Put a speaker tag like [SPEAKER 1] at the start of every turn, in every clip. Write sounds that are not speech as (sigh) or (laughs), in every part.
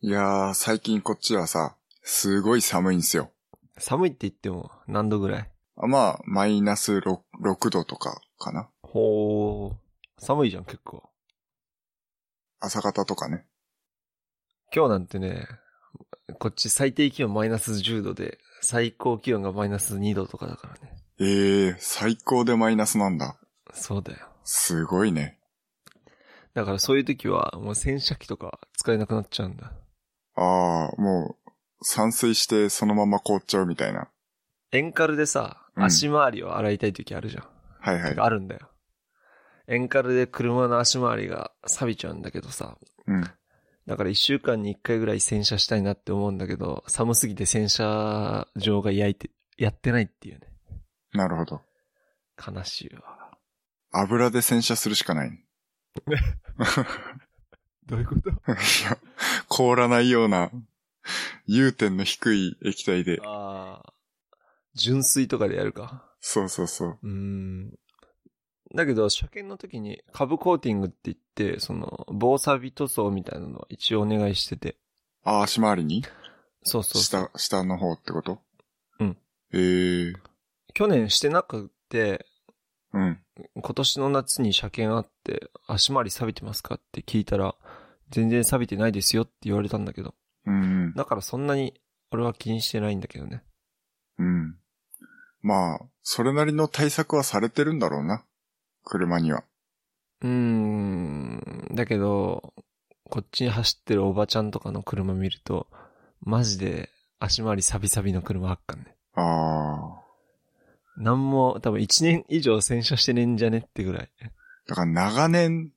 [SPEAKER 1] いやー、最近こっちはさ、すごい寒いんですよ。
[SPEAKER 2] 寒いって言っても何度ぐらい
[SPEAKER 1] あまあ、マイナス 6, 6度とかかな。
[SPEAKER 2] ほー。寒いじゃん、結構。
[SPEAKER 1] 朝方とかね。
[SPEAKER 2] 今日なんてね、こっち最低気温マイナス10度で、最高気温がマイナス2度とかだからね。
[SPEAKER 1] ええー、最高でマイナスなんだ。
[SPEAKER 2] そうだよ。
[SPEAKER 1] すごいね。
[SPEAKER 2] だからそういう時は、もう洗車機とか使えなくなっちゃうんだ。
[SPEAKER 1] あー、もう、散水してそのまま凍っちゃうみたいな。
[SPEAKER 2] エンカルでさ、
[SPEAKER 1] うん
[SPEAKER 2] 足回りを洗いたい時あるじゃん。
[SPEAKER 1] はいはい
[SPEAKER 2] て。かあるんだよ。エンカルで車の足回りが錆びちゃうんだけどさ。
[SPEAKER 1] うん。
[SPEAKER 2] だから一週間に一回ぐらい洗車したいなって思うんだけど、寒すぎて洗車場が焼いて、やってないっていうね。
[SPEAKER 1] なるほど。
[SPEAKER 2] 悲しいわ。
[SPEAKER 1] 油で洗車するしか
[SPEAKER 2] (laughs)
[SPEAKER 1] ない。い
[SPEAKER 2] どういうこと
[SPEAKER 1] や、凍らないような、融点の低い液体で。
[SPEAKER 2] ああ。純粋とかでやるか。
[SPEAKER 1] そうそうそう。
[SPEAKER 2] うーん。だけど、車検の時に株コーティングって言って、その、防錆び塗装みたいなのは一応お願いしてて。
[SPEAKER 1] あー、足回りに
[SPEAKER 2] そうそうそう。
[SPEAKER 1] 下、下の方ってこと
[SPEAKER 2] うん。
[SPEAKER 1] ええー、
[SPEAKER 2] 去年してなくて、
[SPEAKER 1] うん。
[SPEAKER 2] 今年の夏に車検あって、足回り錆びてますかって聞いたら、全然錆びてないですよって言われたんだけど。
[SPEAKER 1] うん、うん。
[SPEAKER 2] だからそんなに、俺は気にしてないんだけどね。
[SPEAKER 1] うん。まあ、それなりの対策はされてるんだろうな。車には。
[SPEAKER 2] うーん。だけど、こっちに走ってるおばちゃんとかの車見ると、マジで足回りサビサビの車あっかんね。
[SPEAKER 1] あ
[SPEAKER 2] なんも、多分1年以上洗車してねえんじゃねってぐらい。
[SPEAKER 1] あ。だから長年、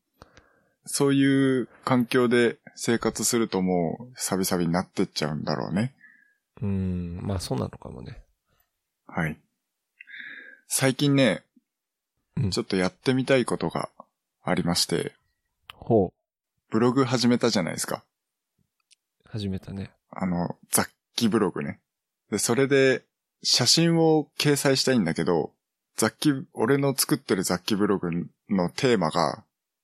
[SPEAKER 1] そういう環境で生活するともう、サビサビになってっちゃうんだろうね。
[SPEAKER 2] うーん。まあそうなのかもね。
[SPEAKER 1] はい。最近ね、
[SPEAKER 2] うん
[SPEAKER 1] ちょっとやってみたいことがありまして、
[SPEAKER 2] ほ
[SPEAKER 1] ブログ始めたじゃないですか。
[SPEAKER 2] う。始めたね。
[SPEAKER 1] あの、雑記ブログね。で、それで、写真を掲載したいんだけど、雑記、俺の作ってる雑記ブログのテーマが、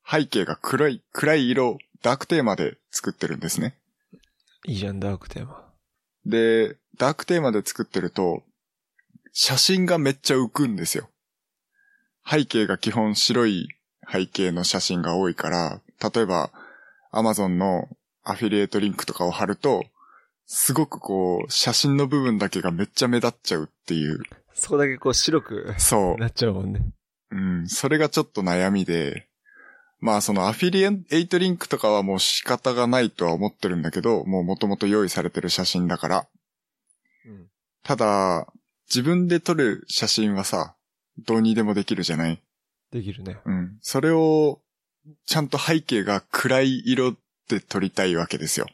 [SPEAKER 1] 背景が暗い、暗い色、ダークテーマで作ってるんですね。
[SPEAKER 2] いいじゃん、ダークテーマ。
[SPEAKER 1] で、ダークテーマで作ってると、写真がめっちゃ浮くんですよ。背景が基本白い背景の写真が多いから、例えば Amazon のアフィリエイトリンクとかを貼ると、すごくこう、写真の部分だけがめっちゃ目立っちゃうっていう。
[SPEAKER 2] そこだけこう白く (laughs)
[SPEAKER 1] そ
[SPEAKER 2] なっちゃうもんね。
[SPEAKER 1] う。うん。それがちょっと悩みで、まあそのアフィリエイトリンクとかはもう仕方がないとは思ってるんだけど、もう元々用意されてる写真だから、
[SPEAKER 2] うん。
[SPEAKER 1] ただ、自分で撮る写真はさ、どうにでもできるじゃない
[SPEAKER 2] できるね。
[SPEAKER 1] うん。それを、ちゃんと背景が暗い色で撮りたいわけですよ。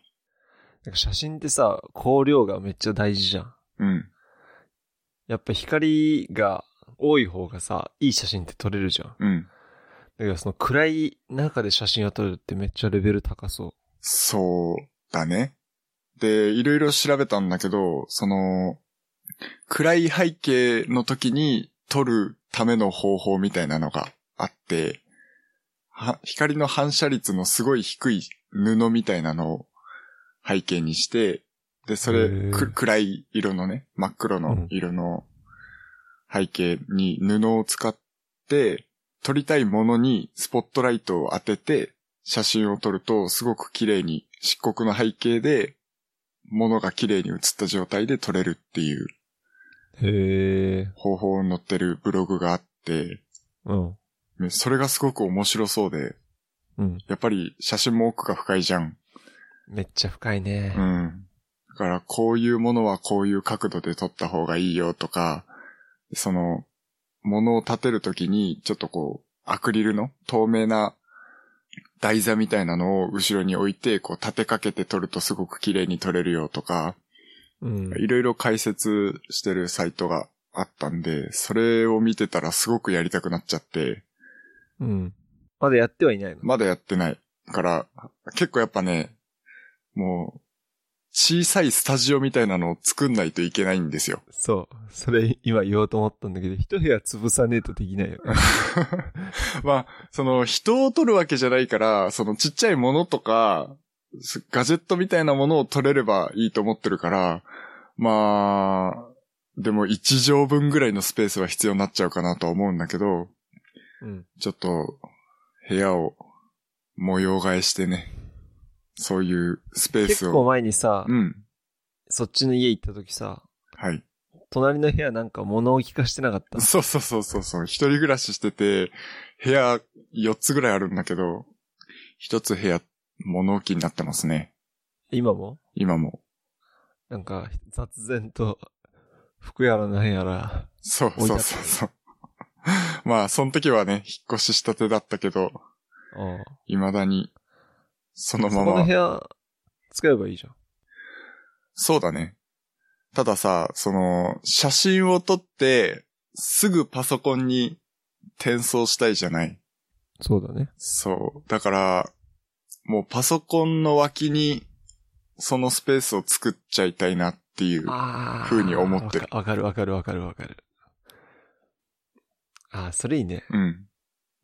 [SPEAKER 2] なんか写真ってさ、光量がめっちゃ大事じゃん。
[SPEAKER 1] うん。
[SPEAKER 2] やっぱ光が多い方がさ、いい写真って撮れるじゃん。だ
[SPEAKER 1] うん。
[SPEAKER 2] けどその暗い中で写真を撮るってめっちゃレベル高そ
[SPEAKER 1] そうだね。で、いろいろ調べたんだけど、その、暗い背景の時に撮るための方法みたいなのがあって、は光の反射率のすごい低い布みたいなのを背景にして、で、そ
[SPEAKER 2] へ
[SPEAKER 1] れ、
[SPEAKER 2] ー
[SPEAKER 1] く暗い色のね、真っ黒の色の背景に布を使って、撮りたいものにスポットライトを当てて、写真を撮るとすごく綺麗に漆黒の背景で物が綺麗に写った状態で撮れるっていう
[SPEAKER 2] う。へえ。
[SPEAKER 1] 方法を載ってるブログがあって、
[SPEAKER 2] うん。
[SPEAKER 1] ねそれがすごく面白そうで、
[SPEAKER 2] うん。
[SPEAKER 1] やっぱり写真も奥が深いじゃん。
[SPEAKER 2] めっちゃ深いね。
[SPEAKER 1] うん。だからこういうものはこういう角度で撮った方がいいよとか、その、物を立てるときにちょっとこう、アクリルの透明な台座みたいなのを後ろに置いて、こう立てかけて撮るとすごく綺麗に撮れるよとか、
[SPEAKER 2] うん。
[SPEAKER 1] いろいろ解説してるサイトがあったんで、それを見てたらすごくやりたくなっちゃって、
[SPEAKER 2] うん。まだやってはいないの。
[SPEAKER 1] まだやってない。から、結構やっぱね、もう、小さいスタジオみたいなのを作んないといけないんですよ。
[SPEAKER 2] そう。それ今言おうと思ったんだけど、一部屋潰さねえとできないよね。
[SPEAKER 1] まあ、その人を撮るわけじゃないから、そのちっちゃいものとか、すガジェットみたいなものを取れればいいと思ってるから、まあ、でも1畳分ぐらいのスペースは必要になっちゃうかなとは思うんだけど、
[SPEAKER 2] うん。
[SPEAKER 1] ちょっと、部屋を模様替えしてね、そういうスペース
[SPEAKER 2] 結構
[SPEAKER 1] を。
[SPEAKER 2] 前にさ、
[SPEAKER 1] うん。
[SPEAKER 2] そっちの家行った時さ、
[SPEAKER 1] はい。
[SPEAKER 2] 隣の部屋なんか物置かしてなかった。
[SPEAKER 1] そうそうそうそうそう。一人暮らししてて、部屋4つぐらいあるんだけど、一つ部屋物置になってますね。
[SPEAKER 2] 今も
[SPEAKER 1] 今も。
[SPEAKER 2] なんか雑然と、服やらなんやら。
[SPEAKER 1] そうそうそうそう。まあ、その時はね、引っ越ししたてだったけど、
[SPEAKER 2] あ
[SPEAKER 1] 未だに、そ
[SPEAKER 2] あ
[SPEAKER 1] のま
[SPEAKER 2] そこの
[SPEAKER 1] ま
[SPEAKER 2] 部。屋、使えばいいじゃん。
[SPEAKER 1] そうだね。たださ、その、写真を撮って、すぐパソコンに転送したいじゃない。
[SPEAKER 2] そうだね。
[SPEAKER 1] そう。だから、もうパソコンの脇に、そのスペースを作っちゃいたいなっていう。
[SPEAKER 2] ああ。
[SPEAKER 1] ふうに思ってる
[SPEAKER 2] わかわかるわかるわかるわかる。ああ、それいいね。
[SPEAKER 1] うん。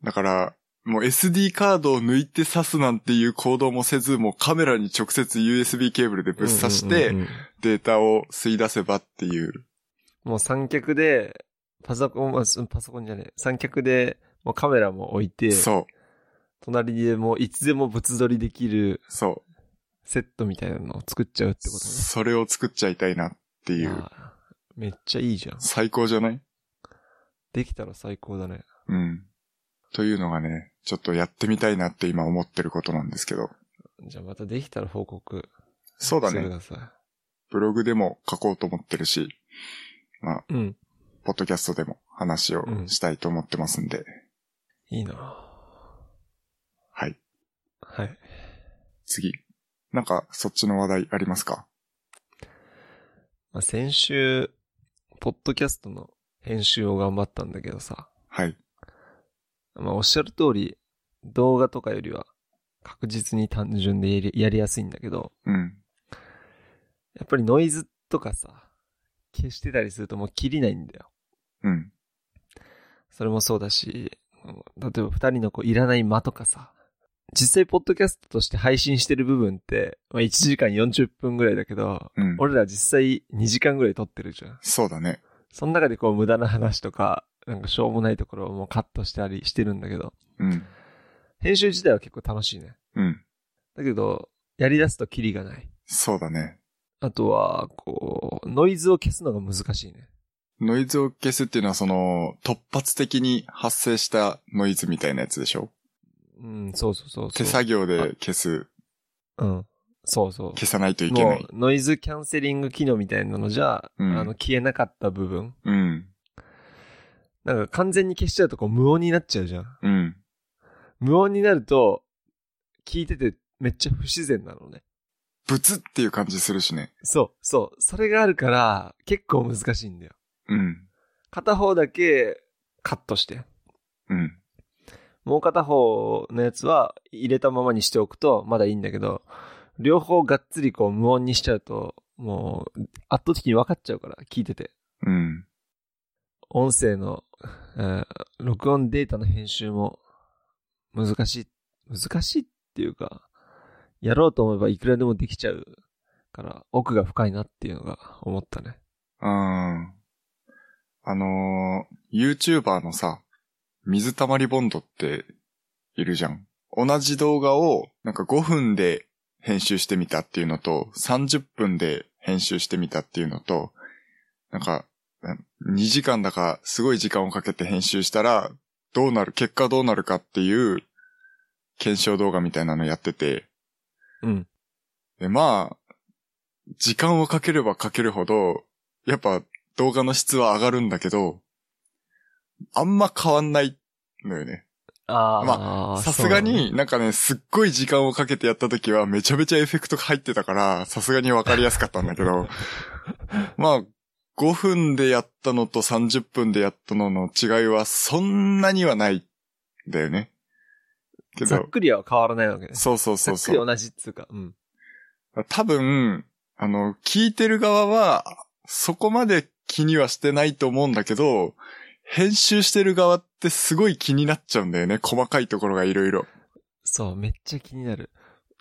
[SPEAKER 1] だから、もう SD カードを抜いて挿すなんていう行動もせず、もうカメラに直接 USB ケーブルでぶっ刺し
[SPEAKER 2] うん
[SPEAKER 1] て、
[SPEAKER 2] うんうんうん
[SPEAKER 1] データを吸い出せばっていう。
[SPEAKER 2] もう三脚で、パソコン、まあそパソコンじゃねえ。三脚で、もうカメラも置いて、
[SPEAKER 1] そう、
[SPEAKER 2] 隣でもういつでも物撮りできる
[SPEAKER 1] そ
[SPEAKER 2] セットみたいなのを作っちゃうっ
[SPEAKER 1] う。
[SPEAKER 2] てことね。
[SPEAKER 1] それを作っちゃいたいなってい。
[SPEAKER 2] いうやめっちゃいいじゃん。
[SPEAKER 1] 最高じゃない
[SPEAKER 2] できたら最高だね。
[SPEAKER 1] うん。というのがね、ちょっとやってみたいなって今思ってることなんですけど。
[SPEAKER 2] じゃあまたできたら報告
[SPEAKER 1] そうだ
[SPEAKER 2] してく
[SPEAKER 1] ね。
[SPEAKER 2] ださい。
[SPEAKER 1] ブログでも書こうと思ってるし、まあ、
[SPEAKER 2] うん。
[SPEAKER 1] ポッドキャストでも話を
[SPEAKER 2] うん
[SPEAKER 1] したいと思ってますんで。
[SPEAKER 2] いいな
[SPEAKER 1] はい。
[SPEAKER 2] はい。
[SPEAKER 1] 次。なんか、そっちの話題ありますか
[SPEAKER 2] まあ、先週、ポッドキャストの編集を頑張ったんだけどさ、
[SPEAKER 1] はい。
[SPEAKER 2] まあ、おっしゃる通り、動画とかよりは確実に単純でやりやりやすいんだけど、
[SPEAKER 1] うん。
[SPEAKER 2] やっぱりノイズとかさ、消してたりするともう切りないんだよ。
[SPEAKER 1] うん。
[SPEAKER 2] それもそうだし、例えば二人のこういらない間とかさ、実際ポッドキャストとして配信してる部分って、まあ、1時間40分ぐらいだけど、
[SPEAKER 1] うん。
[SPEAKER 2] 俺ら実際2時間ぐらい撮ってるじゃん。
[SPEAKER 1] そうだね。
[SPEAKER 2] その中でこう無駄な話とか、なんかしょうもないところをもうカットしたりしてるんだけど、
[SPEAKER 1] うん。
[SPEAKER 2] 編集自体は結構楽しいね。
[SPEAKER 1] うん。
[SPEAKER 2] だけど、やり出すとキリがない。
[SPEAKER 1] そうだね。
[SPEAKER 2] あとは、こう、ノイズを消すのが難しいね。
[SPEAKER 1] ノイズを消すっていうのはその、突発的に発生したノイズみたいなやつでしょ
[SPEAKER 2] うん、そうそうそうそう。
[SPEAKER 1] 手作業で消す、
[SPEAKER 2] うん。そうそう。
[SPEAKER 1] 消さないといけな
[SPEAKER 2] も。、
[SPEAKER 1] いう
[SPEAKER 2] ノイズキャンセリング機能みたいなのじゃ、
[SPEAKER 1] うん
[SPEAKER 2] あの、消えなかった部分。
[SPEAKER 1] うん。
[SPEAKER 2] なんか完全に消しちゃうとこう無音になっちゃうじゃん。
[SPEAKER 1] うん。
[SPEAKER 2] 無音になると、聞いててめっちゃ不自然なのね。
[SPEAKER 1] ブツっていう感じするしね。
[SPEAKER 2] そう、そう。それがあるから、結構難しいんだよ。
[SPEAKER 1] うん。
[SPEAKER 2] 片方だけカットして。
[SPEAKER 1] うん。
[SPEAKER 2] もう片方のやつは入れたままにしておくとまだいいんだけど、両方がっつりこう無音にしちゃうと、もう圧倒的に分かっちゃうから、聞いてて。
[SPEAKER 1] うん。
[SPEAKER 2] 音声の、えー録音データの編集も難しい、難しいっていうか、やろうと思えばいくらでもできちゃうから、奥が深いなっていうのが思ったね。
[SPEAKER 1] うん。あのー、YouTuber のさ、水溜りボンドって、いるじゃん。同じ動画を、なんか5分で編集してみたっていうのと、30分で編集してみたっていうのと、なんか、2時間だか、すごい時間をかけて編集したら、どうなる、結果どうなるかっていう、検証動画みたいなのやってて、
[SPEAKER 2] うん。
[SPEAKER 1] で、まあ、時間をかければかけるほど、やっぱ動画の質は上がるんだけど、あんま変わんないのよね。
[SPEAKER 2] あーそ
[SPEAKER 1] さ
[SPEAKER 2] う
[SPEAKER 1] すがに、なんかね、すっごい時間をかけてやった時はめちゃめちゃエフェクトが入ってたから、さすがにわかりやすかったんだけ
[SPEAKER 2] (laughs)
[SPEAKER 1] ど、まあ、5分でやったのと30分でやったのの違いはそんなにはないんだよね。け
[SPEAKER 2] ざっ
[SPEAKER 1] ど、
[SPEAKER 2] くりは変わらないわけね。
[SPEAKER 1] そうそうそうそう
[SPEAKER 2] ざっくり。同じっつうか、うん。
[SPEAKER 1] 多分、あの、聞いてる側は、そこまで気にはしてないと思うんだけど、編集してる側ってすごい気になっちゃうんだよね。細かいところがいろいろ。
[SPEAKER 2] そう、めっちゃ気になる。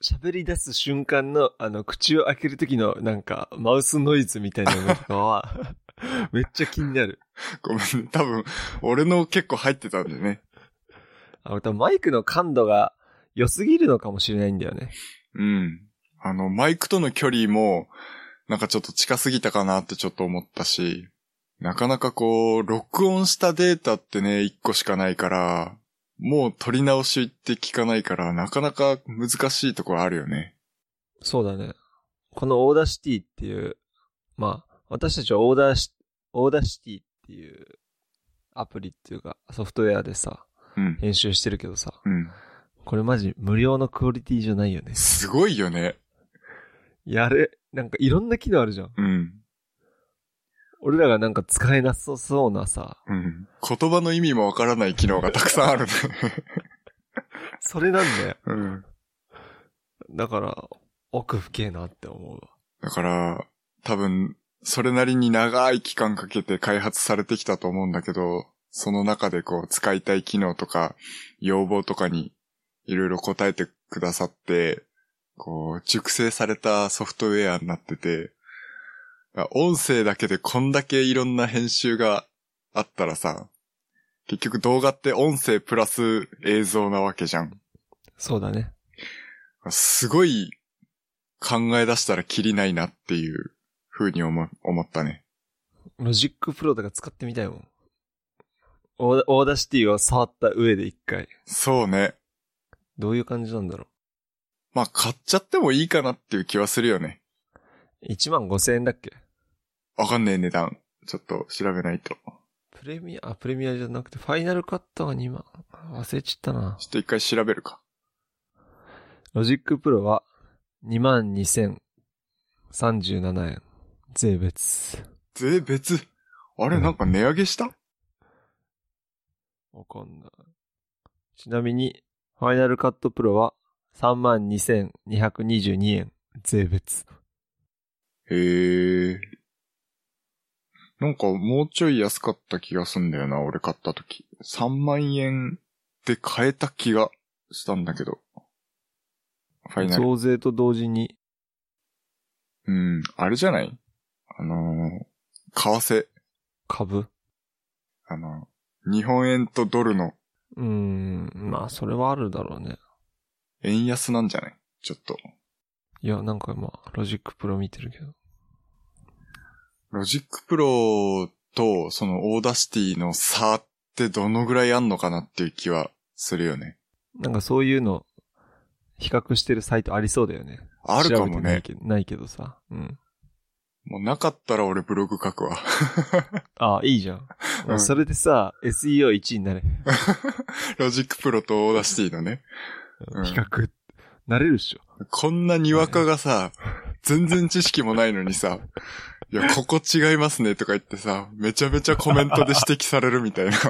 [SPEAKER 2] 喋り出す瞬間の、あの、口を開ける時の、なんか、マウスノイズみたいなのとかは、めっちゃ気になる。
[SPEAKER 1] ごめんね。多分、俺の結構入ってたんでね。
[SPEAKER 2] あの、多分マイクの感度が良すぎるのかもしれないんだよね。
[SPEAKER 1] うん。あの、マイクとの距離も、なんかちょっと近すぎたかなってちょっと思ったし、なかなかこう、録音したデータってね、一個しかないから、もう取り直しって聞かないから、なかなか難しいところあるよね。
[SPEAKER 2] そうだね。このオーダーシティっていう、まあ、私たちはオーダーシ、オーダーシティっていうアプリっていうかソフトウェアでさ、
[SPEAKER 1] うん。
[SPEAKER 2] 編集してるけどさ、
[SPEAKER 1] うん。
[SPEAKER 2] これマジ無料のクオリティじゃないよね。
[SPEAKER 1] すごいよね。
[SPEAKER 2] やれ、なんかいろんな機能あるじゃん。
[SPEAKER 1] うん。
[SPEAKER 2] 俺らがなんか使えなさそうなさ、
[SPEAKER 1] うん。言葉の意味もわからない機能がたくさんあるね。
[SPEAKER 2] それなんだよ。
[SPEAKER 1] (laughs) うん。
[SPEAKER 2] だから、奥深えなって思うわ。
[SPEAKER 1] だから、多分、それなりに長い期間かけて開発されてきたと思うんだけど、その中でこう、使いたい機能とか、要望とかに、いろいろ答えてくださって、こう、熟成されたソフトウェアになってて、あ音声だけでこんだけいろんな編集があったらさ、結局動画って音声プラス映像なわけじゃん。
[SPEAKER 2] そうだね。
[SPEAKER 1] すごい考え出したらキリないなっていう風に思思ったね。
[SPEAKER 2] ロジックプロとか使ってみたいもん。オーダオーダーシティを触った上で一回。
[SPEAKER 1] そうね。
[SPEAKER 2] どういう感じなんだろ
[SPEAKER 1] まあ、買っちゃってもいいかなっていう気はするよね。
[SPEAKER 2] う。1万5千円だっけ
[SPEAKER 1] わかんねえ値段。ちょっと調べないと。
[SPEAKER 2] プレミア、あ、プレミアじゃなくて、ファイナルカットが2万。忘れちったな
[SPEAKER 1] ち。ょっと一回調べるか。
[SPEAKER 2] ロジックプロは2万2037円。税別。
[SPEAKER 1] 税別。あれ、
[SPEAKER 2] うん
[SPEAKER 1] なんか値上げした
[SPEAKER 2] わかんない。ちなみに、ファイナルカットプロは3万2222円。税別。
[SPEAKER 1] へえ。なんかもうちょい安かった気がすんだよな、俺買った時。3万円で買えた気がしたんだけど。ファイナル
[SPEAKER 2] 増税と同時に、
[SPEAKER 1] うん、あれじゃないあのー、為替。
[SPEAKER 2] 株
[SPEAKER 1] あの日本円とドルの
[SPEAKER 2] うーん、まあ、それはあるだろうね。
[SPEAKER 1] 円安なんじゃないちょっと。
[SPEAKER 2] いや、なんか今、ロジックプロ見てるけど。
[SPEAKER 1] ロジックプロとそのオーダーシティの差ってどのぐらいあんのかなっていう気はするよね。
[SPEAKER 2] なんかそういうの、比較してるサイトありそうだよね。
[SPEAKER 1] あるかもね
[SPEAKER 2] 調べ。てないけどないけどさ。うん。
[SPEAKER 1] もうなかったら俺ブログ書くわ。 (laughs)
[SPEAKER 2] ああ、いいじゃん。
[SPEAKER 1] うん
[SPEAKER 2] それでさ、SEO1 位になれ。
[SPEAKER 1] ロジックプロとオーダーシティのね。うん
[SPEAKER 2] 比較、なれるっしょ。
[SPEAKER 1] こんなにわかがさ、全然知識もないのにさ、いや、ここ違いますねとか言ってさ、めちゃめちゃコメントで指摘されるみたいな。 (laughs)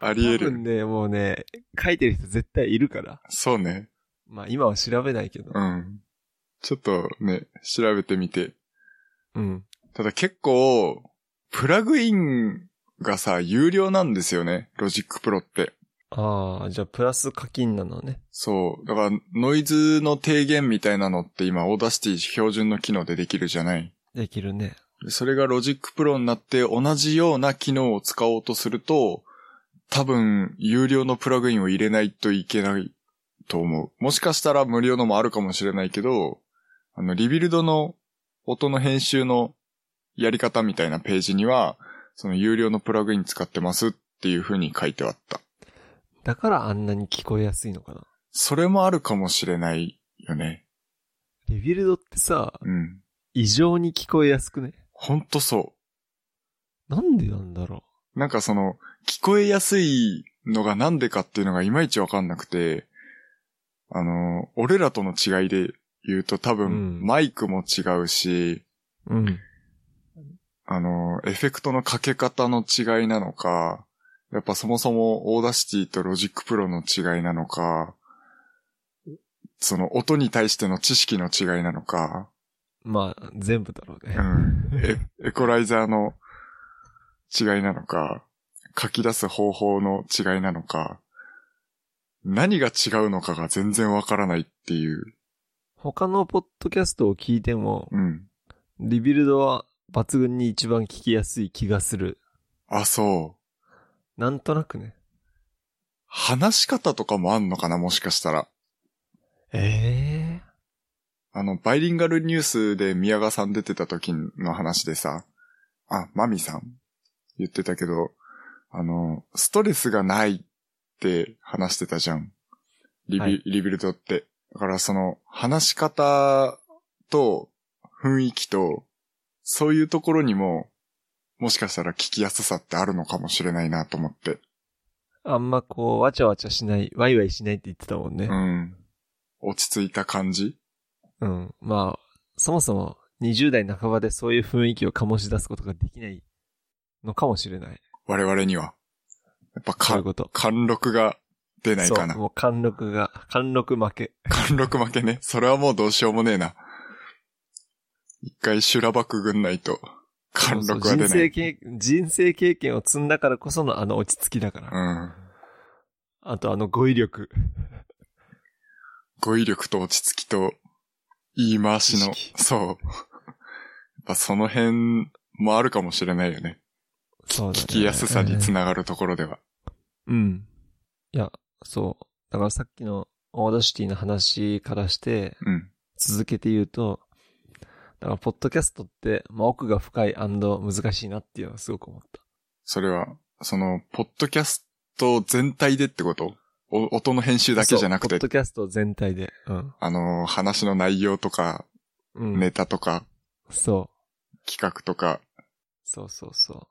[SPEAKER 1] あり
[SPEAKER 2] 多
[SPEAKER 1] 得る。
[SPEAKER 2] 分ね、もうね、書いてる人絶対いるから。
[SPEAKER 1] そうね。
[SPEAKER 2] まあ今は調べないけど。
[SPEAKER 1] うん。ちょっとね、調べてみて。
[SPEAKER 2] うん。
[SPEAKER 1] ただ結構、プラグインがさ、有料なんですよね。ロジックプロって。
[SPEAKER 2] ああ、じゃあプラス課金なのね。
[SPEAKER 1] そう。だから、ノイズの低減みたいなのって今、オーダーシティ標準の機能でできるじゃない
[SPEAKER 2] できるね。
[SPEAKER 1] でそれがロジックプロになって同じような機能を使おうとすると、多分、有料のプラグインを入れないといけないと思う。もしかしたら無料のもあるかもしれないけど、あの、リビルドの音の編集のやり方みたいなページには、その有料のプラグイン使ってますっていう風に書いてあった。
[SPEAKER 2] だからあんなに聞こえやすいのかな。
[SPEAKER 1] それもあるかもしれないよね。
[SPEAKER 2] リビルドってさ、
[SPEAKER 1] うん。
[SPEAKER 2] 異常に聞こえやすくね。
[SPEAKER 1] ほんとそう。
[SPEAKER 2] なんでなんだろ
[SPEAKER 1] なんかその、聞こえやすいのがなんでかっていうのがいまいちわかんなくて、あの、俺らとの違いで言うと多分、
[SPEAKER 2] うん
[SPEAKER 1] マイクも違うし、
[SPEAKER 2] う。うん。
[SPEAKER 1] あの、エフェクトのかけ方の違いなのか、やっぱそもそもオーダーシティとロジックプロの違いなのか、その音に対しての知識の違いなのか、
[SPEAKER 2] まあ、全部だろうね
[SPEAKER 1] う。ん、 (laughs) エエコライザーの違いなのか、書き出す方法の違いなのか、何が違うのかが全然わからないっていう。
[SPEAKER 2] (laughs) 他のポッドキャストを聞いても、
[SPEAKER 1] うん。
[SPEAKER 2] リビルドは抜群に一番聞きやすい気がする。
[SPEAKER 1] あ、そう。
[SPEAKER 2] なんとなくね。
[SPEAKER 1] 話し方とかもあんのかなもしかしたら。
[SPEAKER 2] ええ
[SPEAKER 1] あの、バイリンガルニュースで宮川さん出てた時の話でさ、あ、マミさん言ってたけど、あの、ストレスがないって話してたじゃん。リビ,、
[SPEAKER 2] はい
[SPEAKER 1] リビルドって。だからその、話し方と雰囲気と、そういうところにも、もしかしたら聞きやすさってあるのかもしれないなと思って。
[SPEAKER 2] あんまこう、わちゃわちゃしない、ワイワイしないって言ってたもんね
[SPEAKER 1] う。ん。落ち着いた感じ
[SPEAKER 2] うん。まあ、そもそも20代半ばでそういう雰囲気を醸し出すことができないのかもしれない。
[SPEAKER 1] 我々には。やっぱ
[SPEAKER 2] そ
[SPEAKER 1] か
[SPEAKER 2] ういう、こと。
[SPEAKER 1] 貫禄が出ないかな
[SPEAKER 2] そう、。もう貫禄が、貫禄負け。
[SPEAKER 1] 貫禄負けね。それはもうどうしようもねえな。一回修羅場くぐんないと、貫禄は
[SPEAKER 2] そう
[SPEAKER 1] 出
[SPEAKER 2] 人
[SPEAKER 1] な
[SPEAKER 2] 生
[SPEAKER 1] い。
[SPEAKER 2] 経人生経験を積んだからこそのあの落ち着きだから。
[SPEAKER 1] うん。
[SPEAKER 2] あとあの語彙力。
[SPEAKER 1] 語彙力と落ち着きと、言い回しの
[SPEAKER 2] 意、識
[SPEAKER 1] そう。やっぱその辺もあるかもしれないよね。
[SPEAKER 2] そうだね。
[SPEAKER 1] 聞きやすさにつながるところでは。
[SPEAKER 2] うん。いや、そう。だからさっきのオーダーシティの話からして、
[SPEAKER 1] うん。
[SPEAKER 2] 続けて言うと、だから、ポッドキャストって、まあ、奥が深い難しいなっていうのはすごく思った。
[SPEAKER 1] それは、その、ポッドキャスト全体でってことお音の編集だけじゃなく
[SPEAKER 2] そう
[SPEAKER 1] て
[SPEAKER 2] ポッド、キャスト全体で。うん。
[SPEAKER 1] あの、話の内容とか、
[SPEAKER 2] うん。
[SPEAKER 1] ネタとか、
[SPEAKER 2] そう。
[SPEAKER 1] 企画とか、
[SPEAKER 2] そうそうそう。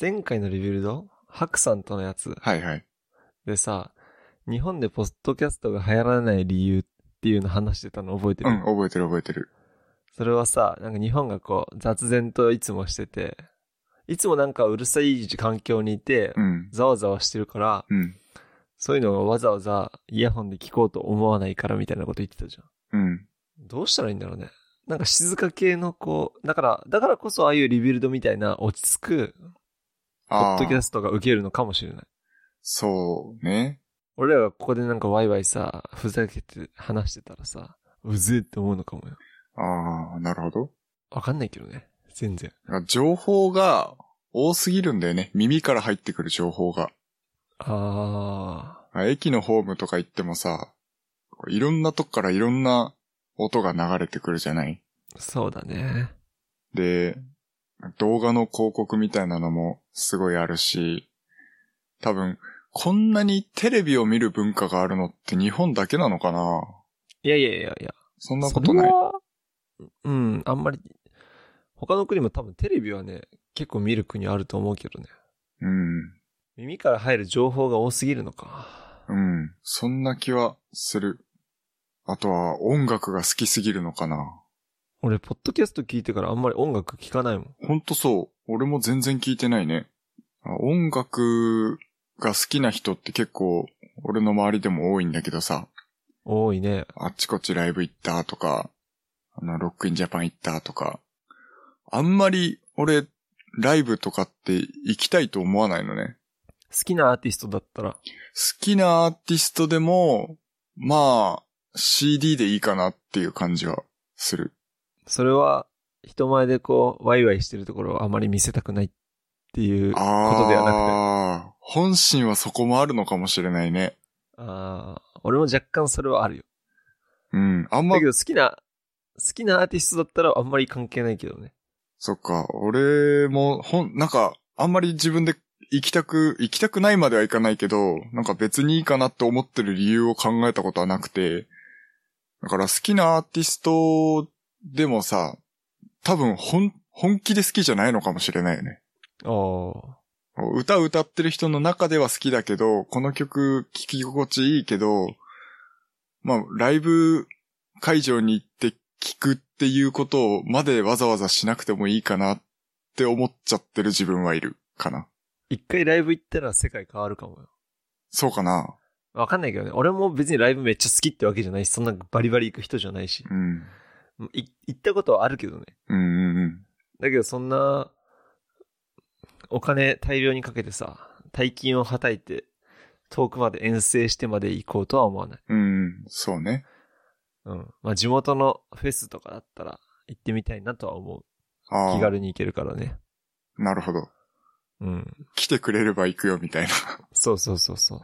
[SPEAKER 2] 前回のリビルドハクさんとのやつ
[SPEAKER 1] はいはい。
[SPEAKER 2] でさ、日本でポッドキャストが流行らない理由っていうの話してたの覚えてる、
[SPEAKER 1] うん、覚えてる覚えてる。
[SPEAKER 2] それはさ、なんか日本がこう、雑然といつもしてて、いつもなんかうるさい環境にいて
[SPEAKER 1] う、ん。
[SPEAKER 2] ざわざわしてるから、
[SPEAKER 1] うん。
[SPEAKER 2] そういうのをわざわざイヤホンで聞こうと思わないからみたいなこと言ってたじゃん。
[SPEAKER 1] うん。
[SPEAKER 2] どうしたらいいんだろうね。なんか静か系のこう、だから、だからこそああいうリビルドみたいな落ち着く、ポ
[SPEAKER 1] あ
[SPEAKER 2] ッ
[SPEAKER 1] あ
[SPEAKER 2] ドキャストが受けるのかもしれない。
[SPEAKER 1] そうね。
[SPEAKER 2] 俺らがここでなんかワイワイさ、ふざけて話してたらさ、うぜえって思うのかもよ。
[SPEAKER 1] ああ、なるほど。
[SPEAKER 2] わかんないけどね。全然。
[SPEAKER 1] 情報が多すぎるんだよね。耳から入ってくる情報が。
[SPEAKER 2] あ
[SPEAKER 1] あ駅のホームとか行ってもさ、いろんなとこからいろんな音が流れてくるじゃない
[SPEAKER 2] ー、そうだね。
[SPEAKER 1] で、動画の広告みたいなのもすごいあるし、多分、こんなにテレビを見る文化があるのって日本だけなのかない
[SPEAKER 2] やいやいやいや。
[SPEAKER 1] そんなことない
[SPEAKER 2] それ。はうん、あんまり、他の国も多分テレビはね、結構見る国あると思うけどね。
[SPEAKER 1] うん。
[SPEAKER 2] 耳から入る情報が多すぎるのか。
[SPEAKER 1] うん。そんな気はする。あとは音楽が好きすぎるのかな。
[SPEAKER 2] 俺、ポッドキャスト聞いてからあんまり音楽聞かないもん。
[SPEAKER 1] ほんとそう。俺も全然聞いてないね。あ音楽が好きな人って結構俺の周りでも多いんだけどさ、
[SPEAKER 2] 多いね。
[SPEAKER 1] あっちこっちライブ行ったとか、あの、ロックインジャパン行ったとか、あんまり俺、ライブとかって行きたいと思わないのね。
[SPEAKER 2] 好きなアーティストだったら。
[SPEAKER 1] 好きなアーティストでも、まあ、CD でいいかなっていう感じはする。
[SPEAKER 2] それは、人前でこう、ワイワイしてるところをあまり見せたくないっていうことではなくて。
[SPEAKER 1] ああ、本心はそこもあるのかもしれないね。
[SPEAKER 2] ああー俺も若干それはあるよ。
[SPEAKER 1] うん。あんま
[SPEAKER 2] だけ、ど好きな、好きなアーティストだったらあんまり関係ないけどね。
[SPEAKER 1] そっか、俺も、ほん、なんか、あんまり自分で行きたく、行きたくないまではいかないけど、なんか別にいいかなって思ってる理由を考えたことはなくて、だから好きなアーティストでもさ、多分本、本気で好きじゃないのかもしれないよね。
[SPEAKER 2] ああ。
[SPEAKER 1] 歌を歌ってる人の中では好きだけど、この曲聴き心地いいけど、まあ、ライブ会場に行って聴くっていうことをまでわざわざしなくてもいいかなって思っちゃってる自分はいるかな。
[SPEAKER 2] 一回ライブ行ったら世界変わるかもよ。
[SPEAKER 1] そうかな
[SPEAKER 2] わかんないけどね。俺も別にライブめっちゃ好きってわけじゃないし、そんなバリバリ行く人じゃないし。
[SPEAKER 1] うん。
[SPEAKER 2] い行ったことはあるけどね。
[SPEAKER 1] うんうんうん。
[SPEAKER 2] だけどそんな、お金大量にかけてさ、大金をはたいて、遠くまで遠征してまで行こうとは思わない。
[SPEAKER 1] うん、そうね。
[SPEAKER 2] うん。まあ地元のフェスとかだったら行ってみたいなとは思う。
[SPEAKER 1] あ
[SPEAKER 2] 気
[SPEAKER 1] あ、
[SPEAKER 2] 軽に行けるからね。
[SPEAKER 1] なるほど。
[SPEAKER 2] うん。
[SPEAKER 1] 来てくれれば行くよ、みたいな。 (laughs)
[SPEAKER 2] そうそうそうそう。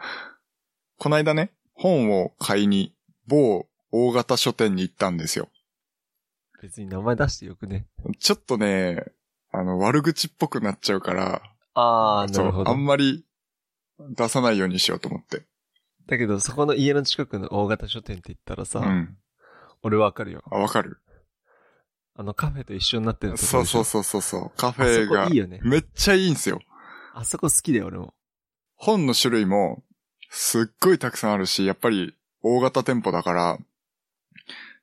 [SPEAKER 1] こないだね、本を買いに、某大型書店に行ったんですよ。
[SPEAKER 2] 別に名前出してよくね。
[SPEAKER 1] ちょっとね、あの、悪口っぽくなっちゃうから、
[SPEAKER 2] ああ、な
[SPEAKER 1] そ
[SPEAKER 2] るほ
[SPEAKER 1] う、
[SPEAKER 2] ど
[SPEAKER 1] あ。んまり出さないようにしようと思って。
[SPEAKER 2] だけど、そこの家の近くの大型書店って言ったらさ、
[SPEAKER 1] うん。
[SPEAKER 2] 俺わかるよ。
[SPEAKER 1] あ、わかる
[SPEAKER 2] あのカフェと一緒になってるとこ
[SPEAKER 1] そう
[SPEAKER 2] でしょ
[SPEAKER 1] そうそうそうそう。カフ
[SPEAKER 2] あそ
[SPEAKER 1] ェ
[SPEAKER 2] こ
[SPEAKER 1] が
[SPEAKER 2] いいよね。
[SPEAKER 1] めっちゃいいんですよ。
[SPEAKER 2] あそこ好きだよ、俺も。
[SPEAKER 1] 本の種類もすっごいたくさんあるし、やっぱり大型店舗だから、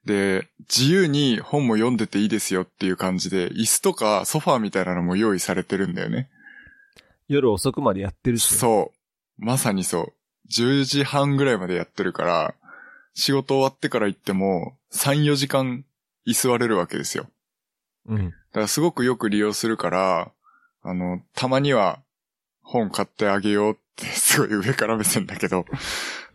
[SPEAKER 1] で、自由に本も読んでていいですよっていう感じで、椅子とかソファーみたいなのも用意されてるんだよね。
[SPEAKER 2] 夜遅くまでやってるし。
[SPEAKER 1] そう。まさにそう。10時半ぐらいまでやってるから、仕事終わってから行っても、3、4時間居座れるわけですよ。
[SPEAKER 2] う。うん。
[SPEAKER 1] だからすごくよく利用するから、あの、たまには本買ってあげようって、 (laughs) すごい上から目線だけど、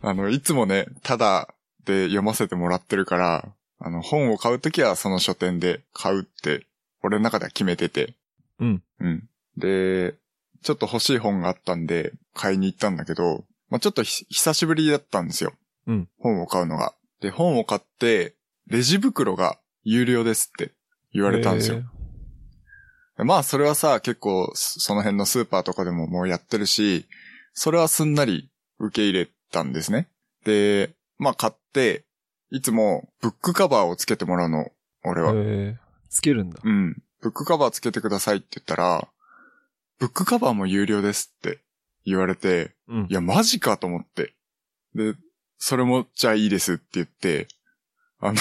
[SPEAKER 1] あの、いつもね、ただで読ませてもらってるから、あの、本を買うときはその書店で買うって、俺の中では決めてて。
[SPEAKER 2] うん。
[SPEAKER 1] うん。で、ちょっと欲しい本があったんで、買いに行ったんだけど、まあ、ちょっとひ久しぶりだったんですよ。
[SPEAKER 2] うん。
[SPEAKER 1] 本を買うのが。で、本を買って、レジ袋が有料ですって言われたんですよ
[SPEAKER 2] へー。。
[SPEAKER 1] まあそれはさ、結構そその辺のスーパーとかでももうやってるし、それはすんなり受け入れたんですね。で、まあ買って、いつもブックカバーをつけてもらうの、俺は。
[SPEAKER 2] へーつけるんだ。
[SPEAKER 1] うん。ブックカバーつけてくださいって言ったら、ブックカバーも有料ですって言われて、
[SPEAKER 2] うん
[SPEAKER 1] い。や、マジかと思って。で、それも、じゃあいいですって言って、あの、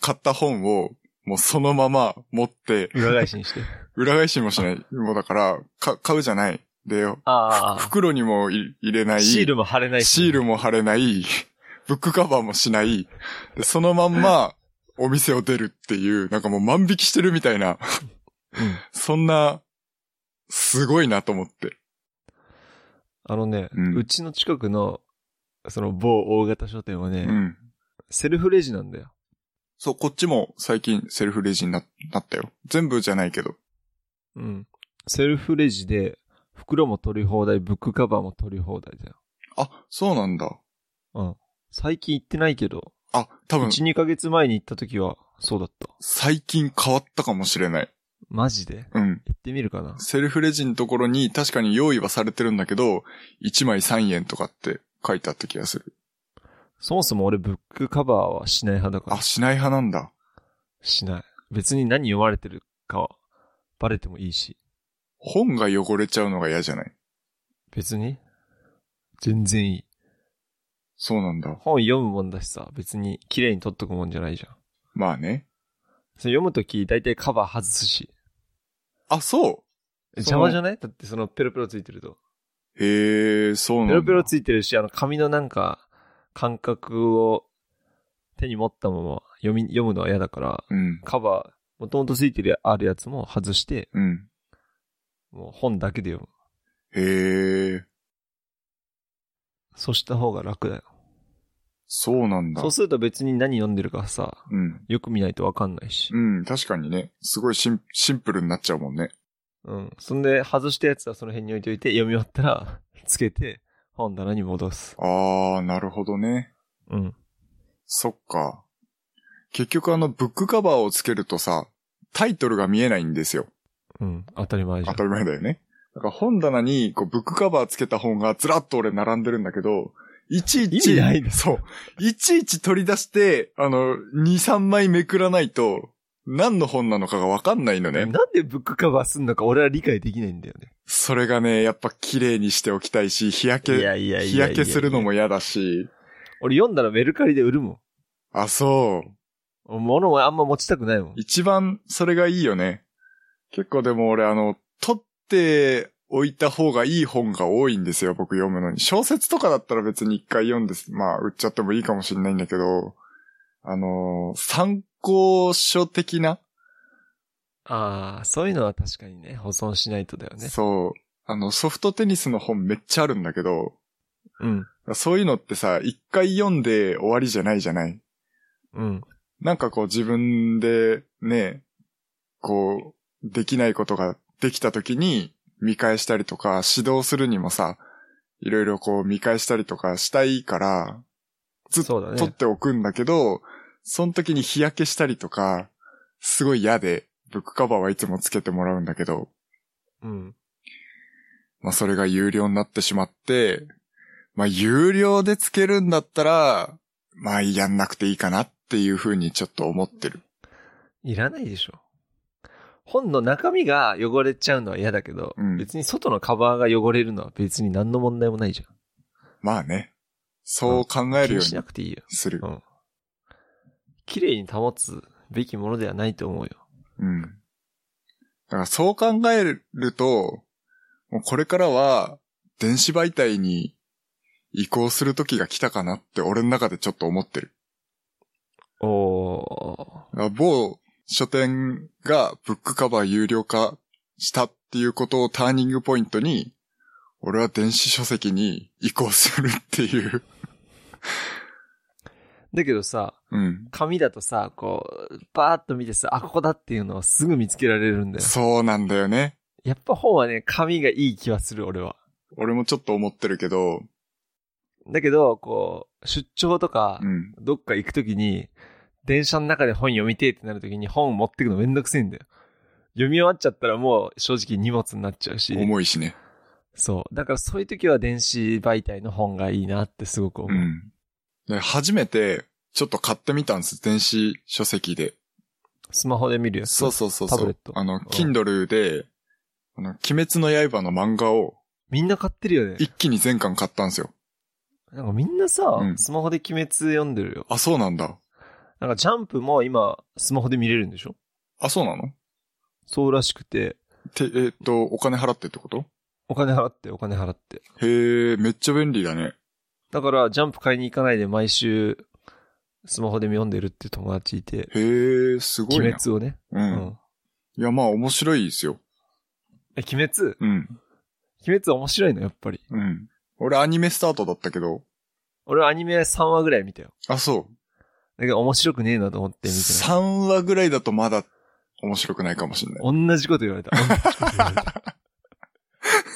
[SPEAKER 1] 買った本を、もうそのまま持って、
[SPEAKER 2] 裏返しにして。
[SPEAKER 1] 裏返しもしない。もうだから、か、買うじゃない。で、
[SPEAKER 2] ああ。
[SPEAKER 1] 袋にもい入れない。
[SPEAKER 2] シールも貼れないし。
[SPEAKER 1] シールも貼れない。 (laughs) ブックカバーもしない。でそのまんま、お店を出るっていう、なんかもう万引きしてるみたいな、
[SPEAKER 2] うん
[SPEAKER 1] そんな、すごいなと思って。
[SPEAKER 2] あのね、
[SPEAKER 1] うん
[SPEAKER 2] うちの近くの、その某大型書店はね、
[SPEAKER 1] うん。
[SPEAKER 2] セルフレジなんだよ。
[SPEAKER 1] そう、こっちも最近セルフレジにななったよ。全部じゃないけど。
[SPEAKER 2] うん。セルフレジで、袋も取り放題、ブックカバーも取り放題だよ。
[SPEAKER 1] あ、そうなんだ。
[SPEAKER 2] うん。最近行ってないけど、
[SPEAKER 1] あ、多分、
[SPEAKER 2] 1、2ヶ月前に行った時は、そうだった。
[SPEAKER 1] 最近変わったかもしれない。
[SPEAKER 2] マジで
[SPEAKER 1] うん。
[SPEAKER 2] 行ってみるかな。
[SPEAKER 1] セルフレジのところに確かに用意はされてるんだけど、1枚3円とかって書いてあった気がする。
[SPEAKER 2] そもそも俺ブックカバーはしない派だから
[SPEAKER 1] あ、。しない派なんだ。
[SPEAKER 2] しない。別に何読まれてるかは、バレてもいいし。
[SPEAKER 1] 本が汚れちゃうのが嫌じゃない
[SPEAKER 2] 別に全然いい。
[SPEAKER 1] そうなんだ。
[SPEAKER 2] 本読むもんだしさ、別に綺麗に取っとくもんじゃないじゃん。
[SPEAKER 1] まあね。
[SPEAKER 2] それ読むとき、だいたいカバー外すし。
[SPEAKER 1] あ、そ
[SPEAKER 2] 邪魔じゃないだってそのペロペロついてると。
[SPEAKER 1] うへえ、そうなん
[SPEAKER 2] ペ
[SPEAKER 1] だ。
[SPEAKER 2] ロペロついてるし、あの紙のなんか、感覚を手に持ったまま読み、読むのは嫌だから、
[SPEAKER 1] うん。
[SPEAKER 2] カバー、もともとついてるあるやつも外して、
[SPEAKER 1] うん。
[SPEAKER 2] もう本だけで読む。
[SPEAKER 1] へえ、
[SPEAKER 2] そうした方が楽だよ。
[SPEAKER 1] そうなんだ
[SPEAKER 2] そう。すると別に何読んでるかさ、
[SPEAKER 1] うん。
[SPEAKER 2] よく見ないとわかんないし。
[SPEAKER 1] うん、確かにね。すごいシンシンプルになっちゃうもんね。
[SPEAKER 2] うん。そんで、外したやつはその辺に置いといて、読み終わったら、つけて、本棚に戻す。
[SPEAKER 1] あー、なるほどね。
[SPEAKER 2] うん。
[SPEAKER 1] そっか。結局あの、ブックカバーをつけるとさ、タイトルが見えないんですよ。
[SPEAKER 2] うん。当たり前じゃ
[SPEAKER 1] 当
[SPEAKER 2] ん。
[SPEAKER 1] たり前だよね。だから本棚に、こう、ブックカバーつけた本がずらっと俺並んでるんだけど、いちいち、
[SPEAKER 2] 意味ないね
[SPEAKER 1] そう。いちいち取り出して、あの、2、3枚めくらないと、何の本なのかがわかんないのね。
[SPEAKER 2] なんでブックカバーすんのか俺は理解できないんだよね。
[SPEAKER 1] それがね、やっぱ綺麗にしておきたいし、日焼け、
[SPEAKER 2] いや
[SPEAKER 1] 日焼けするのも
[SPEAKER 2] いや
[SPEAKER 1] 嫌だし。
[SPEAKER 2] 俺読んだらメルカリで売るも
[SPEAKER 1] あ、そう。
[SPEAKER 2] ん。物をあんま持ちたくないもん。
[SPEAKER 1] 一番それがいいよね。結構でも俺あの、取っておいた方がいい本が多いんですよ、僕読むのに。小説とかだったら別に一回読んで、まあ売っちゃってもいいかもしれないんだけど、あのー参考書的な、
[SPEAKER 2] ああ、そういうのは確かにね、保存しないとだよね。
[SPEAKER 1] そう、あの、ソフトテニスの本めっちゃあるんだけど、
[SPEAKER 2] うん。
[SPEAKER 1] そういうのってさ、一回読んで終わりじゃないじゃない
[SPEAKER 2] うん。
[SPEAKER 1] なんかこう自分でね、こう、できないことができた時に見返したりとか、指導するにもさ、いろいろこう見返したりとかしたいから、ずっ
[SPEAKER 2] そう
[SPEAKER 1] と
[SPEAKER 2] だ
[SPEAKER 1] 取っ
[SPEAKER 2] ね。
[SPEAKER 1] ておくんだけど、その時に日焼けしたりとか、すごい嫌で、ブックカバーはいつもつけてもらうんだけど、
[SPEAKER 2] うん。
[SPEAKER 1] まあそれが有料になってしまって、まあ有料でつけるんだったら、まあやんなくていいかなっていうふうにちょっと思ってる。
[SPEAKER 2] いらないでしょ。本の中身が汚れちゃうのは嫌だけど、
[SPEAKER 1] うん
[SPEAKER 2] 別に外のカバーが汚れるのは別に何の問題もないじゃん。
[SPEAKER 1] まあね。そう考えるよ
[SPEAKER 2] 気に
[SPEAKER 1] う
[SPEAKER 2] し
[SPEAKER 1] に
[SPEAKER 2] なくていいよ。
[SPEAKER 1] する
[SPEAKER 2] う。ん。綺麗に保つべきものではないと思うよ。
[SPEAKER 1] うん。だからそう考えると、もうこれからは電子媒体に移行する時が来たかなって俺の中でちょっと思ってる。
[SPEAKER 2] お
[SPEAKER 1] だから某書店がブックカバー有料化したっていうことをターニングポイントに、俺は電子書籍に移行するっていう。
[SPEAKER 2] ー。だけどさ、
[SPEAKER 1] うん。
[SPEAKER 2] 紙だとさ、こう、バーッと見てさ、あ、ここだっていうのをすぐ見つけられるんだよ。
[SPEAKER 1] そうなんだよね。
[SPEAKER 2] やっぱ本はね、紙がいい気はする、俺は。
[SPEAKER 1] 俺もちょっと思ってるけど、
[SPEAKER 2] だけど、こう、出張とか
[SPEAKER 1] う、ん。
[SPEAKER 2] どっか行くときに、電車の中で本読みてえってなるときに本持ってくのめんどくせえんだよ。読み終わっちゃったらもう正直荷物になっちゃうし。
[SPEAKER 1] 重いしね。
[SPEAKER 2] そう。だからそういうときは電子媒体の本がいいなってすごく思
[SPEAKER 1] う
[SPEAKER 2] う。
[SPEAKER 1] ん。で、初めて、ちょっと買ってみたんです。電子書籍で。
[SPEAKER 2] スマホで見るやつ。
[SPEAKER 1] そうそうそうそ
[SPEAKER 2] タブレ
[SPEAKER 1] う
[SPEAKER 2] ッ。ト
[SPEAKER 1] あの、
[SPEAKER 2] ん
[SPEAKER 1] Kindle で、あの、鬼滅の刃の漫画を
[SPEAKER 2] みんな買ってるよね。
[SPEAKER 1] 一気に全巻買ったんですよ。
[SPEAKER 2] なんかみんなさ、
[SPEAKER 1] うん
[SPEAKER 2] スマホで鬼滅読んでるよ。
[SPEAKER 1] あ、そうなんだ。
[SPEAKER 2] なんかジャンプも今、スマホで見れるんでしょ
[SPEAKER 1] あ、そうなの
[SPEAKER 2] そうらしくて、
[SPEAKER 1] て、えーっと、お金払ってってこと
[SPEAKER 2] お金払って、お金払って。
[SPEAKER 1] へえ、めっちゃ便利だね。
[SPEAKER 2] だから、ジャンプ買いに行かないで毎週、スマホで読んでるって友達いて、
[SPEAKER 1] へえ、すごい
[SPEAKER 2] 鬼
[SPEAKER 1] ね。
[SPEAKER 2] 滅をね。
[SPEAKER 1] う。
[SPEAKER 2] うんん。
[SPEAKER 1] いや、まあ、面白いですよ。
[SPEAKER 2] え、鬼滅
[SPEAKER 1] うん。
[SPEAKER 2] 鬼滅面白いの、やっぱり。
[SPEAKER 1] うん。俺、アニメスタートだったけど、
[SPEAKER 2] 俺はアニメ3話ぐらい見たよ。
[SPEAKER 1] あ、そう。
[SPEAKER 2] だけど面白くねえなと思って見てない。
[SPEAKER 1] 3話ぐらいだとまだ面白くないかもしれない。
[SPEAKER 2] 同じこと言われた。同じこと言われた
[SPEAKER 1] (laughs)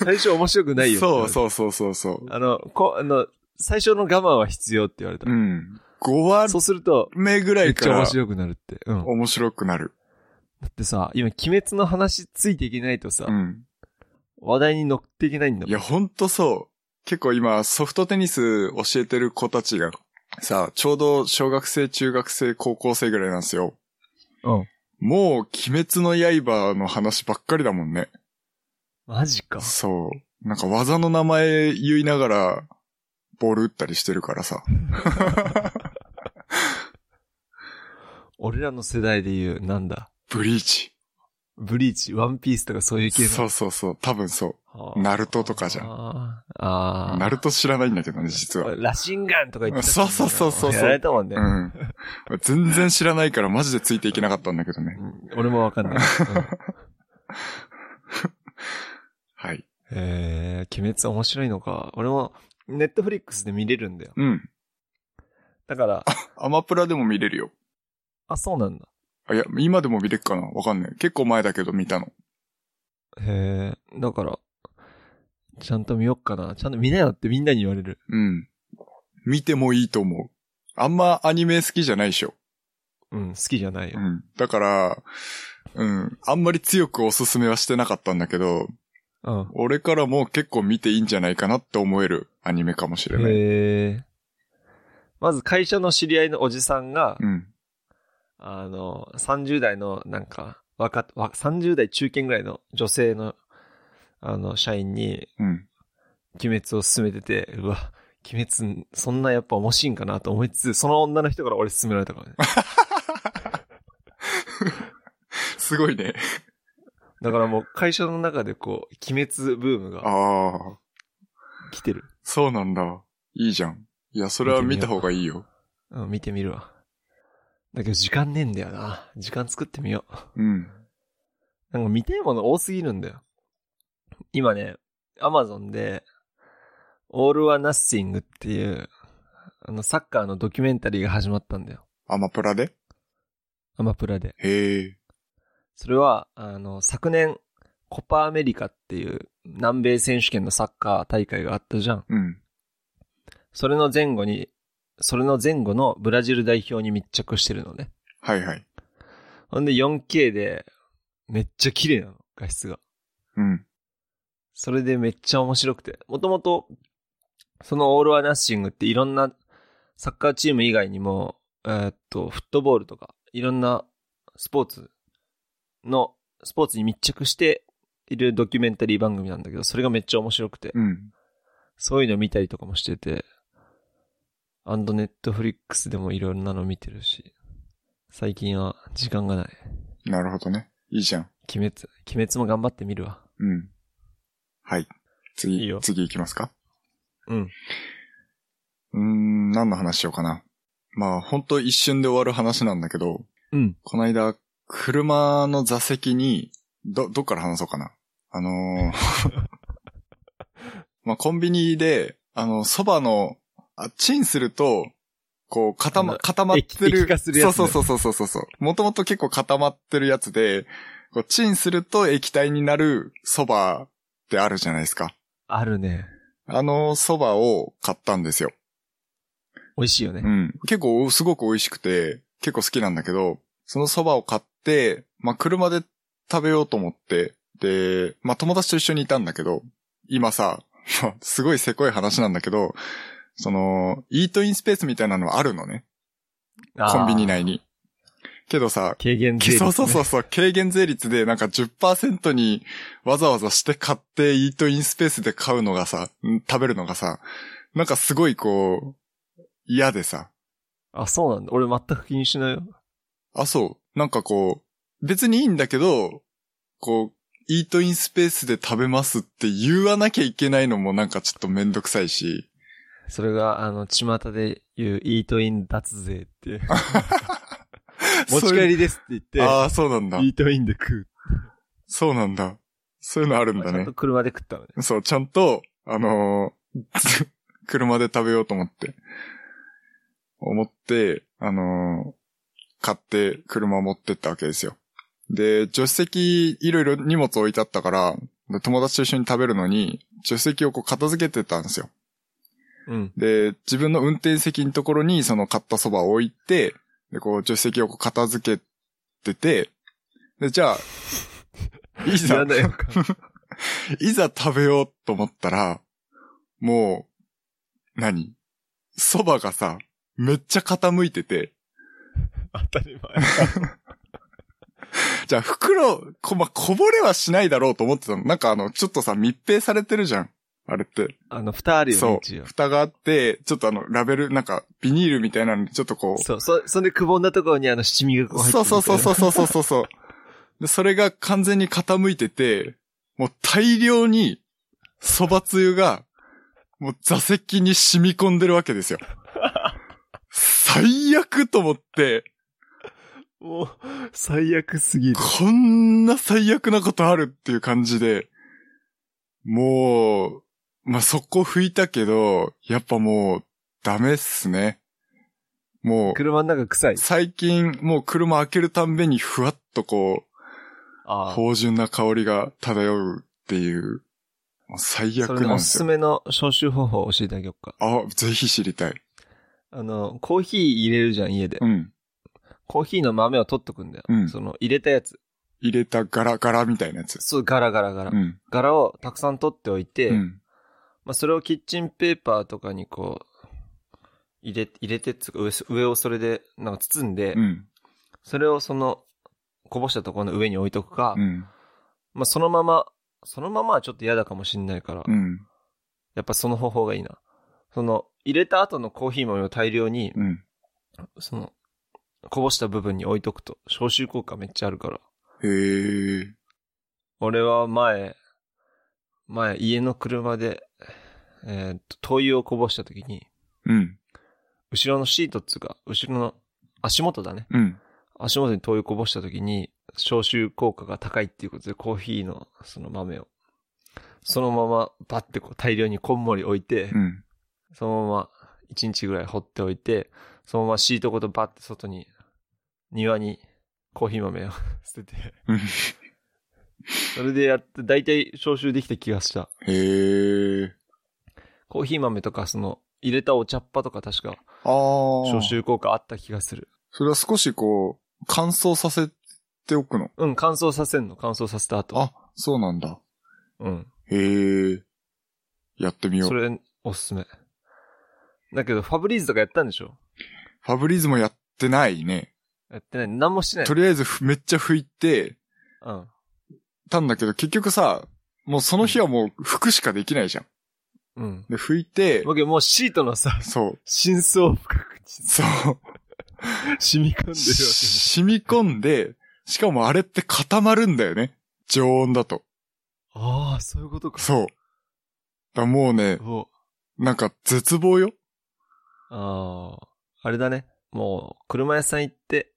[SPEAKER 2] 最初面白くないよ。
[SPEAKER 1] そう
[SPEAKER 2] う。
[SPEAKER 1] そうそうそうそう。
[SPEAKER 2] あの、こ、あの、最初の我慢は必要って言われた
[SPEAKER 1] う。ん。5話
[SPEAKER 2] そうすると、
[SPEAKER 1] 目ぐら
[SPEAKER 2] めっ
[SPEAKER 1] い
[SPEAKER 2] ち
[SPEAKER 1] か
[SPEAKER 2] ゃ面
[SPEAKER 1] ら
[SPEAKER 2] 白くなるって。うん。
[SPEAKER 1] 面白くなる。
[SPEAKER 2] だってさ、今、鬼滅の話ついていけないとさ、
[SPEAKER 1] うん。
[SPEAKER 2] 話題に乗っていけないんだ
[SPEAKER 1] い
[SPEAKER 2] もん。
[SPEAKER 1] や、ほんとそう。結構今、ソフトテニス教えてる子たちが、さ、ちょうど小学生、中学生、高校生ぐらいなんですよ。
[SPEAKER 2] うん。
[SPEAKER 1] もう、鬼滅の刃の話ばっかりだもんね。
[SPEAKER 2] マジか。
[SPEAKER 1] そう。なんか技の名前言いながら、ボール打ったりしてるからさ。
[SPEAKER 2] 俺らの世代で言う、なんだ。
[SPEAKER 1] ブリーチ。
[SPEAKER 2] ブリーチ、ワンピースとかそういう系の。
[SPEAKER 1] そうそうそう。多分そう。
[SPEAKER 2] はあ
[SPEAKER 1] ナルトとかじゃん。
[SPEAKER 2] あーあー。
[SPEAKER 1] ナルト知らないんだけどね、実は。
[SPEAKER 2] ラシンガンとか言ってた
[SPEAKER 1] そうそうそうそう
[SPEAKER 2] やられたもんね。
[SPEAKER 1] うん。 (laughs) 全然知らないからマジでついていけなかったんだけどね。
[SPEAKER 2] うん俺もわかんない。うん
[SPEAKER 1] はい。
[SPEAKER 2] えー、鬼滅面白いのか。俺も、ネットフリックスで見れるんだよ。
[SPEAKER 1] うん。
[SPEAKER 2] だ
[SPEAKER 1] (laughs)
[SPEAKER 2] から、
[SPEAKER 1] アマプラでも見れるよ。
[SPEAKER 2] あ、そうなんだ。
[SPEAKER 1] あいや、今でも見れるかなわかんない。結構前だけど見たの。
[SPEAKER 2] へえ、だから、ちゃんと見よっかな。ちゃんと見なよってみんなに言われる。
[SPEAKER 1] うん。見てもいいと思う。あんまアニメ好きじゃないでしょ。
[SPEAKER 2] うん、好きじゃないうよ。
[SPEAKER 1] ん。だから、うん。あんまり強くおすすめはしてなかったんだけど、
[SPEAKER 2] うん。
[SPEAKER 1] 俺からも結構見ていいんじゃないかなって思えるアニメかもしれない。
[SPEAKER 2] へえ。まず会社の知り合いのおじさんが、
[SPEAKER 1] うん。
[SPEAKER 2] あの、30代の、なんか、若、わ30代中堅ぐらいの女性の、あの、社員に、
[SPEAKER 1] うん。
[SPEAKER 2] 鬼滅を勧めてて、うわ、鬼滅、そんなやっぱ面白いんかなと思いつつ、その女の人から俺勧められ
[SPEAKER 1] (laughs)
[SPEAKER 2] たからね。
[SPEAKER 1] すごいね。
[SPEAKER 2] だからもう会社の中でこう、鬼滅ブームが
[SPEAKER 1] ああ。
[SPEAKER 2] 来てる。
[SPEAKER 1] そうなんだ。いいじゃん。いや、それは見た方がいいよ。
[SPEAKER 2] うん、見てみるわ。だけど時間ねえんだよな。時間作ってみよ
[SPEAKER 1] う
[SPEAKER 2] う。
[SPEAKER 1] ん。
[SPEAKER 2] なんか見たいもの多すぎるんだよ。今ね、アマゾンで、オールはナッシングっていう、あの、サッカーのドキュメンタリーが始まったんだよ。
[SPEAKER 1] アマプラで
[SPEAKER 2] アマプラで。
[SPEAKER 1] へえ。
[SPEAKER 2] それは、あの、昨年、コパアメリカっていう南米選手権のサッカー大会があったじゃん。
[SPEAKER 1] うん。
[SPEAKER 2] それの前後に、それの前後のブラジル代表に密着してるのね。
[SPEAKER 1] はいはい。
[SPEAKER 2] ほんで 4K で、めっちゃ綺麗なの、画質が。
[SPEAKER 1] うん。
[SPEAKER 2] それでめっちゃ面白くて。もともと、そのオールアナッシングっていろんなサッカーチーム以外にも、えーっと、フットボールとか、いろんなスポーツの、スポーツに密着しているドキュメンタリー番組なんだけど、それがめっちゃ面白くて、
[SPEAKER 1] うん。
[SPEAKER 2] そういうの見たりとかもしてて、アンドネットフリックスでもいろんなの見てるし、最近は時間がない。
[SPEAKER 1] なるほどね。いいじゃん。
[SPEAKER 2] 鬼滅、鬼滅も頑張ってみるわ。
[SPEAKER 1] うん。はい。次、
[SPEAKER 2] いいよ
[SPEAKER 1] 次行きますか
[SPEAKER 2] うん。
[SPEAKER 1] うーん、何の話しようかな。まあ、ほんと一瞬で終わる話なんだけど、
[SPEAKER 2] うん。
[SPEAKER 1] この間、車の座席に、ど、どっから話そうかな。あのー
[SPEAKER 2] (laughs)
[SPEAKER 1] まあ、コンビニで、あの、蕎麦の、あ、チンすると、こう、固
[SPEAKER 2] あ
[SPEAKER 1] ま、
[SPEAKER 2] の
[SPEAKER 1] 固まって
[SPEAKER 2] 液
[SPEAKER 1] る。
[SPEAKER 2] 化するやつね
[SPEAKER 1] そうそうそうそうそうそう。もともと結構固まってるやつで、こう、チンすると液体になる蕎麦ってあるじゃないですか。
[SPEAKER 2] あるね。
[SPEAKER 1] あの蕎麦を買ったんですよ。
[SPEAKER 2] 美味しいよね。
[SPEAKER 1] うん。結構、すごく美味しくて、結構好きなんだけど、その蕎麦を買って、まあ、車で食べようと思って、で、まあ、友達と一緒にいたんだけど、今さ、 (laughs) まあすごいせこい話なんだけど、その、イートインスペースみたいなのあるのね。
[SPEAKER 2] あー
[SPEAKER 1] コンビニ内に。けどさ、
[SPEAKER 2] 軽減税率、。
[SPEAKER 1] そうそうそううそう、軽減税率でなんか10%にわざわざして買ってイートインスペースで買うのがさ、ん食べるのがさ、なんかすごいこう、嫌でさ。
[SPEAKER 2] あ、そうなんだ。俺全く気にしないよ。
[SPEAKER 1] あ、そう。なんかこう、別にいいんだけど、こう、イートインスペースで食べますって言わなきゃいけないのもなんかちょっとめんどくさいし。
[SPEAKER 2] それが、あの、巷で言う、イートイン脱税っていう。持
[SPEAKER 1] そ
[SPEAKER 2] ち
[SPEAKER 1] う
[SPEAKER 2] 帰
[SPEAKER 1] いう
[SPEAKER 2] りですって言っ
[SPEAKER 1] ああ、そうなん
[SPEAKER 2] て、
[SPEAKER 1] だ。
[SPEAKER 2] イートインで食
[SPEAKER 1] そうなんだ。そういうのあるん
[SPEAKER 2] う。
[SPEAKER 1] だ
[SPEAKER 2] ちゃん
[SPEAKER 1] ね
[SPEAKER 2] と。車で食ったのね。
[SPEAKER 1] そう、ちゃんと、あのー (laughs) 車で食べようと思って。思って、あのー買って車持ってったわけですよ。で、助手席いろいろ荷物置いてあったから、で友達と一緒に食べるのに、助手席をこう片付けてたんですよ。
[SPEAKER 2] うん。
[SPEAKER 1] で、自分の運転席のところにその買ったそばを置いて、で、こう助手席をこう片付けてて、で、じゃあ、いざ
[SPEAKER 2] 嫌、だよ。
[SPEAKER 1] (laughs) いざ食べようと思ったら、もう、何蕎麦がさ、めっちゃ傾いてて、
[SPEAKER 2] 当たり前。
[SPEAKER 1] (laughs) じゃあ袋、こ、まあ、こぼれはしないだろうと思ってたの。なんかあの、ちょっとさ、密閉されてるじゃん。あれって。
[SPEAKER 2] あの、蓋あるよ
[SPEAKER 1] そ
[SPEAKER 2] ね
[SPEAKER 1] う、。
[SPEAKER 2] 一応。
[SPEAKER 1] 蓋があって、ちょっとあの、ラベル、なんか、ビニールみたいなのにちょっとこう、
[SPEAKER 2] そう、そ、そんで、くぼんだところにあの、七味がこう入って。
[SPEAKER 1] そうそうそうそううそうそうそうそう。で、それが完全に傾いてて、もう大量に蕎麦つゆが、もう座席に染み込んでるわけですよ。最悪と思って、
[SPEAKER 2] もう、最悪すぎる。
[SPEAKER 1] こんな最悪なことあるっていう感じで、もう、まあ、そこ拭いたけど、やっぱもう、ダメっすね。もう、
[SPEAKER 2] 車の中臭い。
[SPEAKER 1] 最近、もう車開けるたんびにふわっとこう、
[SPEAKER 2] ああ。
[SPEAKER 1] 芳醇な香りが漂うっていう、もう最
[SPEAKER 2] そ
[SPEAKER 1] 悪
[SPEAKER 2] れ
[SPEAKER 1] な
[SPEAKER 2] の
[SPEAKER 1] ん
[SPEAKER 2] お
[SPEAKER 1] ですす
[SPEAKER 2] す
[SPEAKER 1] よ。
[SPEAKER 2] めの消臭方法を教えてあげようか。
[SPEAKER 1] あ、ぜひ知りたい。
[SPEAKER 2] あの、コーヒー入れるじゃん、家で
[SPEAKER 1] う。ん。
[SPEAKER 2] コーヒーの豆を取っとくんだよ。
[SPEAKER 1] うん
[SPEAKER 2] その、入れたやつ。
[SPEAKER 1] 入れたガラガラみたいなやつ。
[SPEAKER 2] そう、ガラガラガラ。
[SPEAKER 1] うん。
[SPEAKER 2] 柄をたくさん取っておいて、
[SPEAKER 1] うん。
[SPEAKER 2] まあ、それをキッチンペーパーとかにこう、入れ、入れてっつうか上、上をそれで、なんか包んで、
[SPEAKER 1] うん。
[SPEAKER 2] それをその、こぼしたところの上に置いとくか、
[SPEAKER 1] うん。
[SPEAKER 2] まあ、そのまま、そのままはちょっと嫌だかもしんないから、
[SPEAKER 1] うん。
[SPEAKER 2] やっぱその方法がいいな。その、入れた後のコーヒー豆を大量に、
[SPEAKER 1] うん。
[SPEAKER 2] その、こぼした部分に置いとくと、消臭効果めっちゃあるから。
[SPEAKER 1] へえ。
[SPEAKER 2] 俺は前、前、家の車で、えーっと、灯油をこぼした時に、
[SPEAKER 1] うん。
[SPEAKER 2] 後ろのシートっつうか、後ろの足元だね。
[SPEAKER 1] うん。
[SPEAKER 2] 足元に灯油こぼした時に、消臭効果が高いっていうことで、コーヒーのその豆を、そのままバッてこう大量にこんもり置いて、
[SPEAKER 1] うん。
[SPEAKER 2] そのまま1日ぐらい掘っておいて、そのままシートごとバッて外に、庭にコーヒー豆を (laughs) 捨てて、
[SPEAKER 1] うん
[SPEAKER 2] それでやって、大体消臭できた気がした。
[SPEAKER 1] へえ。
[SPEAKER 2] コーヒー豆とか、その、入れたお茶っ葉とか確か、
[SPEAKER 1] ああ。
[SPEAKER 2] 消臭効果あった気がする。
[SPEAKER 1] それは少しこう、乾燥させておくの。
[SPEAKER 2] うん、乾燥させんの、乾燥させた後。
[SPEAKER 1] あ、そうなんだ。
[SPEAKER 2] うん。
[SPEAKER 1] へえ。やってみよう。
[SPEAKER 2] そ
[SPEAKER 1] フ
[SPEAKER 2] れ、おすすめ。だけど、ファブリーズとかやったんでしょ
[SPEAKER 1] ァブリーズもやってないね。
[SPEAKER 2] やってない。何もしてない
[SPEAKER 1] と。りあえずふめっちゃ拭いて
[SPEAKER 2] うん。
[SPEAKER 1] たんだけど、結局さ、もうその日はもう拭くしかできないじゃん。
[SPEAKER 2] うん。
[SPEAKER 1] で、拭いて、
[SPEAKER 2] 僕もうシートのさ、
[SPEAKER 1] そう、
[SPEAKER 2] 真相深く
[SPEAKER 1] そう、
[SPEAKER 2] 染み込んでるわけ
[SPEAKER 1] し
[SPEAKER 2] ね
[SPEAKER 1] 染み込んで、しかもあれって固まるんだよね。常温だと。
[SPEAKER 2] ああ、 (laughs) そういうことか。
[SPEAKER 1] そう。だもうね、
[SPEAKER 2] お
[SPEAKER 1] なんか絶望よ。
[SPEAKER 2] ああ、あれだね。もう、車屋さん行って、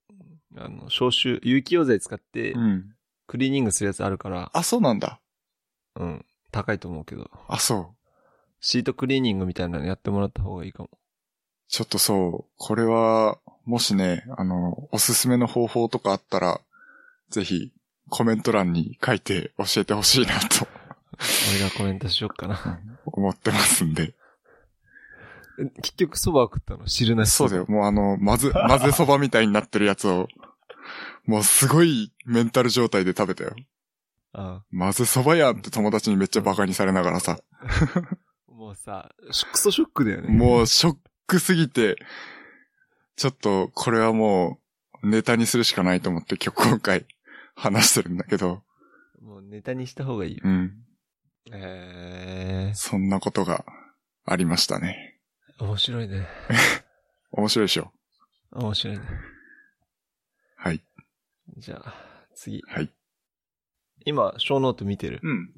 [SPEAKER 2] あの、消臭、有機溶剤使って
[SPEAKER 1] う、ん。
[SPEAKER 2] クリーニングするやつあるから、
[SPEAKER 1] あ、そうなんだ。
[SPEAKER 2] うん、高いと思うけど、
[SPEAKER 1] あ、そう。
[SPEAKER 2] シートクリーニングみたいなのやってもらった方がいいかも。
[SPEAKER 1] ちょっとそう、これは、もしね、あの、おすすめの方法とかあったら、ぜひ、コメント欄に書いて教えてほしいなと
[SPEAKER 2] 俺がコメントしよっか (laughs) な。
[SPEAKER 1] 思ってますんで。
[SPEAKER 2] 結局、蕎麦食ったの汁なし。
[SPEAKER 1] そうだよ、。もうあの、まず、混ぜそばみたいになってるやつを、 (laughs) もうすごいメンタル状態で食べたよ。
[SPEAKER 2] あ
[SPEAKER 1] まぜそばやんって友達にめっちゃバカにされながらさ、
[SPEAKER 2] あもうさ、しクソショックだよね。
[SPEAKER 1] もうショックすぎて、ちょっとこれはもうネタにするしかないと思って今日今回話してるんだけど、
[SPEAKER 2] もうネタにした方がいいよ。
[SPEAKER 1] うん。
[SPEAKER 2] ええ
[SPEAKER 1] そんなことがありましたね。
[SPEAKER 2] ー、面白いね。
[SPEAKER 1] 面白いでしょ
[SPEAKER 2] 面白いね。
[SPEAKER 1] はい。
[SPEAKER 2] じゃあ、次。
[SPEAKER 1] はい。
[SPEAKER 2] 今、小ノート見てる。
[SPEAKER 1] うん。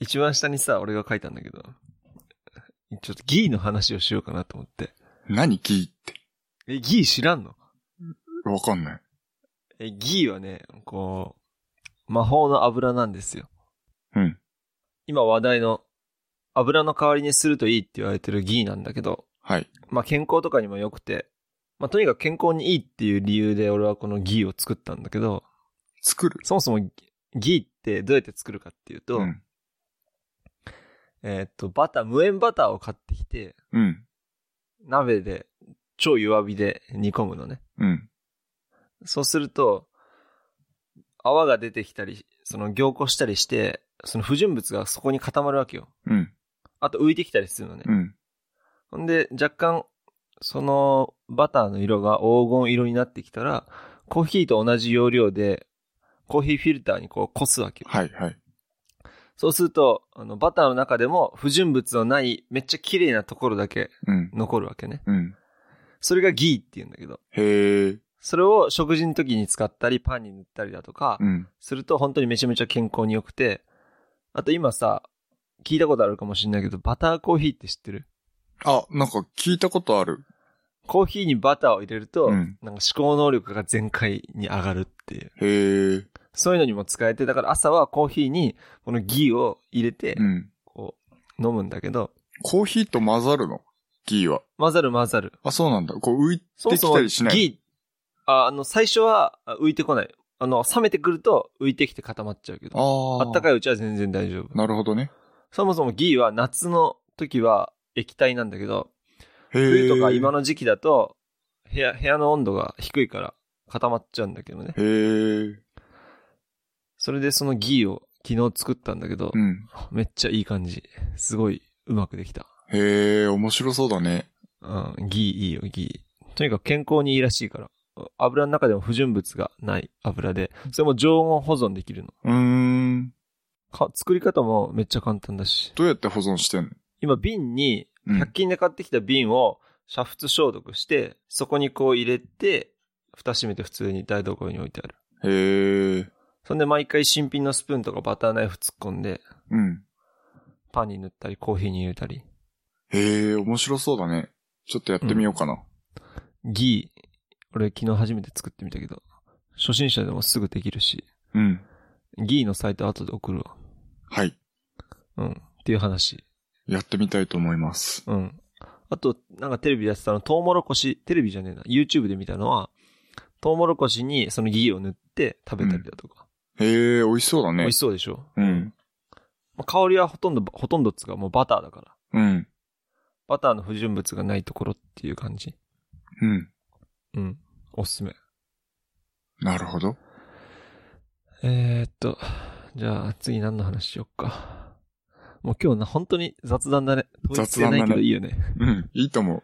[SPEAKER 2] 一番下にさ、俺が書いたんだけど、ちょっとギーの話をしようかなと思って。
[SPEAKER 1] 何聞いて
[SPEAKER 2] え、ギー知らんの
[SPEAKER 1] わかんない。
[SPEAKER 2] え、ギーはね、こう、魔法の油なんですよ。
[SPEAKER 1] うん。
[SPEAKER 2] 今話題の、油の代わりにするといいって言われてるギーなんだけど、
[SPEAKER 1] はい。
[SPEAKER 2] まあ健康とかにも良くて、まあとにかく健康にいいっていう理由で俺はこのギーを作ったんだけど、
[SPEAKER 1] 作る
[SPEAKER 2] そもそもギギーってどうやって作るかっていうと、
[SPEAKER 1] うん。
[SPEAKER 2] えーっと、バター、無塩バターを買ってきて、
[SPEAKER 1] うん。
[SPEAKER 2] 鍋で超弱火で煮込むのね。
[SPEAKER 1] うん。
[SPEAKER 2] そうすると、泡が出てきたり、その凝固したりして、その不純物がそこに固まるわけよ。
[SPEAKER 1] うん。
[SPEAKER 2] あと浮いてきたりするのね。
[SPEAKER 1] うん。
[SPEAKER 2] ほんで、若干、そのバターの色が黄金色になってきたら、コーヒーと同じ要領で、コーヒーフィルターにこうこすわけよ。
[SPEAKER 1] はい、はい。
[SPEAKER 2] そうすると、あの、バターの中でも不純物のない、めっちゃ綺麗なところだけ
[SPEAKER 1] うん。
[SPEAKER 2] 残るわけね。
[SPEAKER 1] うん。
[SPEAKER 2] それがギーって言うんだけど、
[SPEAKER 1] へえ。
[SPEAKER 2] それを食事の時に使ったり、パンに塗ったりだとか、
[SPEAKER 1] うん。
[SPEAKER 2] すると本当にめちゃめちゃ健康に良くて、あと今さ、聞いたことあるかもしれないけど、バターコーヒーって知ってる
[SPEAKER 1] あ、なんか聞いたことある。
[SPEAKER 2] コーヒーにバターを入れると、
[SPEAKER 1] うん
[SPEAKER 2] なんか思考能力が全開に上がるっていう。
[SPEAKER 1] へえ。
[SPEAKER 2] そういうのにも使えて、だから朝はコーヒーにこのギーを入れて
[SPEAKER 1] う、ん。
[SPEAKER 2] こう、飲むんだけど、
[SPEAKER 1] コーヒーと混ざるのギーは。
[SPEAKER 2] 混ざる混ざる。
[SPEAKER 1] あ、そうなんだ。こう浮いて
[SPEAKER 2] そもそ
[SPEAKER 1] き
[SPEAKER 2] も
[SPEAKER 1] た
[SPEAKER 2] ギ
[SPEAKER 1] りしない。
[SPEAKER 2] ー、ああの、最初はあ浮いてこない。あの、冷めてくると浮いてきて固まっちゃうけど、
[SPEAKER 1] あ
[SPEAKER 2] あ
[SPEAKER 1] あ。
[SPEAKER 2] ったかいうちは全然大丈夫。
[SPEAKER 1] なるほどね。
[SPEAKER 2] そもそもギーは夏の時は液体なんだけど、
[SPEAKER 1] へえ。
[SPEAKER 2] 冬とか今の時期だと、部屋、部屋の温度が低いから固まっちゃうんだけどね。
[SPEAKER 1] へえ。
[SPEAKER 2] それでそのギーを昨日作ったんだけど
[SPEAKER 1] う、ん。
[SPEAKER 2] めっちゃいい感じ。すごいうまくできた。
[SPEAKER 1] へえ、面白そうだね。
[SPEAKER 2] うん、ギーいいよ、ギー。とにかく健康にいいらしいから。油の中でも不純物がない油で、それも常温保存できるの。
[SPEAKER 1] うーん。
[SPEAKER 2] か作り方もめっちゃ簡単だし。
[SPEAKER 1] どうやって保存してんの
[SPEAKER 2] 今瓶に、
[SPEAKER 1] うん
[SPEAKER 2] 100均で買ってきた瓶を煮沸消毒して、そこにこう入れて、蓋閉めて普通に台所に置いてある。
[SPEAKER 1] へえ。
[SPEAKER 2] そんで毎回新品のスプーンとかバターナイフ突っ込んで、
[SPEAKER 1] うん。
[SPEAKER 2] パンに塗ったり、コーヒーに入れたり。
[SPEAKER 1] へえ、面白そうだね。ちょっとやってみようかな。
[SPEAKER 2] ギー、俺昨日初めて作ってみたけど、初心者でもすぐできるし、
[SPEAKER 1] うん。
[SPEAKER 2] ギーのサイト後で送るわ。
[SPEAKER 1] はい。
[SPEAKER 2] うん。っていう話。
[SPEAKER 1] やってみたいと思います。
[SPEAKER 2] うん。あと、なんかテレビでやってたの、トウモロコシ、テレビじゃねえな、YouTube で見たのは、トウモロコシにそのギーを塗って食べたりだとか。
[SPEAKER 1] へえ、美味しそうだ
[SPEAKER 2] 美
[SPEAKER 1] ね
[SPEAKER 2] 味。しそうでしょ。
[SPEAKER 1] うん。
[SPEAKER 2] まあ、香りはほとんど、ほとんどっつうかもうバターだから。
[SPEAKER 1] うん。
[SPEAKER 2] バターの不純物がないところっていう感じ。
[SPEAKER 1] うん。
[SPEAKER 2] うん。おすすめ。
[SPEAKER 1] なるほど。
[SPEAKER 2] えー、っと、じゃあ次何の話しよっか。もう今日な、本当に雑談だね。統一性ないけ
[SPEAKER 1] 雑談だ
[SPEAKER 2] ど
[SPEAKER 1] ね
[SPEAKER 2] いいよね。 (laughs)
[SPEAKER 1] うん、いいと思う。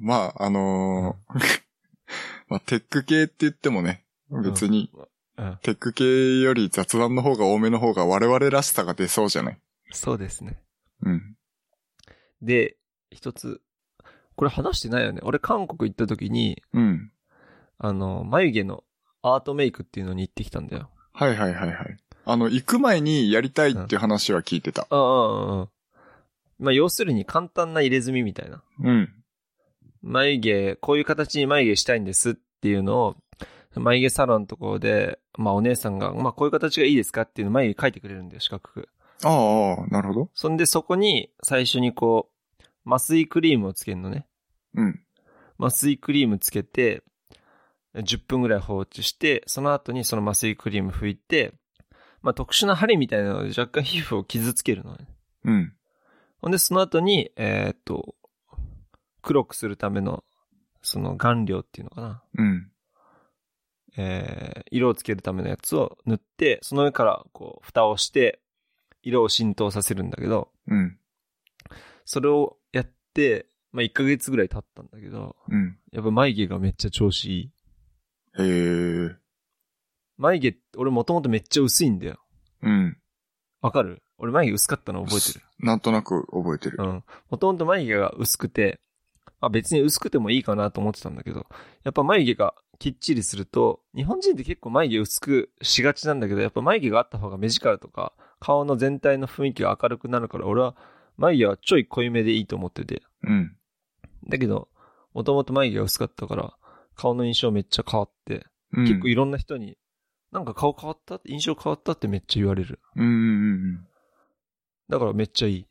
[SPEAKER 1] まあ、あのー
[SPEAKER 2] (laughs)
[SPEAKER 1] まあ、テック系って言ってもね、別に、
[SPEAKER 2] うん。
[SPEAKER 1] テック系より雑談の方が多めの方が我々らしさが出そうじゃない
[SPEAKER 2] そうですね。
[SPEAKER 1] うん。
[SPEAKER 2] で、一つ、これ話してないよね。俺韓国行った時に、
[SPEAKER 1] うん。
[SPEAKER 2] あの、眉毛のアートメイクっていうのに行ってきたんだよ。
[SPEAKER 1] はいはいはいはい。あの、行く前にやりたいっていう話は聞いてた。
[SPEAKER 2] ああ、ああ。まあ、要するに簡単な入れ墨みたいな。
[SPEAKER 1] うん。
[SPEAKER 2] 眉毛、こういう形に眉毛したいんですっていうのを、眉毛サロンのところで、まあお姉さんが、まあこういう形がいいですかっていうのを眉毛描いてくれるんだよ、四角く。
[SPEAKER 1] ああああ、なるほど。
[SPEAKER 2] そんでそこに最初にこう、麻酔クリームをつけるのね。
[SPEAKER 1] うん。
[SPEAKER 2] 麻酔クリームつけて、10分ぐらい放置して、その後にその麻酔クリーム拭いて、まあ特殊な針みたいなので若干皮膚を傷つけるのね。
[SPEAKER 1] うん。
[SPEAKER 2] ほんで、その後に、えーっと、黒くするための、その顔料っていうのかな。
[SPEAKER 1] うん。
[SPEAKER 2] えー色をつけるためのやつを塗って、その上からこう、蓋をして、色を浸透させるんだけど、
[SPEAKER 1] うん。
[SPEAKER 2] それをやって、まあ、1ヶ月ぐらい経ったんだけど、
[SPEAKER 1] うん。
[SPEAKER 2] やっぱ眉毛がめっちゃ調子いい。
[SPEAKER 1] へえ。
[SPEAKER 2] 眉毛、俺もともとめっちゃ薄いんだよ。
[SPEAKER 1] うん。
[SPEAKER 2] わかる俺眉毛薄かったの覚えてる。
[SPEAKER 1] なんとなく覚えてる
[SPEAKER 2] う。ん。もともと眉毛が薄くて、あ、別に薄くてもいいかなと思ってたんだけど、やっぱ眉毛がきっちりすると、日本人って結構眉毛薄くしがちなんだけど、やっぱ眉毛があった方が目力とか、顔の全体の雰囲気が明るくなるから、俺は眉毛はちょい濃いめでいいと思ってて。
[SPEAKER 1] うん。
[SPEAKER 2] だけど、もともと眉毛が薄かったから、顔の印象めっちゃ変わって、
[SPEAKER 1] うん。
[SPEAKER 2] 結構いろんな人に、なんか顔変わった印象変わったってめっちゃ言われる。
[SPEAKER 1] うんうんうん
[SPEAKER 2] だからめっちゃいい。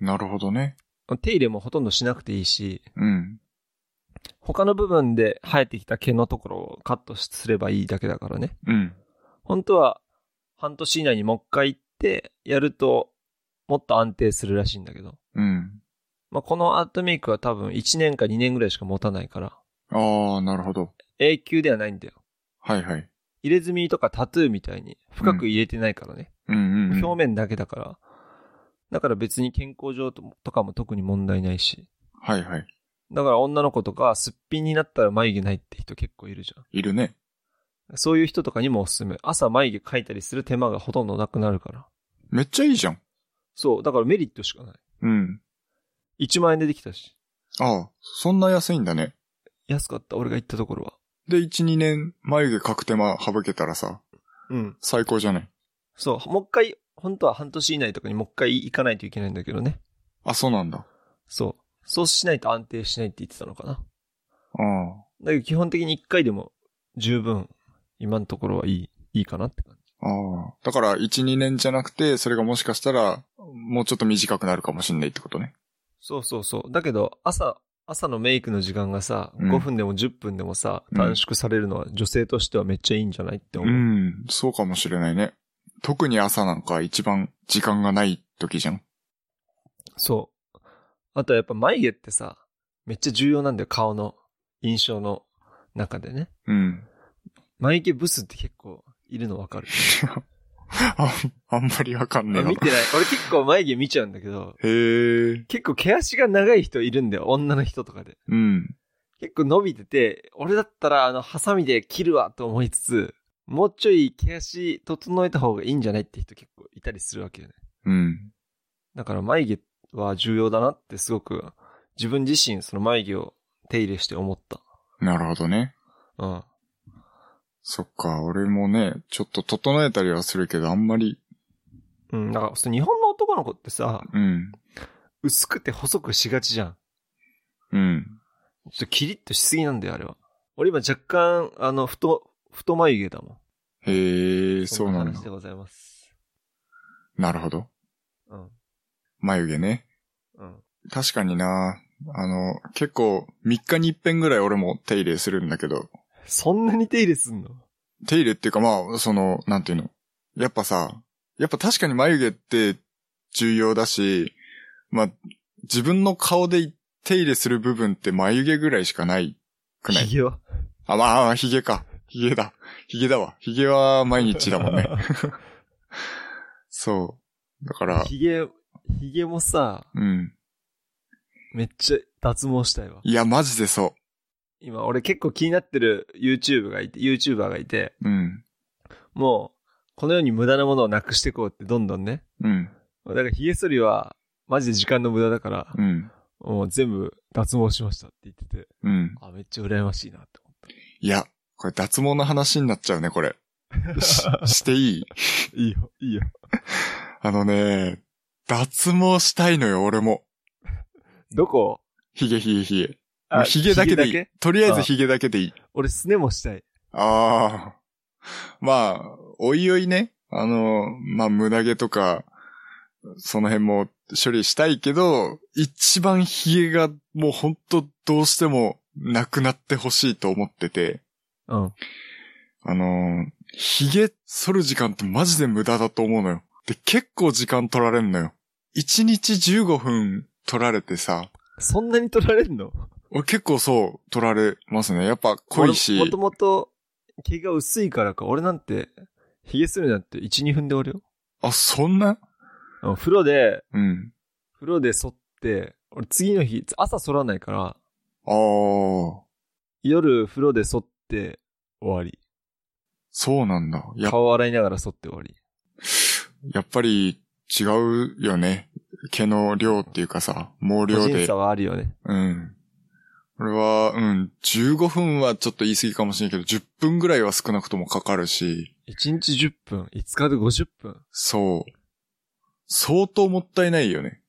[SPEAKER 1] うん。なるほどね。
[SPEAKER 2] 手入れもほとんどしなくていいし、
[SPEAKER 1] うん。
[SPEAKER 2] 他の部分で生えてきた毛のところをカットすればいいだけだからね。
[SPEAKER 1] うん。
[SPEAKER 2] 本当は半年以内にもう一回行ってやるともっと安定するらしいんだけど。
[SPEAKER 1] うん。
[SPEAKER 2] まあ、このアートメイクは多分1年か2年ぐらいしか持たないから、
[SPEAKER 1] ああ、なるほど。
[SPEAKER 2] 永久ではないんだよ。
[SPEAKER 1] はいはい。
[SPEAKER 2] 入れ墨とかタトゥーみたいに深く入れてないからね。
[SPEAKER 1] うんうん。
[SPEAKER 2] 表面だけだから。だから別に健康上ととかも特に問題ないし。
[SPEAKER 1] はいはい。
[SPEAKER 2] だから女の子とかすっぴんになったら眉毛ないって人結構いるじゃん。
[SPEAKER 1] いるね。
[SPEAKER 2] そういう人とかにもおすすめ。朝眉毛描いたりする手間がほとんどなくなるから。
[SPEAKER 1] めっちゃいいじゃん。
[SPEAKER 2] そう、だからメリットしかな
[SPEAKER 1] うん。
[SPEAKER 2] い。1万円でできたし。
[SPEAKER 1] ああ、そんな安いんだね。
[SPEAKER 2] 安かった、俺が行ったところは。
[SPEAKER 1] で、1、2年眉毛描く手間省けたらさ、
[SPEAKER 2] うん。
[SPEAKER 1] 最高じゃない。
[SPEAKER 2] そう、もう一回、本当は半年以内とかにもう一回行かないといけないんだけどね。
[SPEAKER 1] あ、そうなんだ。
[SPEAKER 2] そう。そうしないと安定しないって言ってたのかな。
[SPEAKER 1] ああ。
[SPEAKER 2] だけど基本的に一回でも十分、今のところはいい、いいかなって感じ。
[SPEAKER 1] ああ。だから、1、2年じゃなくて、それがもしかしたら、もうちょっと短くなるかもしんないってことね。
[SPEAKER 2] そうそうそう。だけど、朝、朝のメイクの時間がさ、
[SPEAKER 1] うん
[SPEAKER 2] 5分でも10分でもさ、
[SPEAKER 1] うん
[SPEAKER 2] 短縮されるのは女性としてはめっちゃいいんじゃないって思
[SPEAKER 1] う
[SPEAKER 2] う。
[SPEAKER 1] ん、そうかもしれないね。特に朝なんか一番時間がない時じゃん。
[SPEAKER 2] そう。あとはやっぱ眉毛ってさ、めっちゃ重要なんだよ、顔の印象の中でね。
[SPEAKER 1] うん。
[SPEAKER 2] 眉毛ブスって結構いるのわかる。
[SPEAKER 1] (laughs) ああんま (laughs) りわかんねえ
[SPEAKER 2] 俺
[SPEAKER 1] な
[SPEAKER 2] 見。てない。俺結構眉毛見ちゃうんだけど、
[SPEAKER 1] へえ。
[SPEAKER 2] 結構毛足が長い人いるんだよ、女の人とかで。
[SPEAKER 1] うん。
[SPEAKER 2] 結構伸びてて、俺だったらあの、ハサミで切るわと思いつつ、もうちょい毛足整えた方がいいんじゃないって人結構いたりするわけよね。
[SPEAKER 1] うん。
[SPEAKER 2] だから眉毛は重要だなってすごく、自分自身その眉毛を手入れして思った。
[SPEAKER 1] なるほどね。
[SPEAKER 2] うん。
[SPEAKER 1] そっか、俺もね、ちょっと整えたりはするけど、あんまり、
[SPEAKER 2] うん、だから、その日本の男の子ってさ、
[SPEAKER 1] うん、
[SPEAKER 2] 薄くて細くしがちじゃん。
[SPEAKER 1] うん。
[SPEAKER 2] ちょっとキリッとしすぎなんだよ、あれは。俺今若干、あの、太、太眉毛だも
[SPEAKER 1] へえ、
[SPEAKER 2] ん。
[SPEAKER 1] そうなん
[SPEAKER 2] 話
[SPEAKER 1] だ
[SPEAKER 2] で。ございます。
[SPEAKER 1] なるほど。
[SPEAKER 2] うん。
[SPEAKER 1] 眉毛ね。
[SPEAKER 2] うん。
[SPEAKER 1] 確かになあの、結構3日に一遍ぐらい俺も手入れするんだけど、
[SPEAKER 2] そんなに手入れすんの
[SPEAKER 1] 手入れっていうかまあ、その、なんていうの。やっぱさ、やっぱ確かに眉毛って重要だし、まあ、自分の顔で手入れする部分って眉毛ぐらいしかないくない
[SPEAKER 2] 髭は。
[SPEAKER 1] あ、まあまあ、ヒゲか。ヒゲだ。ヒゲだわ。ヒゲは毎日だも (laughs) んね。
[SPEAKER 2] (laughs)
[SPEAKER 1] そう。だから、
[SPEAKER 2] 髭、髭もさ、
[SPEAKER 1] うん。
[SPEAKER 2] めっちゃ脱毛したいわ。
[SPEAKER 1] いや、マジでそ
[SPEAKER 2] 今、俺結構気になってる YouTube がいて、YouTuber がいて、
[SPEAKER 1] う。うん。
[SPEAKER 2] もう、このように無駄なものをなくしていこうってどんどんね。
[SPEAKER 1] うん。
[SPEAKER 2] だから髭剃りは、マジで時間の無駄だから、
[SPEAKER 1] うん。
[SPEAKER 2] もう全部脱毛しましたって言ってて、
[SPEAKER 1] うん。
[SPEAKER 2] あ、めっちゃ羨ましいなって思っ
[SPEAKER 1] いや、これ脱毛の話になっちゃうね、これ。 (laughs) ししていい
[SPEAKER 2] た。いいよ、いいよ。
[SPEAKER 1] あのね、脱毛したいのよ、俺も。
[SPEAKER 2] どこ
[SPEAKER 1] ヒゲヒゲヒゲ。もうヒゲだけでいい。とりあえずヒゲだけでいい。
[SPEAKER 2] 俺、すねもしたい。
[SPEAKER 1] ああ。まあ、おいおいね。あの、まあ、無駄毛とか、その辺も処理したいけど、一番ヒゲがもうほんとどうしてもなくなってほしいと思ってて、
[SPEAKER 2] うん。
[SPEAKER 1] あの、ヒゲ剃る時間ってマジで無駄だと思うのよ。で、結構時間取られんのよ。1日15分取られてさ、
[SPEAKER 2] そんなに取られんの
[SPEAKER 1] 俺結構そう取られますね。やっぱ濃いし。
[SPEAKER 2] 俺もともと、毛が薄いからか、俺なんて、髭するなんて1、2分で終わるよ
[SPEAKER 1] あ、そんな
[SPEAKER 2] あの。風呂で、
[SPEAKER 1] うん。
[SPEAKER 2] 風呂で剃って、俺次の日、朝剃らないから、
[SPEAKER 1] ああ。
[SPEAKER 2] 夜風呂で剃って終わり。
[SPEAKER 1] そうなんだ。や、
[SPEAKER 2] 顔洗いながら剃って終わり。
[SPEAKER 1] やっぱり違うよね。毛の量っていうかさ、毛
[SPEAKER 2] 個
[SPEAKER 1] 量
[SPEAKER 2] 人
[SPEAKER 1] で
[SPEAKER 2] 差。はあるよね。
[SPEAKER 1] うん。俺は、うん、15分はちょっと言い過ぎかもしれんけど、10分ぐらいは少なくともかかるし、
[SPEAKER 2] 1日10分、5日で50分。
[SPEAKER 1] そう。相当もったいないよね。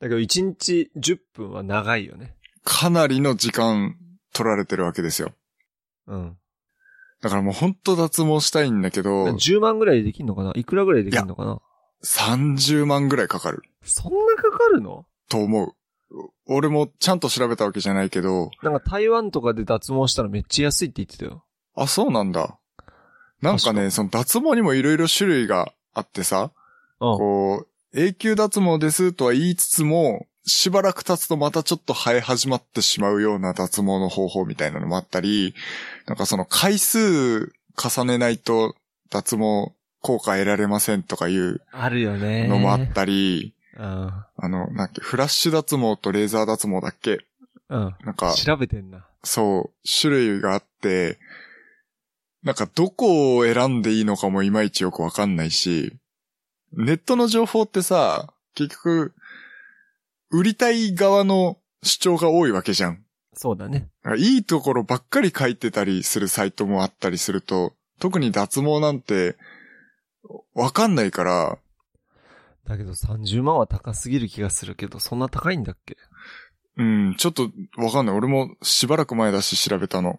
[SPEAKER 2] だけど1日10分は長いよね。
[SPEAKER 1] かなりの時間取られてるわけですよ。
[SPEAKER 2] うん。
[SPEAKER 1] だからもうほんと脱毛したいんだけど、
[SPEAKER 2] 10万ぐらいでできんのかないくらぐらいできんのかな
[SPEAKER 1] 30万ぐらいかかる
[SPEAKER 2] そんなかかるの
[SPEAKER 1] と思う。俺もちゃんと調べたわけじゃないけど、
[SPEAKER 2] なんか台湾とかで脱毛したらめっちゃ安いって言ってたよ。
[SPEAKER 1] あ、そうなんだ。なんか
[SPEAKER 2] 確
[SPEAKER 1] ね、その脱毛にもいろいろ種類があってさ、
[SPEAKER 2] うん。
[SPEAKER 1] こう、永久脱毛ですとは言いつつも、しばらく経つとまたちょっと生え始まってしまうような脱毛の方法みたいなのもあったり、なんかその回数重ねないと脱毛効果得られませんとかいう
[SPEAKER 2] あるよね。
[SPEAKER 1] のもあったり、
[SPEAKER 2] うん。
[SPEAKER 1] あの、なんだっけ、フラッシュ脱毛とレーザー脱毛だっけ
[SPEAKER 2] うん。
[SPEAKER 1] なんか、
[SPEAKER 2] 調べてんな。
[SPEAKER 1] そう、種類があって、なんかどこを選んでいいのかもいまいちよくわかんないし、ネットの情報ってさ、結局、売りたい側の主張が多いわけじゃん。
[SPEAKER 2] そうだね。
[SPEAKER 1] いいところばっかり書いてたりするサイトもあったりすると、特に脱毛なんて、わかんないから、
[SPEAKER 2] だけど30万は高すぎる気がするけど、そんな高いんだっけ
[SPEAKER 1] うん、ちょっとわかんない。俺もしばらく前だし調べたの。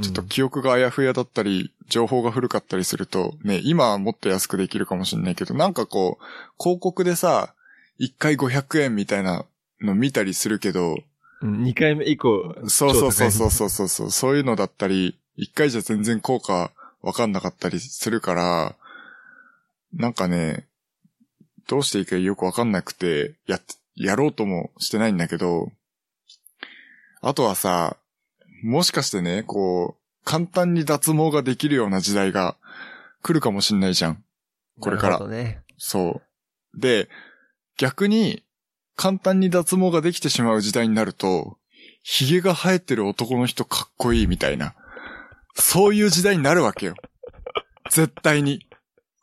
[SPEAKER 1] ちょっと
[SPEAKER 2] うん
[SPEAKER 1] 記憶があやふやだったり、情報が古かったりすると、ね、今はもっと安くできるかもしんないけど、なんかこう、広告でさ、1回500円みたいなの見たりするけど、
[SPEAKER 2] うん、2回目以降。
[SPEAKER 1] そうそうそう
[SPEAKER 2] 超高い
[SPEAKER 1] そうそうそうそう、そういうのだったり、1回じゃ全然効果わかんなかったりするから、なんかね、どうしていいかよくわかんなくて、やっ、やろうともしてないんだけど、あとはさ、もしかしてね、こう、簡単に脱毛ができるような時代が来るかもしんないじゃん。これから
[SPEAKER 2] なるほどね。
[SPEAKER 1] そう。で、逆に、簡単に脱毛ができてしまう時代になると、髭が生えてる男の人かっこいいみたいな、そういう時代になるわけよ。絶対に。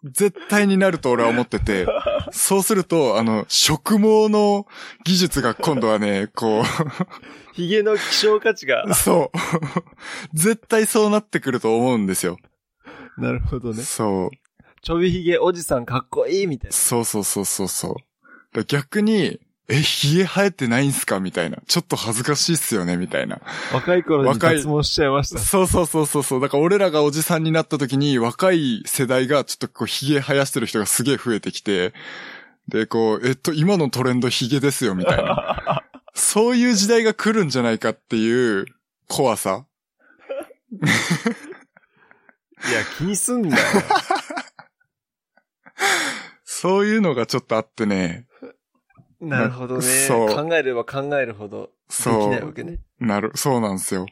[SPEAKER 1] 絶対になると俺は思ってて、そうすると、あの、植毛の技術が今度はね、こ
[SPEAKER 2] ヒゲの希少価値
[SPEAKER 1] (laughs)
[SPEAKER 2] が
[SPEAKER 1] う、。そう。絶対そうなってくると思うんですよ。
[SPEAKER 2] なるほどね。
[SPEAKER 1] そう。
[SPEAKER 2] ちょびヒゲおじさんかっこいいみたいな。
[SPEAKER 1] そうそうそうそうそう。だから逆に、え、髭生えてないんすかみたいな。ちょっと恥ずかしいっすよねみたいな。
[SPEAKER 2] 若い頃に
[SPEAKER 1] 若い
[SPEAKER 2] 脱毛しちゃいました。
[SPEAKER 1] そうそうそうそうそう。だから俺らがおじさんになった時に若い世代がちょっとこう髭生やしてる人がすげえ増えてきて、で、こう、えっと、今のトレンドヒゲですよ、みたいな。そういう時代が来るんじゃないかっていう怖さ。
[SPEAKER 2] いや、気にすんなよ。
[SPEAKER 1] そういうのがちょっとあってね、
[SPEAKER 2] (laughs) なるほどね。
[SPEAKER 1] そう
[SPEAKER 2] 考えれば考えるほど、でき
[SPEAKER 1] そう
[SPEAKER 2] ないわけね。
[SPEAKER 1] なる、 (laughs) そうなんですよ。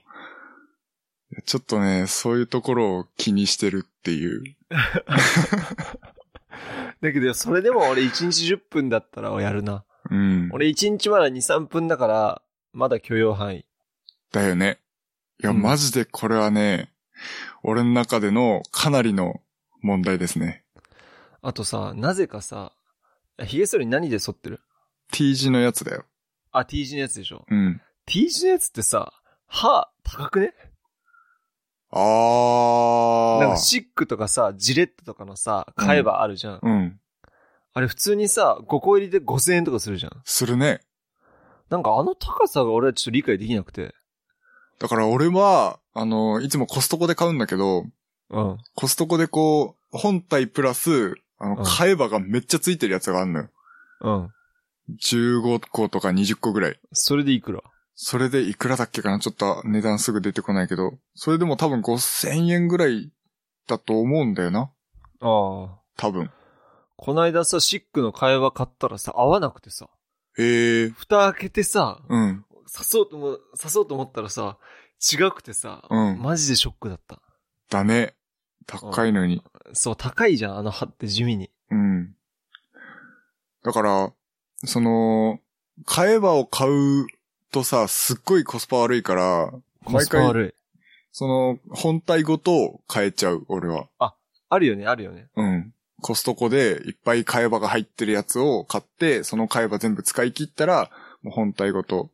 [SPEAKER 1] ちょっとね、そういうところを気にしてるっていう。
[SPEAKER 2] だけど、それでも俺1日10分だったらやるな。
[SPEAKER 1] うん。
[SPEAKER 2] 俺1日まだ2、3分だから、まだ許容範囲。
[SPEAKER 1] だよね。いや、
[SPEAKER 2] うん
[SPEAKER 1] マジでこれはね、俺の中でのかなりの問題ですね。
[SPEAKER 2] あとさ、なぜかさ、髭剃り何で剃ってる
[SPEAKER 1] T 字のやつだよ。
[SPEAKER 2] あ、T 字のやつでしょ。
[SPEAKER 1] うん。
[SPEAKER 2] T 字のやつってさ、歯高くねなん
[SPEAKER 1] あ
[SPEAKER 2] かシックとかさ、ジレットとかのさ、買えばあるじゃ
[SPEAKER 1] ー。
[SPEAKER 2] ん。
[SPEAKER 1] うん。
[SPEAKER 2] あれ普通にさ、5個入りで5000円とかするじゃん。
[SPEAKER 1] するね。
[SPEAKER 2] なんかあの高さが俺はちょっと理解できなくて。
[SPEAKER 1] だから俺は、あの、いつもコストコで買うんだけど、
[SPEAKER 2] うん。
[SPEAKER 1] コストコでこう、本体プラス、あ
[SPEAKER 2] う
[SPEAKER 1] の、
[SPEAKER 2] ん
[SPEAKER 1] 買えばがめっちゃついてるやつがあるのよ。
[SPEAKER 2] うん。
[SPEAKER 1] 15個とか20個ぐらい。
[SPEAKER 2] それでいくら
[SPEAKER 1] それでいくらだっけかなちょっと値段すぐ出てこないけど、それでも多分5000円ぐらいだと思うんだよな。
[SPEAKER 2] ああ。
[SPEAKER 1] 多分。
[SPEAKER 2] こないださ、シックの会話買ったらさ、合わなくてさ、
[SPEAKER 1] ええ
[SPEAKER 2] 蓋開けてさ、
[SPEAKER 1] うん。
[SPEAKER 2] 刺そうとも、刺そうと思ったらさ、違くてさ、
[SPEAKER 1] うん
[SPEAKER 2] マジでショックだった。
[SPEAKER 1] だね。高いのに。
[SPEAKER 2] そう、高いじゃん、あの歯って地味に。
[SPEAKER 1] うん。だから、その、買えばを買うとさ、すっごいコスパ悪いから、
[SPEAKER 2] コスパ悪い。
[SPEAKER 1] その、本体ごと変えちゃう、俺は。
[SPEAKER 2] あるよね、あるよね。
[SPEAKER 1] うん。コストコでいっぱい替え刃が入ってるやつを買って、その替え刃全部使い切ったら、もう本体ごと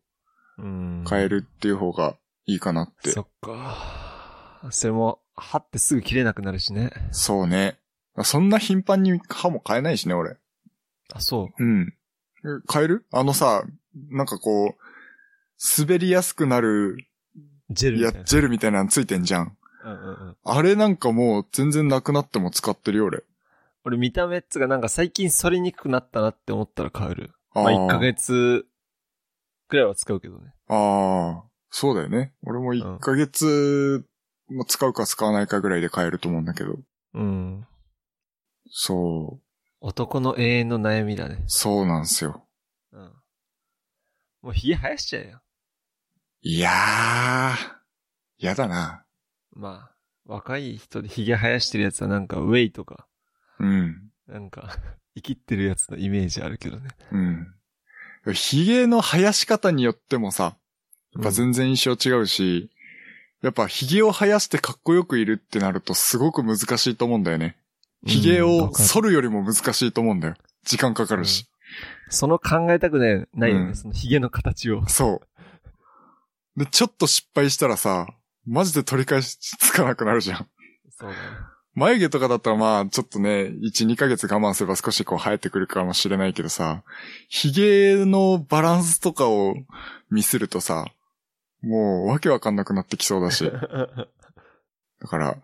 [SPEAKER 2] うん
[SPEAKER 1] 変えるっていう方がいいかなって。
[SPEAKER 2] そっか。それも、歯ってすぐ切れなくなるしね。
[SPEAKER 1] そうね。そんな頻繁に歯も変えないしね、俺。
[SPEAKER 2] あ、そ
[SPEAKER 1] う
[SPEAKER 2] う。
[SPEAKER 1] ん。え変えるあのさ、なんかこう、滑りやすくなる、
[SPEAKER 2] ジェル
[SPEAKER 1] い
[SPEAKER 2] みた
[SPEAKER 1] や、
[SPEAKER 2] いな。
[SPEAKER 1] ジェルみたいなのついてんじゃん。
[SPEAKER 2] うんうんうん。
[SPEAKER 1] あれなんかもう全然なくなっても使ってるよ、俺。
[SPEAKER 2] 俺見た目っつうかなんか最近反りにくくなったなって思ったら変える。
[SPEAKER 1] あー
[SPEAKER 2] まあ1ヶ月くらいは使うけどね。
[SPEAKER 1] ああ、そうだよね。俺も1ヶ月、も使うか使わないかぐらいで買えると思うんだけど。
[SPEAKER 2] うん。
[SPEAKER 1] そう。
[SPEAKER 2] 男の永遠の悩みだね。
[SPEAKER 1] そうなんすよ。
[SPEAKER 2] うん。もう髭生やしちゃえよ。
[SPEAKER 1] いやー、やだな。
[SPEAKER 2] まあ、若い人で髭生やしてるやつはなんかウェイとか、
[SPEAKER 1] うん。
[SPEAKER 2] なんか、 (laughs) 生きってるやつのイメージあるけどね。
[SPEAKER 1] うん。髭の生やし方によってもさ、やっぱ全然印象違うし、やっぱ髭を生やしてかっこよくいるってなるとすごく難しいと思うんだよね。髭を
[SPEAKER 2] そ
[SPEAKER 1] 剃るよりも難しいと思うんだよ。時間かかるし。
[SPEAKER 2] その考えたくないないよね、
[SPEAKER 1] うん
[SPEAKER 2] その髭の形を。
[SPEAKER 1] そう。で、ちょっと失敗したらさ、マジで取り返しつかなくなるじゃん。
[SPEAKER 2] そうだね。
[SPEAKER 1] 眉毛とかだったらまあ、ちょっとね、1、2ヶ月我慢すれば少しこう生えてくるかもしれないけどさ、髭のバランスとかをミスるとさ、もうわけわかんなくなってきそう
[SPEAKER 2] (laughs)
[SPEAKER 1] だし。だから、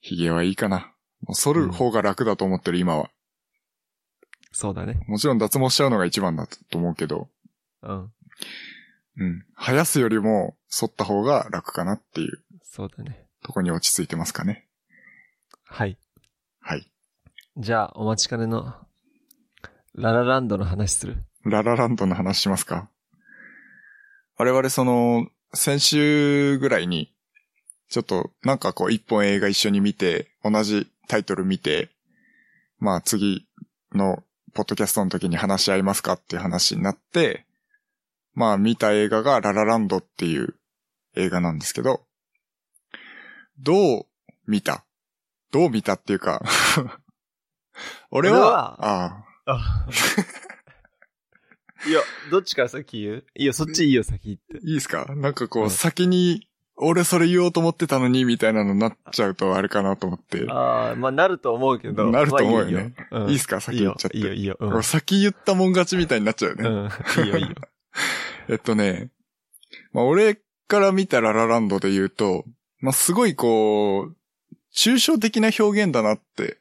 [SPEAKER 1] 髭はいいかな。もう剃る方が楽だと思ってる今は。
[SPEAKER 2] そうだね。
[SPEAKER 1] もちろん脱毛しちゃうのが一番だと思うけど、
[SPEAKER 2] うん。
[SPEAKER 1] うん。生やすよりも剃った方が楽かなっていう
[SPEAKER 2] そうだね。
[SPEAKER 1] とこに落ち着いてますかね。
[SPEAKER 2] はい。
[SPEAKER 1] はい。
[SPEAKER 2] じゃあ、お待ちかねの、ララランドの話する。
[SPEAKER 1] ララランドの話しますか我々その、先週ぐらいに、ちょっとなんかこう一本映画一緒に見て、同じタイトル見て、まあ次のポッドキャストの時に話し合いますかっていう話になって、まあ見た映画がララランドっていう映画なんですけど、どう見たどう見たっていうか、 (laughs) 俺は、
[SPEAKER 2] 俺は
[SPEAKER 1] ああ、 (laughs)
[SPEAKER 2] あいや、どっちから先言ういや、そっちいいよ、先言って。
[SPEAKER 1] いいですかなんかこ
[SPEAKER 2] う
[SPEAKER 1] う、
[SPEAKER 2] ん
[SPEAKER 1] 先に、俺それ言おうと思ってたのに、みたいなのになっちゃうとあれかなと思って。い
[SPEAKER 2] ああ、まあ、なると思うけど。
[SPEAKER 1] なると思うよね
[SPEAKER 2] まあいいうん
[SPEAKER 1] いですか先言っちゃって。
[SPEAKER 2] いいよ、いいよ、いいよ。うん
[SPEAKER 1] 俺先言ったもん勝ちみたいになっちゃうよね。
[SPEAKER 2] うん。いいよ、いい
[SPEAKER 1] (laughs)
[SPEAKER 2] よ。
[SPEAKER 1] えっとね、まあ俺から見たララランドで言うと、まあすごいこう、抽象的な表現だなって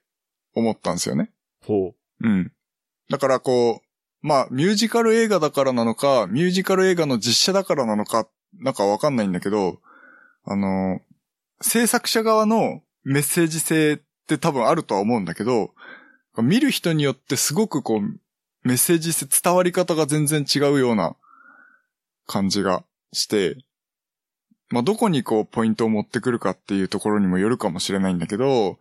[SPEAKER 1] 思ったんですよね。
[SPEAKER 2] ほ
[SPEAKER 1] うん。だからこう、まあ、ミュージカル映画だからなのか、ミュージカル映画の実写だからなのか、なんかわかんないんだけど、あの、制作者側のメッセージ性って多分あるとは思うんだけど、見る人によってすごくこう、メッセージ性、伝わり方が全然違うような感じがして、まあ、どこにこう、ポイントを持ってくるかっていうところにもよるかもしれないんだけど、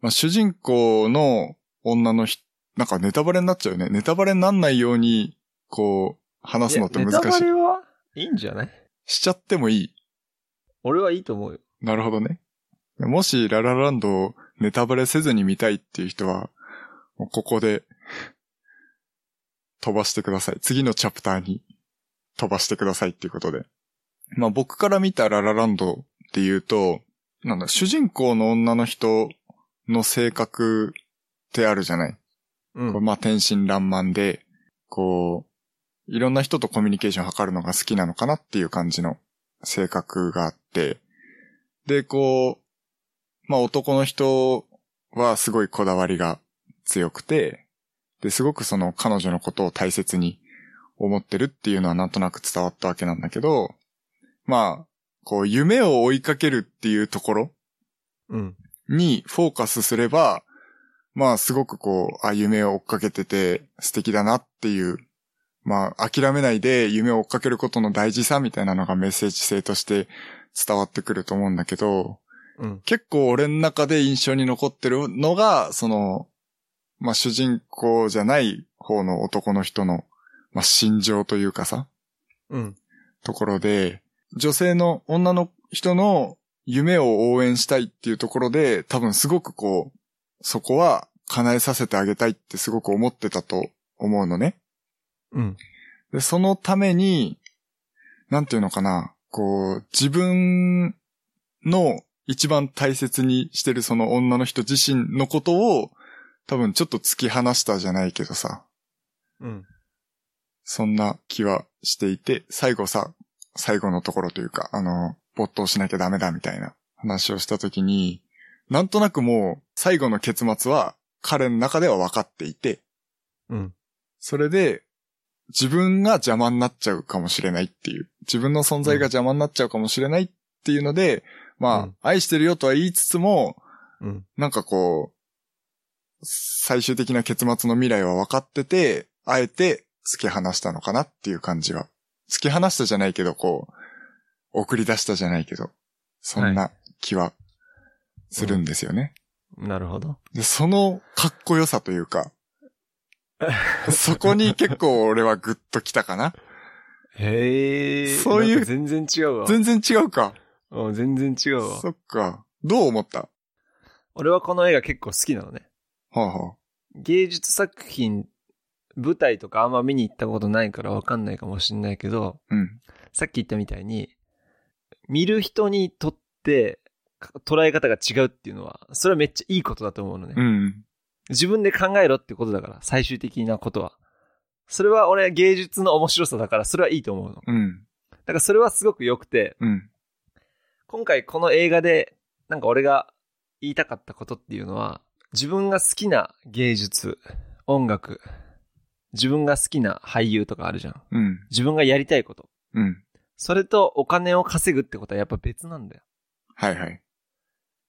[SPEAKER 1] まあ、主人公の女の人、なんかネタバレになっちゃうよね。ネタバレになんないように、こう、話すのって
[SPEAKER 2] いや
[SPEAKER 1] 難
[SPEAKER 2] ネタバ
[SPEAKER 1] しい。
[SPEAKER 2] レはいいんじゃない
[SPEAKER 1] しちゃってもいい。
[SPEAKER 2] 俺はいいと思うよ。
[SPEAKER 1] なるほどね。もし、ララランドをネタバレせずに見たいっていう人は、もうここで、飛ばしてください。次のチャプターに飛ばしてくださいっていうことで。まあ僕から見たララランドっていうと、なんだ、主人公の女の人の性格ってあるじゃない。
[SPEAKER 2] う。
[SPEAKER 1] こうんまあ、天真爛漫で、こう、いろんな人とコミュニケーションを図るのが好きなのかなっていう感じの性格があって、で、こう、まあ男の人はすごいこだわりが強くて、で、すごくその彼女のことを大切に思ってるっていうのはなんとなく伝わったわけなんだけど、まあ、こう夢を追いかけるっていうところ
[SPEAKER 2] うん。
[SPEAKER 1] にフォーカスすれば、まあすごくこう、あ、夢を追っかけてて素敵だなっていう、まあ諦めないで夢を追っかけることの大事さみたいなのがメッセージ性として伝わってくると思うんだけど、
[SPEAKER 2] うん。
[SPEAKER 1] 結構俺の中で印象に残ってるのが、その、まあ主人公じゃない方の男の人の、まあ心情というかさ、
[SPEAKER 2] うん。
[SPEAKER 1] ところで、女性の女の人の夢を応援したいっていうところで、多分すごくこう、そこは叶えさせてあげたいってすごく思ってたと思うのね。
[SPEAKER 2] うん。
[SPEAKER 1] で、そのために、なんていうのかな、こう、自分の一番大切にしてるその女の人自身のことを、多分ちょっと突き放したじゃないけどさ、
[SPEAKER 2] うん。
[SPEAKER 1] そんな気はしていて、最後さ、最後のところというか、あの、没頭しなきゃダメだみたいな話をしたときに、なんとなくもう最後の結末は彼の中では分かっていて、
[SPEAKER 2] うん。
[SPEAKER 1] それで自分が邪魔になっちゃうかもしれないっていう、自分の存在が邪魔になっちゃうかもしれないっていうので、まあ、
[SPEAKER 2] うん
[SPEAKER 1] 愛してるよとは言いつつも、
[SPEAKER 2] うん。
[SPEAKER 1] なんかこう、最終的な結末の未来は分かってて、あえて突き放したのかなっていう感じは。突き放したじゃないけど、こう、送り出したじゃないけど、そんな気はするんですよね。
[SPEAKER 2] なるほど。
[SPEAKER 1] で、そのかっこよさという (laughs) か、そこに結構俺はグッときたかな。
[SPEAKER 2] へえ。
[SPEAKER 1] そういう
[SPEAKER 2] なんか全然違うわ。
[SPEAKER 1] 全然違うか。
[SPEAKER 2] うん全然違うわ。
[SPEAKER 1] そっか。どう思った
[SPEAKER 2] 俺はこの映画結構好きなのね。
[SPEAKER 1] はあ、は
[SPEAKER 2] 芸術作品、舞台とかあんま見に行ったことないからわかんないかもしんないけど、
[SPEAKER 1] あ、うん。
[SPEAKER 2] さっき言ったみたいに、見る人にとってか捉え方が違うっていうのは、それはめっちゃいいことだと思うのね。
[SPEAKER 1] うん。
[SPEAKER 2] 自分で考えろってことだから、最終的なことは。それは俺芸術の面白さだから、それはいいと思うの。だ
[SPEAKER 1] うん。
[SPEAKER 2] からそれはすごく良くて、
[SPEAKER 1] うん。
[SPEAKER 2] 今回この映画で、なんか俺が言いたかったことっていうのは、自分が好きな芸術、音楽、自分が好きな俳優とかあるじゃん。
[SPEAKER 1] うん。
[SPEAKER 2] 自分がやりたいこと。
[SPEAKER 1] うん。
[SPEAKER 2] それとお金を稼ぐってことはやっぱ別なんだよ。
[SPEAKER 1] はいはい。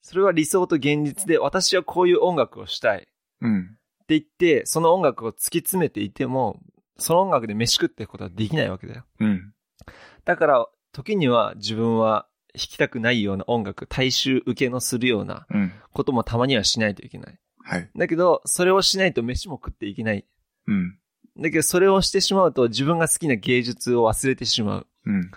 [SPEAKER 2] それは理想と現実で、私はこういう音楽をしたい。
[SPEAKER 1] うん。
[SPEAKER 2] って言って、その音楽を突き詰めていても、その音楽で飯食っていくことはできないわけだよ。
[SPEAKER 1] うん。
[SPEAKER 2] だから、時には自分は弾きたくないような音楽、大衆受けのするような
[SPEAKER 1] うん。
[SPEAKER 2] こともたまにはしないといけない。
[SPEAKER 1] はい。
[SPEAKER 2] だけど、それをしないと飯も食っていけない。
[SPEAKER 1] うん。
[SPEAKER 2] だけど、それをしてしまうと自分が好きな芸術を忘れてしまう。
[SPEAKER 1] うん。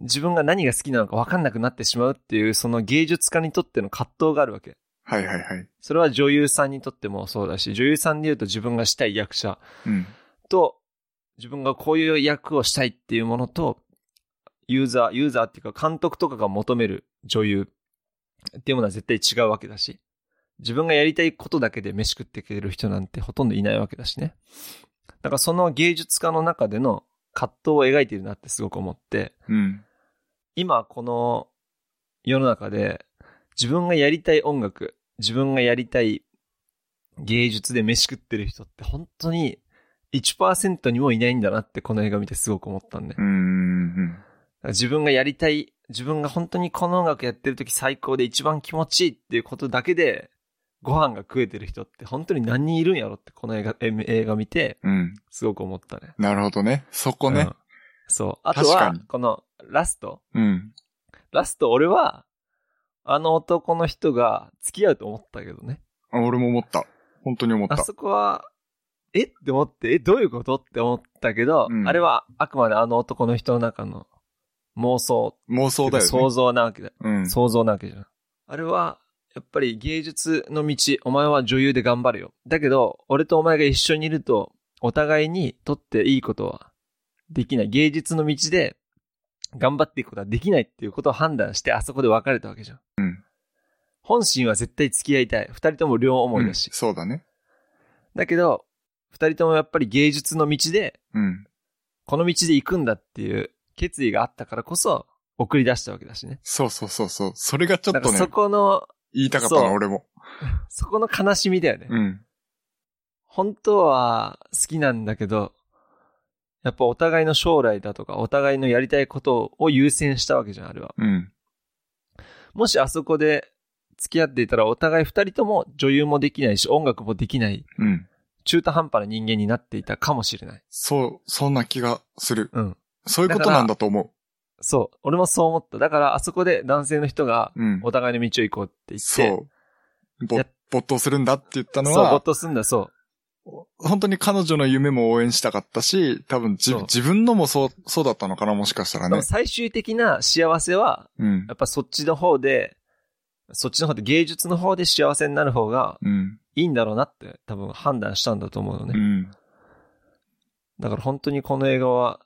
[SPEAKER 2] 自分が何が好きなのか分かんなくなってしまうっていう、その芸術家にとっての葛藤があるわけ。
[SPEAKER 1] はいはいはい。
[SPEAKER 2] それは女優さんにとってもそうだし、女優さんで言うと自分がしたい役者、
[SPEAKER 1] うん。
[SPEAKER 2] と、自分がこういう役をしたいっていうものと、ユーザー、ユーザーっていうか監督とかが求める女優っていうものは絶対違うわけだし、自分がやりたいことだけで飯食ってくれる人なんてほとんどいないわけだしね。だからその芸術家の中での葛藤を描いているなってすごく思って、
[SPEAKER 1] うん。
[SPEAKER 2] 今この世の中で自分がやりたい音楽、自分がやりたい芸術で飯食ってる人って本当に1%にもいないんだなってこの映画見てすごく思ったんで。
[SPEAKER 1] うーん。
[SPEAKER 2] 自分がやりたい、自分が本当にこの音楽やってる時最高で一番気持ちいいっていうことだけで、ご飯が食えてる人って本当に何人いるんやろってこの映画、え映画見て、
[SPEAKER 1] うん。
[SPEAKER 2] すごく思ったね。
[SPEAKER 1] なるほどね。そこね
[SPEAKER 2] うん。そう。あと
[SPEAKER 1] 確か
[SPEAKER 2] は
[SPEAKER 1] に、
[SPEAKER 2] このラスト。
[SPEAKER 1] うん。
[SPEAKER 2] ラスト俺は、あの男の人が付き合うと思ったけどね。
[SPEAKER 1] あ俺も思った。本当に思っ
[SPEAKER 2] あ
[SPEAKER 1] た。
[SPEAKER 2] そこは、えって思って、え、どういうことって思ったけど、
[SPEAKER 1] うん
[SPEAKER 2] あれはあくまであの男の人の中の妄想、
[SPEAKER 1] 妄想だよね。
[SPEAKER 2] 想像なわけだ。
[SPEAKER 1] うん。
[SPEAKER 2] 想像なわけじゃん。あれは、やっぱり芸術の道、お前は女優で頑張れよ。だけど、俺とお前が一緒にいると、お互いにとっていいことはできない。芸術の道で頑張っていくことはできないっていうことを判断して、あそこで別れたわけじゃん。
[SPEAKER 1] うん
[SPEAKER 2] 本心は絶対付き合いたい。二人とも両思いだし。
[SPEAKER 1] うんそうだね。
[SPEAKER 2] だけど、二人ともやっぱり芸術の道で、
[SPEAKER 1] うん。
[SPEAKER 2] この道で行くんだっていう決意があったからこそ、送り出したわけだしね。
[SPEAKER 1] そうそうそうそう。それがちょ
[SPEAKER 2] な
[SPEAKER 1] っ
[SPEAKER 2] んか
[SPEAKER 1] とね、
[SPEAKER 2] そこの、
[SPEAKER 1] 言いたかった
[SPEAKER 2] そ
[SPEAKER 1] の、
[SPEAKER 2] う
[SPEAKER 1] 俺も。
[SPEAKER 2] そこの悲しみだよね。
[SPEAKER 1] うん。
[SPEAKER 2] 本当は好きなんだけど、やっぱお互いの将来だとか、お互いのやりたいことを優先したわけじゃん、あれは。
[SPEAKER 1] うん。
[SPEAKER 2] もしあそこで付き合っていたら、お互い二人とも女優もできないし、音楽もできない、
[SPEAKER 1] うん。
[SPEAKER 2] 中途半端な人間になっていたかもしれない。
[SPEAKER 1] そう、そんな気がする。
[SPEAKER 2] うん。
[SPEAKER 1] そういうことなんだと思
[SPEAKER 2] そう。俺もそう思った。だから、あそこで男性の人が、
[SPEAKER 1] う。うん。
[SPEAKER 2] お互いの道を行こうって言って、
[SPEAKER 1] そう。ぼ
[SPEAKER 2] や、
[SPEAKER 1] 没頭するんだって言ったの
[SPEAKER 2] そう、没
[SPEAKER 1] は、
[SPEAKER 2] 頭すんだ、そ
[SPEAKER 1] 本当に彼女の夢も応援したかったし、多分じ
[SPEAKER 2] そう
[SPEAKER 1] 自分のもそう、そうだったのかな、もしかしたら
[SPEAKER 2] う。で
[SPEAKER 1] ね
[SPEAKER 2] も。最終的な幸せは、
[SPEAKER 1] うん
[SPEAKER 2] や。っぱそっちの方で、そっちの方で芸術の方で幸せになる方が
[SPEAKER 1] うん。
[SPEAKER 2] いいんだろうなって多分判断したんだと思うの
[SPEAKER 1] う
[SPEAKER 2] ね。
[SPEAKER 1] ん。
[SPEAKER 2] だから本当にこの映画は、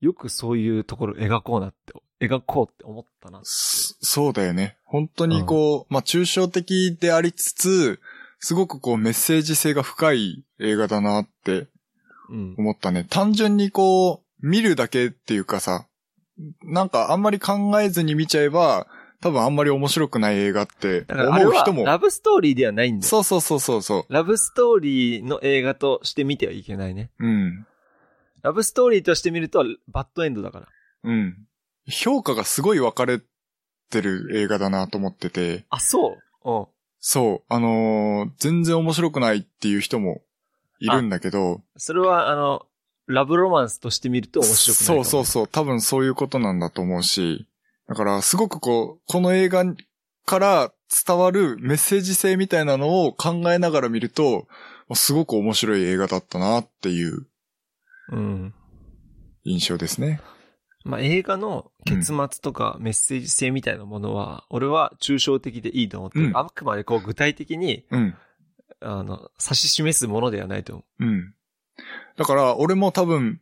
[SPEAKER 2] よくそういうところ描こうなって、描こうって思ったな。
[SPEAKER 1] そそうだよね。本当にこう、まあ、抽象的でありつつ、すごくこう、メッセージ性が深い映画だなって
[SPEAKER 2] うん。
[SPEAKER 1] 思ったね。単純にこう、見るだけっていうかさ、なんかあんまり考えずに見ちゃえば、多分あんまり面白くない映画って
[SPEAKER 2] だからあれ
[SPEAKER 1] 思う
[SPEAKER 2] は
[SPEAKER 1] 人も。
[SPEAKER 2] ラブストーリーではないんだよ。
[SPEAKER 1] そうそうそうそうそ
[SPEAKER 2] ラブストーリーの映画として見てはいけないね。
[SPEAKER 1] う。うん。
[SPEAKER 2] ラブストーリーとして見るとバッドエンドだから。
[SPEAKER 1] うん。評価がすごい分かれてる映画だなと思ってて、
[SPEAKER 2] あ、そううん。
[SPEAKER 1] そう、あのー全然面白くないっていう人もいるんだけど、
[SPEAKER 2] それはあの、ラブロマンスとして見ると面白くないか
[SPEAKER 1] そ
[SPEAKER 2] も
[SPEAKER 1] うそうそう。多分そういうことなんだと思うし。だから、すごくこう、この映画から伝わるメッセージ性みたいなのを考えながら見ると、すごく面白い映画だったなっていう
[SPEAKER 2] うん。
[SPEAKER 1] 印象ですね。
[SPEAKER 2] まあ、映画の結末とかメッセージ性みたいなものは、俺は抽象的でいいと思ってる。
[SPEAKER 1] うん
[SPEAKER 2] あくまでこう具体的に、
[SPEAKER 1] うん。
[SPEAKER 2] あの、指し示すものではないと思う。
[SPEAKER 1] うん。だから、俺も多分、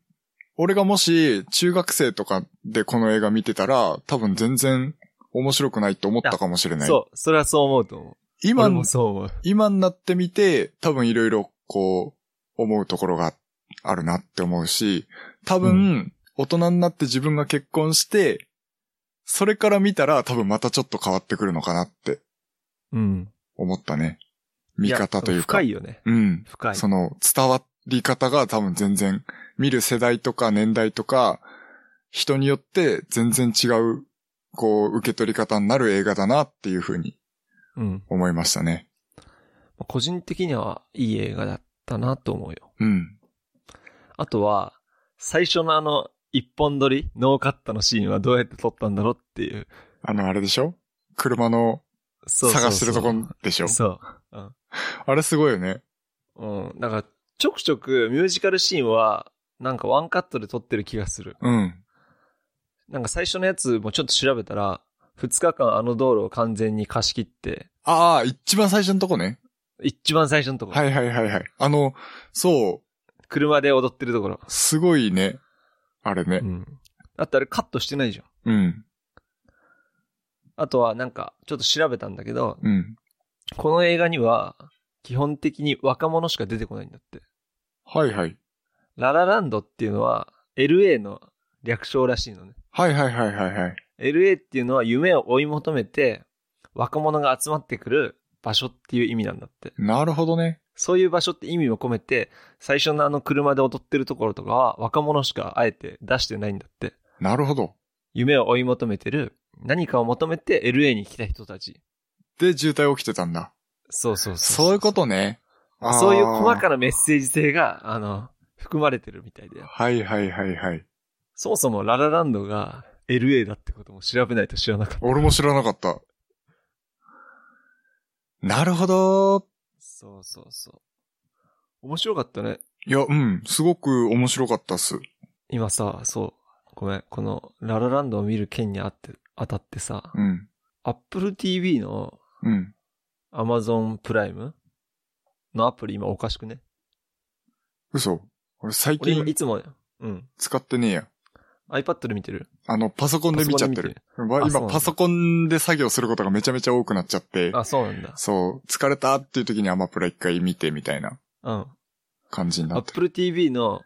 [SPEAKER 1] 俺がもし中学生とかでこの映画見てたら、多分全然面白くないと思ったかもしれない。
[SPEAKER 2] そう、それはそう思うと思う。
[SPEAKER 1] 今
[SPEAKER 2] 俺
[SPEAKER 1] の
[SPEAKER 2] もそう思う。
[SPEAKER 1] 今になってみて、多分いろいろこう、思うところがあるなって思うし、多分、
[SPEAKER 2] う
[SPEAKER 1] 大人になって自分が結婚して、それから見たら多分またちょっと変わってくるのかなって
[SPEAKER 2] うん。
[SPEAKER 1] 思ったね。見方というか。
[SPEAKER 2] や深いよね。
[SPEAKER 1] うん。
[SPEAKER 2] 深い。
[SPEAKER 1] その伝わり方が多分全然、見る世代とか年代とか、人によって全然違う、こう、受け取り方になる映画だなっていうふうに
[SPEAKER 2] うん。
[SPEAKER 1] 思いましたね。
[SPEAKER 2] 個人的にはいい映画だったなと思うよ。
[SPEAKER 1] うん。
[SPEAKER 2] あとは、最初のあの、一本撮り、ノーカットのシーンはどうやって撮ったんだろうっていう。
[SPEAKER 1] あの、あれでしょ車の
[SPEAKER 2] そうそうそう
[SPEAKER 1] 探してるとこでしょ
[SPEAKER 2] そう。うん。
[SPEAKER 1] あれすごいよね。
[SPEAKER 2] うん。だから、ちょくちょくミュージカルシーンは、なんかワンカットで撮ってる気がする。
[SPEAKER 1] うん。
[SPEAKER 2] なんか最初のやつもちょっと調べたら、2日間あの道路を完全に貸し切って、
[SPEAKER 1] ああ、一番最初のとこね。
[SPEAKER 2] 一番最初のところ、
[SPEAKER 1] はいはいはいはい。あの、そ
[SPEAKER 2] 車で踊ってるところ。
[SPEAKER 1] う、すごいね。あれ
[SPEAKER 2] う
[SPEAKER 1] ね。
[SPEAKER 2] ん。だってあれカットしてないじゃ
[SPEAKER 1] う
[SPEAKER 2] ん。
[SPEAKER 1] ん。
[SPEAKER 2] あとはなんか、ちょっと調べたんだけど、
[SPEAKER 1] うん。
[SPEAKER 2] この映画には、基本的に若者しか出てこないんだって。
[SPEAKER 1] はいはい。
[SPEAKER 2] ララランドっていうのは、LA の略称らしいのね。
[SPEAKER 1] はいはいはいはいはい。
[SPEAKER 2] LA っていうのは夢を追い求めて、若者が集まってくる場所っていう意味なんだって。
[SPEAKER 1] なるほどね。
[SPEAKER 2] そういう場所って意味を込めて、最初のあの車で踊ってるところとかは若者しかあえて出してないんだって。
[SPEAKER 1] なるほど。
[SPEAKER 2] 夢を追い求めてる、何かを求めて LA に来た人たち。
[SPEAKER 1] で、渋滞起きてたんだ。
[SPEAKER 2] そうそうそう。
[SPEAKER 1] そういうことね。あー
[SPEAKER 2] そういう細かなメッセージ性が、あの、含まれてるみたいだよ。
[SPEAKER 1] はいはいはいはい。
[SPEAKER 2] そもそもララランドが LA だってことも調べないと知らなかった。
[SPEAKER 1] 俺も知らなかった。なるほど。
[SPEAKER 2] そうそうそう。面白かったね。
[SPEAKER 1] いや、うん、すごく面白かったっす。
[SPEAKER 2] 今さ、そう。ごめん。このララランドを見る件にあって、当たってさ、
[SPEAKER 1] うん、
[SPEAKER 2] Apple TV の
[SPEAKER 1] うん。
[SPEAKER 2] Amazon プライムのアプリ今おかしくね
[SPEAKER 1] 嘘。俺最
[SPEAKER 2] 俺今
[SPEAKER 1] 近
[SPEAKER 2] いつも、うん。
[SPEAKER 1] 使ってねえや。
[SPEAKER 2] iPad で見てる
[SPEAKER 1] あの、パソコンで見ちゃってる。わ
[SPEAKER 2] あそうなん
[SPEAKER 1] 今、
[SPEAKER 2] だ
[SPEAKER 1] パソコンで作業することがめちゃめちゃ多くなっちゃって、
[SPEAKER 2] あ、そうなんだ。
[SPEAKER 1] そう、疲れたっていう時にアマプラ一回見てみたいな
[SPEAKER 2] うん。
[SPEAKER 1] 感じになってる。
[SPEAKER 2] Apple TV の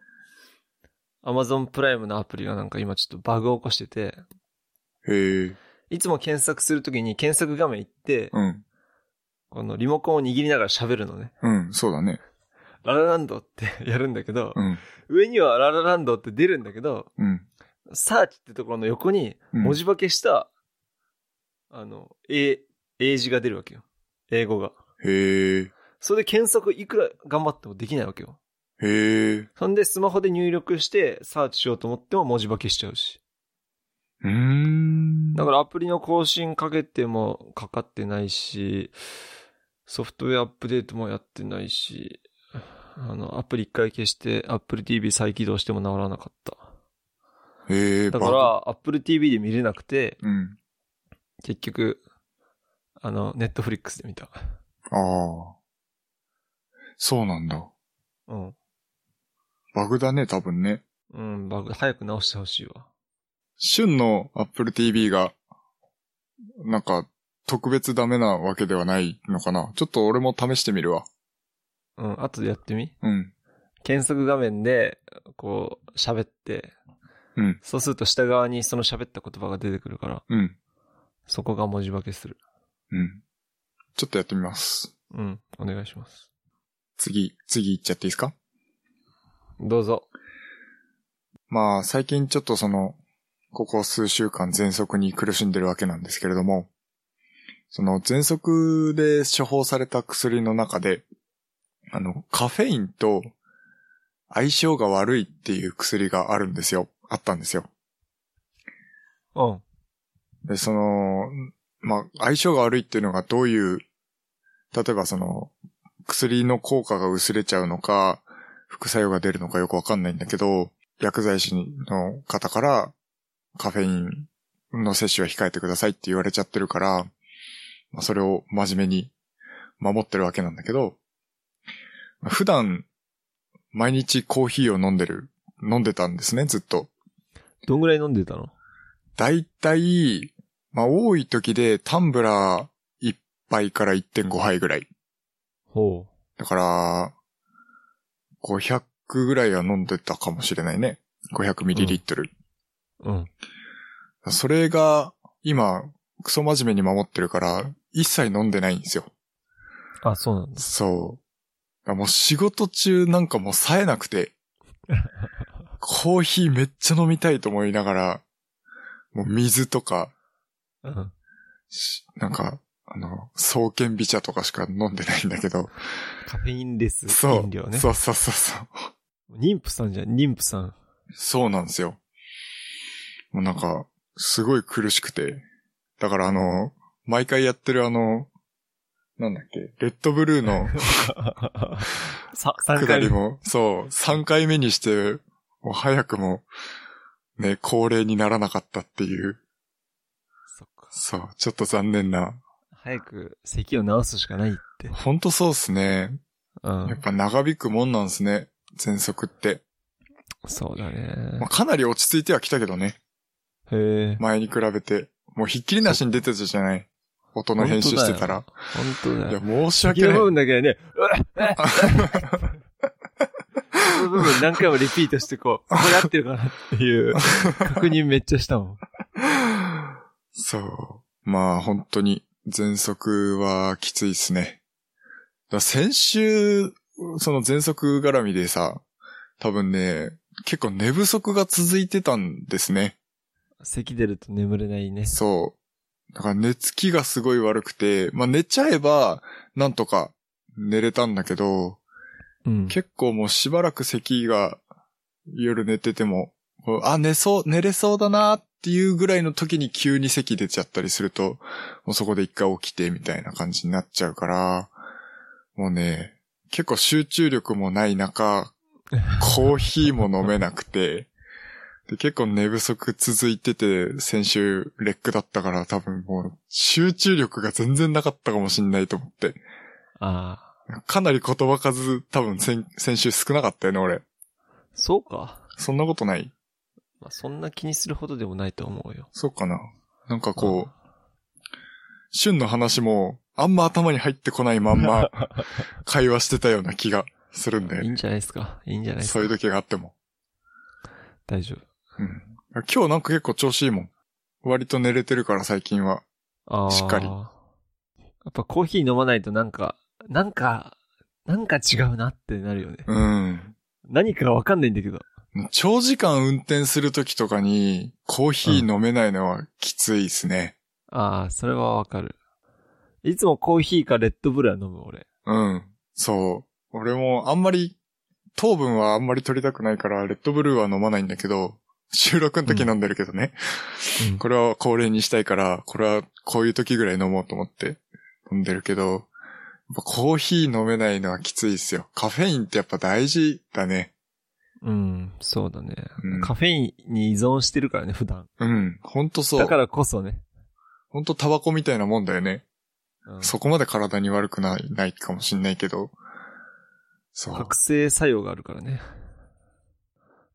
[SPEAKER 2] Amazon プライムのアプリがなんか今ちょっとバグを起こしてて、
[SPEAKER 1] へえ、
[SPEAKER 2] いつも検索するときに検索画面行って、
[SPEAKER 1] うん、
[SPEAKER 2] このリモコンを握りながら喋るのね。
[SPEAKER 1] うん、そうだね。
[SPEAKER 2] ララランドって (laughs) やるんだけど
[SPEAKER 1] う、ん、
[SPEAKER 2] 上にはララランドって出るんだけど、
[SPEAKER 1] うん。
[SPEAKER 2] サーチってところの横に
[SPEAKER 1] うん
[SPEAKER 2] 文字化けした、あの、英、英字が出るわけよ。英語が。
[SPEAKER 1] へえ、
[SPEAKER 2] それで検索いくら頑張ってもできないわけよ。
[SPEAKER 1] へえ、
[SPEAKER 2] そんでスマホで入力してサーチしようと思っても文字化けしちゃうし。
[SPEAKER 1] うーん。
[SPEAKER 2] だからアプリの更新かけてもかかってないし、ソフトウェアアップデートもやってないし、あの、アプリ一回消して、Apple TV 再起動しても直らなかった。
[SPEAKER 1] へえ、
[SPEAKER 2] だか
[SPEAKER 1] バ
[SPEAKER 2] ら、Apple TV で見れなくて、
[SPEAKER 1] グ、うん。
[SPEAKER 2] 結局、あの、Netflix で見た。
[SPEAKER 1] ああ。そうなんだ。
[SPEAKER 2] うん。
[SPEAKER 1] バグだね、多分ね。
[SPEAKER 2] うん、バグ、早く直してほしいわ。
[SPEAKER 1] 旬の Apple TV が、なんか、特別ダメなわけではないのかな。ちょっと俺も試してみるわ。
[SPEAKER 2] うん、後でやってみ。
[SPEAKER 1] うん。
[SPEAKER 2] 検索画面で、こう、喋って、
[SPEAKER 1] うん。
[SPEAKER 2] そうすると下側にその喋った言葉が出てくるから、
[SPEAKER 1] うん。
[SPEAKER 2] そこが文字化けする。
[SPEAKER 1] うん。ちょっとやってみます。
[SPEAKER 2] うん、お願いします。
[SPEAKER 1] 次、次行っちゃっていいですか
[SPEAKER 2] どうぞ。
[SPEAKER 1] まあ、最近ちょっとその、ここ数週間喘息に苦しんでるわけなんですけれども、その喘息で処方された薬の中で、あの、カフェインと相性が悪いっていう薬があるんですよ。あったんですよ。
[SPEAKER 2] うん。
[SPEAKER 1] で、その、まあ、相性が悪いっていうのがどういう、例えばその、薬の効果が薄れちゃうのか、副作用が出るのかよくわかんないんだけど、薬剤師の方からカフェインの摂取は控えてくださいって言われちゃってるから、まあ、それを真面目に守ってるわけなんだけど、まあ普段、毎日コーヒーを飲んでる、飲んでたんですね、ずっと。
[SPEAKER 2] どんぐらい飲んでたの
[SPEAKER 1] だいたい、まあ多い時でタンブラー1杯から1.5杯ぐらい。
[SPEAKER 2] ほ
[SPEAKER 1] だから、500ぐらいは飲んでたかもしれないね。500ml。
[SPEAKER 2] う。うん。
[SPEAKER 1] それが、今、クソ真面目に守ってるから、一切飲んでないんですよ。
[SPEAKER 2] あ、そうなんだ。
[SPEAKER 1] そう。もう仕事中なんかもう冴えなくて、コーヒーめっちゃ飲みたいと思いながら、もう水とか、
[SPEAKER 2] うん。
[SPEAKER 1] しなんか、あの、双剣美茶とかしか飲んでないんだけ
[SPEAKER 2] (laughs)
[SPEAKER 1] ど。
[SPEAKER 2] カフェインレス
[SPEAKER 1] そう。
[SPEAKER 2] 飲料ね。
[SPEAKER 1] そうそうそうそう。
[SPEAKER 2] 妊婦さんじゃん、妊婦さん。
[SPEAKER 1] そうなんですよ。もうなんか、すごい苦しくて。だからあの、毎回やってるあの、なんだっけ、レッドブルーの
[SPEAKER 2] (laughs) さ、3
[SPEAKER 1] 下
[SPEAKER 2] 回
[SPEAKER 1] り
[SPEAKER 2] 目。
[SPEAKER 1] も、そう、3回目にして、もう早くも、ね、恒例にならなかったっていう、
[SPEAKER 2] そっか。
[SPEAKER 1] そう、ちょっと残念な。
[SPEAKER 2] 早く咳を治すしかないって。
[SPEAKER 1] ほんとそうっすね。
[SPEAKER 2] う
[SPEAKER 1] やっ
[SPEAKER 2] ん。
[SPEAKER 1] ぱ長引くもんなんすね、喘息って。
[SPEAKER 2] そうだ
[SPEAKER 1] ま
[SPEAKER 2] ね
[SPEAKER 1] あ、。かなり落ち着いてはきたけどね。
[SPEAKER 2] へえ。
[SPEAKER 1] 前に比べて。もうひっきりなしに出てたじゃない。音の編集してたら。
[SPEAKER 2] 本当
[SPEAKER 1] い
[SPEAKER 2] だ
[SPEAKER 1] や、
[SPEAKER 2] よ。
[SPEAKER 1] 申し
[SPEAKER 2] 咳
[SPEAKER 1] 訳
[SPEAKER 2] の
[SPEAKER 1] ない
[SPEAKER 2] 部。分だけはね、うわっうわっその部分何回もリピートしてこ
[SPEAKER 1] (laughs)
[SPEAKER 2] う、これ合ってるかなっていう確認めっちゃしたもん。
[SPEAKER 1] (laughs) そう。まあ、本当に、喘息はきついっすね。だ先週、その喘息絡みでさ、多分ね、結構寝不足が続いてたんですね。
[SPEAKER 2] 咳出ると眠れないね。
[SPEAKER 1] そう。だから寝つきがすごい悪くて、まあ寝ちゃえば、なんとか寝れたんだけど、
[SPEAKER 2] うん。
[SPEAKER 1] 結構もうしばらく咳が夜寝てても、こうあ、寝そう、寝れそうだなっていうぐらいの時に急に咳出ちゃったりすると、もうそこで一回起きてみたいな感じになっちゃうから、もうね、結構集中力もない中、コーヒーも飲めなくて、で結構寝不足続いてて、先週レックだったから多分もう集中力が全然なかったかもしんないと思って。
[SPEAKER 2] あ
[SPEAKER 1] かなり言葉数多分先先週少なかったよね、俺。
[SPEAKER 2] あ。そうか。
[SPEAKER 1] そんなことない
[SPEAKER 2] まあ、そんな気にするほどでもないと思うよ。
[SPEAKER 1] そうかな。なんかこう、旬の話もあんま頭に入ってこないまん (laughs) ま会話してたような気がするんだよ
[SPEAKER 2] いい
[SPEAKER 1] ね。
[SPEAKER 2] んじゃないですか。いいんじゃないです
[SPEAKER 1] そ
[SPEAKER 2] か。
[SPEAKER 1] ういう時があっても。
[SPEAKER 2] 大丈
[SPEAKER 1] うん。今日なんか結構調子いいもん。割と寝れてるから最近は。
[SPEAKER 2] 夫。ああ。
[SPEAKER 1] しっかり
[SPEAKER 2] やっぱコーヒー飲まないとなんか、なんか、なんか違うなってなるよね。
[SPEAKER 1] うん。
[SPEAKER 2] 何かわかんないんだけど。
[SPEAKER 1] 長時間運転する時とかにコーヒー飲めないのはきついですね。
[SPEAKER 2] ああ、それはわかる。いつもコーヒーかレッドブルは飲む俺。
[SPEAKER 1] うん。そう。俺もあんまり、糖分はあんまり取りたくないから、レッドブルーは飲まないんだけど、収録の時飲んでるけどね。
[SPEAKER 2] うん
[SPEAKER 1] これは恒例にしたいから、これはこういう時ぐらい飲もうと思って飲んでるけど、やっぱコーヒー飲めないのはきついっすよ。カフェインってやっぱ大事だね。
[SPEAKER 2] うん、そうだね、
[SPEAKER 1] うん
[SPEAKER 2] カフェインに依存してるからね、普段。
[SPEAKER 1] うん。ほんとそう。
[SPEAKER 2] だからこそね。
[SPEAKER 1] ほんとタバコみたいなもんだよね。
[SPEAKER 2] うん
[SPEAKER 1] そこまで体に悪くない、ないかもしんないけど。そう。
[SPEAKER 2] 覚醒作用があるからね。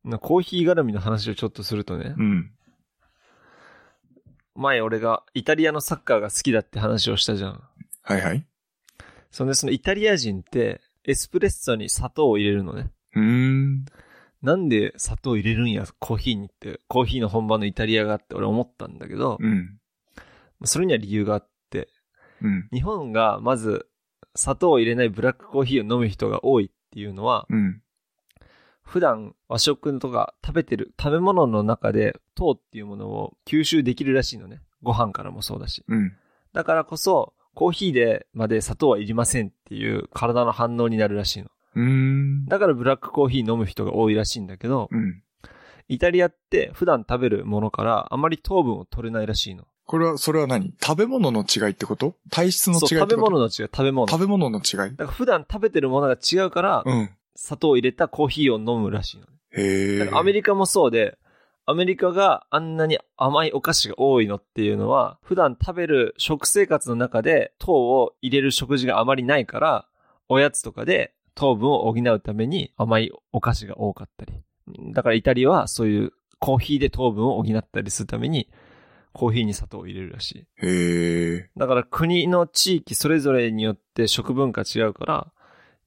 [SPEAKER 2] なコーヒー絡みの話をちょっとするとね、
[SPEAKER 1] うん。
[SPEAKER 2] 前俺がイタリアのサッカーが好きだって話をしたじゃん。
[SPEAKER 1] はいはい。
[SPEAKER 2] そんでそのイタリア人ってエスプレッソに砂糖を入れるのね。
[SPEAKER 1] うーん。
[SPEAKER 2] なんで砂糖入れるんや、コーヒーにって、コーヒーの本場のイタリアがあって俺思ったんだけど、
[SPEAKER 1] うん。
[SPEAKER 2] それには理由があって、
[SPEAKER 1] うん。
[SPEAKER 2] 日本がまず砂糖を入れないブラックコーヒーを飲む人が多いっていうのは、
[SPEAKER 1] うん。
[SPEAKER 2] 普段和食とか食べてる食べ物の中で糖っていうものを吸収できるらしいのね。ご飯からもそうだし。
[SPEAKER 1] うん。
[SPEAKER 2] だからこそ、コーヒーでまで砂糖はいりませんっていう体の反応になるらしいの。
[SPEAKER 1] うーん。
[SPEAKER 2] だからブラックコーヒー飲む人が多いらしいんだけど、
[SPEAKER 1] うん。
[SPEAKER 2] イタリアって普段食べるものからあまり糖分を取れないらしいの。
[SPEAKER 1] これは、それは何食べ物の違いってこと体質の違い
[SPEAKER 2] そう、
[SPEAKER 1] ってこと
[SPEAKER 2] 食べ物の違い、食べ物。だ
[SPEAKER 1] 食べ物の違い
[SPEAKER 2] から普段食べてるものが違うから、
[SPEAKER 1] うん。
[SPEAKER 2] 砂糖を入れたコーヒーを飲むらしいの。
[SPEAKER 1] へえ。
[SPEAKER 2] だからアメリカもそうで、アメリカがあんなに甘いお菓子が多いのっていうのは、普段食べる食生活の中で糖を入れる食事があまりないから、おやつとかで糖分を補うために甘いお菓子が多かったり。だからイタリアはそういうコーヒーで糖分を補ったりするために、コーヒーに砂糖を入れるらしい。
[SPEAKER 1] へえ。
[SPEAKER 2] だから国の地域それぞれによって食文化違うから、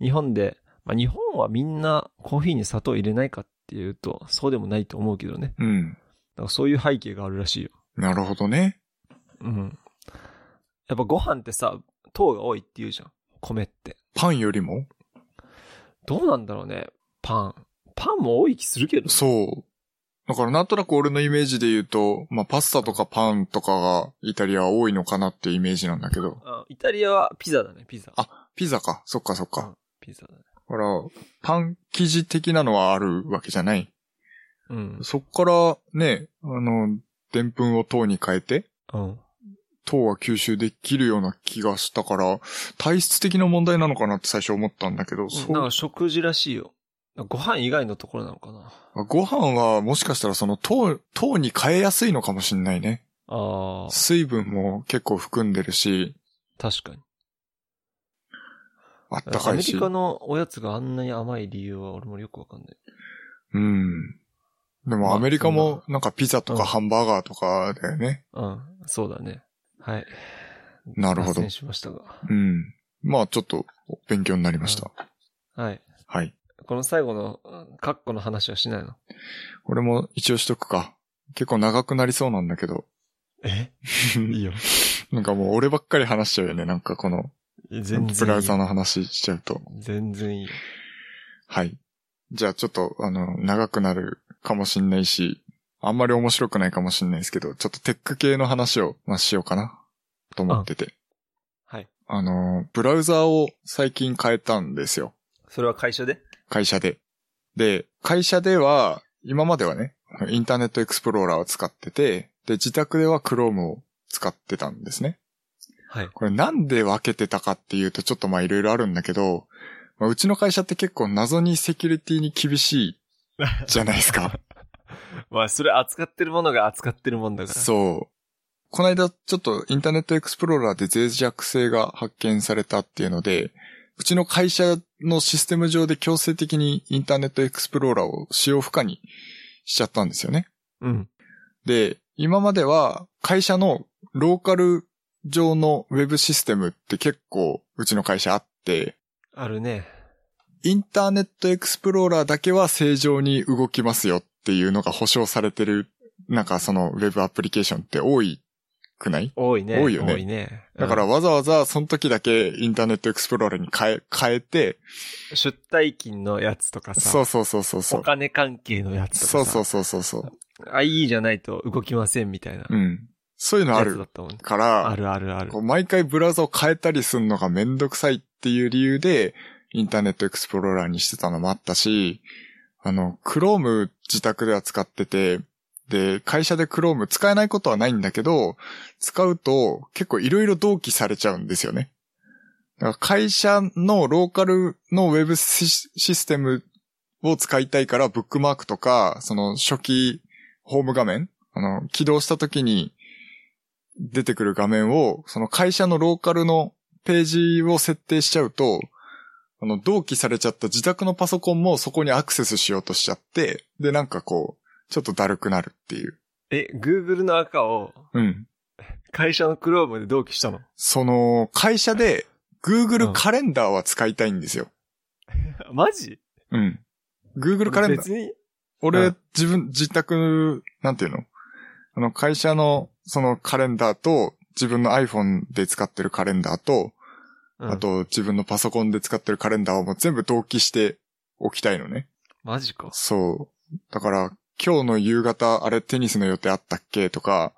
[SPEAKER 2] 日本で、まあ日本はみんなコーヒーに砂糖入れないかっていうと、そうでもないと思うけどね。
[SPEAKER 1] うん。
[SPEAKER 2] だからそういう背景があるらしいよ。
[SPEAKER 1] なるほどね。
[SPEAKER 2] うん。やっぱご飯ってさ、糖が多いって言うじゃん。米って。
[SPEAKER 1] パンよりも
[SPEAKER 2] どうなんだろうね。パン。パンも多い気するけど。
[SPEAKER 1] そう。だからなんとなく俺のイメージで言うと、まあ、パスタとかパンとかがイタリアは多いのかなってイメージなんだけど。
[SPEAKER 2] あイタリアはピザだね、ピザ。
[SPEAKER 1] あピザか。そっかそっか。
[SPEAKER 2] ピザだね。
[SPEAKER 1] だから、パン生地的なのはあるわけじゃない。
[SPEAKER 2] うん。
[SPEAKER 1] そっからね、あの、でんぷんを糖に変えて、
[SPEAKER 2] うん。
[SPEAKER 1] 糖は吸収できるような気がしたから、体質的な問題なのかなって最初思ったんだけど、そ
[SPEAKER 2] なん
[SPEAKER 1] う
[SPEAKER 2] か食事らしいよ。ご飯以外のところなのかな。
[SPEAKER 1] ご飯はもしかしたらその糖、糖に変えやすいのかもしんないね。
[SPEAKER 2] ああ。
[SPEAKER 1] 水分も結構含んでるし、
[SPEAKER 2] 確かに。
[SPEAKER 1] あった
[SPEAKER 2] ア
[SPEAKER 1] か
[SPEAKER 2] メ
[SPEAKER 1] い
[SPEAKER 2] リ
[SPEAKER 1] し。
[SPEAKER 2] カのおやつがあんなに甘い理由は俺もよくわかんない。
[SPEAKER 1] うん。で
[SPEAKER 2] ま
[SPEAKER 1] も
[SPEAKER 2] あ
[SPEAKER 1] アメリカ
[SPEAKER 2] そん
[SPEAKER 1] も
[SPEAKER 2] な
[SPEAKER 1] なんかピザと
[SPEAKER 2] う
[SPEAKER 1] か
[SPEAKER 2] ん
[SPEAKER 1] ハンバーガーとかだよね。
[SPEAKER 2] うん、そうだね。はい。
[SPEAKER 1] なるほ
[SPEAKER 2] 脱
[SPEAKER 1] ど
[SPEAKER 2] 線。しましたが。
[SPEAKER 1] うん。まあちょっと勉強になりました。
[SPEAKER 2] はい。
[SPEAKER 1] はい。
[SPEAKER 2] この最後の、うんカッコの話はしないの
[SPEAKER 1] これ
[SPEAKER 2] (laughs)
[SPEAKER 1] も一応しとくか。結構長くなりそうなんだけど。
[SPEAKER 2] えいいよ。
[SPEAKER 1] なんかもう俺ばっかり話しちゃうよね。なんかこの、
[SPEAKER 2] 全
[SPEAKER 1] ブ
[SPEAKER 2] 然
[SPEAKER 1] ラ
[SPEAKER 2] い
[SPEAKER 1] ウ
[SPEAKER 2] い
[SPEAKER 1] ザの話しちゃうと。
[SPEAKER 2] 全然いいよ。
[SPEAKER 1] はい。じゃあちょっと、あの、長くなるかもしんないし、あんまり面白くないかもしんないですけど、ちょっとテック系の話を、まあ、しようかな、と思ってて。
[SPEAKER 2] はい。
[SPEAKER 1] あの、ブラウザーを最近変えたんですよ。
[SPEAKER 2] それは会社で
[SPEAKER 1] 会社で。で、会社では、今まではね、インターネットエクスプローラーを使ってて、で、自宅では Chrome を使ってたんですね。
[SPEAKER 2] はい。
[SPEAKER 1] これなんで分けてたかっていうとちょっとまあいろいろあるんだけど、まあ、うちの会社って結構謎にセキュリティに厳しいじゃないですか。
[SPEAKER 2] まあ、それ扱ってるものが扱ってるもんだから。
[SPEAKER 1] そう。この間ちょっとインターネットエクスプローラーで脆弱性が発見されたっていうので、うちの会社のシステム上で強制的にインターネットエクスプローラーを使用不可にしちゃったんですよね。
[SPEAKER 2] う。うん。
[SPEAKER 1] で、今までは会社のローカル上のウェブシステムって結構うちの会社あって、
[SPEAKER 2] あるね。
[SPEAKER 1] インターネットエクスプローラーだけは正常に動きますよっていうのが保証されてる、なんかそのウェブアプリケーションって多いくない
[SPEAKER 2] 多いね。
[SPEAKER 1] 多いよね
[SPEAKER 2] 多いね。
[SPEAKER 1] だから
[SPEAKER 2] うん、
[SPEAKER 1] わざわざその時だけインターネットエクスプローラーに変え、変えて、
[SPEAKER 2] 出退勤のやつとかさ。
[SPEAKER 1] そうそうそうそうそ
[SPEAKER 2] お
[SPEAKER 1] う。
[SPEAKER 2] 金関係のやつと
[SPEAKER 1] そ
[SPEAKER 2] かさ。
[SPEAKER 1] うそうそうそうそう。
[SPEAKER 2] IE じゃないと動きませんみたいな。
[SPEAKER 1] うん。そういうのあ
[SPEAKER 2] やつだ
[SPEAKER 1] る
[SPEAKER 2] ったもんね。
[SPEAKER 1] か
[SPEAKER 2] あ
[SPEAKER 1] ら、
[SPEAKER 2] るあるある
[SPEAKER 1] こ。う毎回ブラウザを変えたりするのがめんどくさいっていう理由で、インターネットエクスプローラーにしてたのもあったし、あの、Chrome 自宅では使ってて、で、会社で Chrome 使えないことはないんだけど、使うと結構いろいろ同期されちゃうんですよね。だから会社のローカルのウェブシシステムを使いたいから、ブックマークとか、その初期ホーム画面、あの、起動した時に出てくる画面を、その会社のローカルのページを設定しちゃうと、あの、同期されちゃった自宅のパソコンもそこにアクセスしようとしちゃって、で、なんかこう、ちょっとだるくなるっていう。
[SPEAKER 2] え、Google の赤を
[SPEAKER 1] うん。
[SPEAKER 2] 会社の Chrome で同期したの
[SPEAKER 1] その、会社で
[SPEAKER 2] う
[SPEAKER 1] Google
[SPEAKER 2] ん
[SPEAKER 1] カレンダーは使いたいんですよ。
[SPEAKER 2] マジ
[SPEAKER 1] うん。Google カレンダー。
[SPEAKER 2] 別に、う
[SPEAKER 1] 俺
[SPEAKER 2] ん、
[SPEAKER 1] 自分、自宅、なんていうのあの、会社の、そのカレンダーと、自分の iPhone で使ってるカレンダーと、
[SPEAKER 2] うん
[SPEAKER 1] あと自分のパソコンで使ってるカレンダーをもう全部同期しておきたいのね。
[SPEAKER 2] マジか。
[SPEAKER 1] そう。だから、今日の夕方、あれテニスの予定あったっけとか、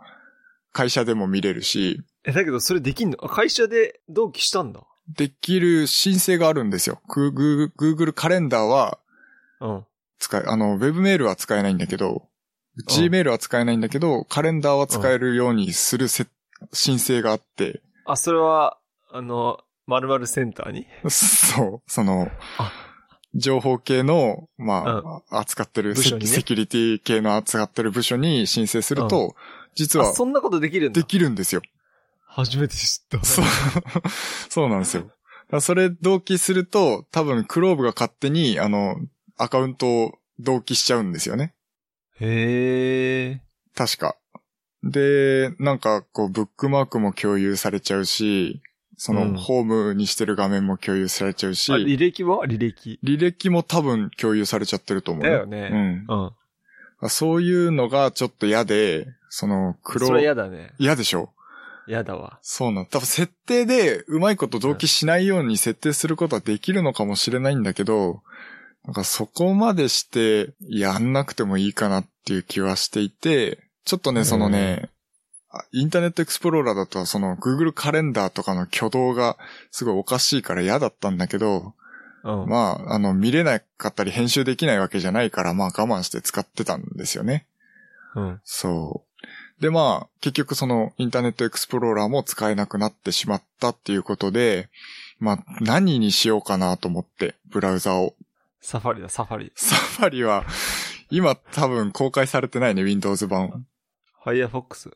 [SPEAKER 1] 会社でも見れるし、
[SPEAKER 2] え、だけどそれできんのあ会社で同期したんだ。
[SPEAKER 1] できる申請があるんですよ。Google, Google カレンダーは
[SPEAKER 2] うん。
[SPEAKER 1] 使え、あの、ウェブメールは使えないんだけど、Gmail は使えないんだけど、カレンダーは使えるようにするせ申請があって、
[SPEAKER 2] あ、それは、あの、〇〇センターに
[SPEAKER 1] そう、その
[SPEAKER 2] あ、
[SPEAKER 1] 情報系の、まあ、扱ってる、
[SPEAKER 2] 部署にね
[SPEAKER 1] セセキュリティ系の扱ってる部署に申請すると、実
[SPEAKER 2] あ、
[SPEAKER 1] は
[SPEAKER 2] そんなことできるんだ
[SPEAKER 1] で。きるんですよ。
[SPEAKER 2] 初めて知った。
[SPEAKER 1] そう、 (laughs) そうなんですよ。だからそれ同期すると、多分クローブが勝手に、あの、アカウントを同期しちゃうんですよね。
[SPEAKER 2] へえ。
[SPEAKER 1] 確か。で、なんか、こう、ブックマークも共有されちゃうし、その、
[SPEAKER 2] うん
[SPEAKER 1] ホームにしてる画面も共有されちゃうし、
[SPEAKER 2] あ、履歴は履歴。
[SPEAKER 1] 履歴も多分共有されちゃってると思う、
[SPEAKER 2] だよ
[SPEAKER 1] う
[SPEAKER 2] ね。
[SPEAKER 1] ん。
[SPEAKER 2] うん。
[SPEAKER 1] そういうのがちょっと嫌で、その、黒
[SPEAKER 2] それ、嫌だね。
[SPEAKER 1] 嫌でしょ
[SPEAKER 2] 嫌だわ。
[SPEAKER 1] そうなん。多分設定でうまいこと同期しないように設定することはできるのかもしれないんだけど、なんかそこまでしてやんなくてもいいかなっていう気はしていて、ちょっとね、そのね、あインターネットエクスプローラーだとその Google カレンダーとかの挙動がすごいおかしいから嫌だったんだけど、
[SPEAKER 2] うん。
[SPEAKER 1] まあ、あの、見れなかったり編集できないわけじゃないから、まあ我慢して使ってたんですよね。
[SPEAKER 2] うん。
[SPEAKER 1] そう。で、まあ、結局そのインターネットエクスプローラーも使えなくなってしまったっていうことで、まあ、何にしようかなと思って、ブラウザを。 (laughs)
[SPEAKER 2] サファリだ、サファリ。
[SPEAKER 1] サファリは、今多分公開されてないね、Windows 版。
[SPEAKER 2] Firefox。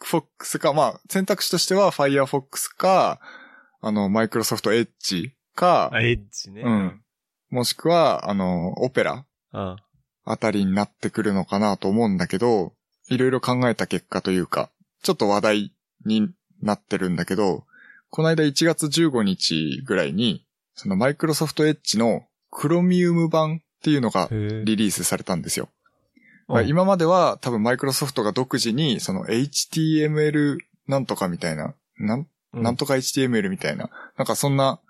[SPEAKER 1] Firefox か、まあ、選択肢としては Firefox か、あの、Microsoft Edge か、
[SPEAKER 2] あ、エッジね。
[SPEAKER 1] うん。。もしくは、あの、Opera
[SPEAKER 2] うん。
[SPEAKER 1] あたりになってくるのかなと思うんだけど、いろいろ考えた結果というか、ちょっと話題になってるんだけど、この間1月15日ぐらいに、そのマイクロソフトエッジのクロミウム版っていうのが
[SPEAKER 2] へ
[SPEAKER 1] リリースされたんですよ。
[SPEAKER 2] え。
[SPEAKER 1] 今までは多分マイクロソフトが独自にその HTML なんとかみたいな、なん、
[SPEAKER 2] うん
[SPEAKER 1] なんとか HTML みたいな、なんかそんな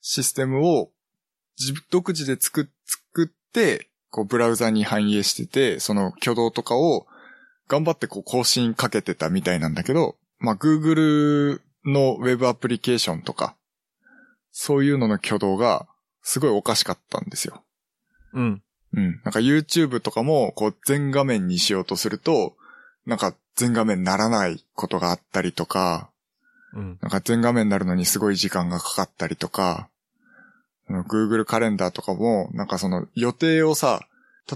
[SPEAKER 1] システムを自独自で作っ、作って、こうブラウザに反映してて、その挙動とかを頑張ってこう更新かけてたみたいなんだけど、まあ Google のウェブアプリケーションとか、そういうのの挙動がすごいおかしかったんですよ。
[SPEAKER 2] うん。
[SPEAKER 1] うん。なんか YouTube とかも、こう、全画面にしようとすると、なんか全画面にならないことがあったりとか、
[SPEAKER 2] うん。
[SPEAKER 1] なんか全画面になるのにすごい時間がかかったりとか、あの Google カレンダーとかも、なんかその予定をさ、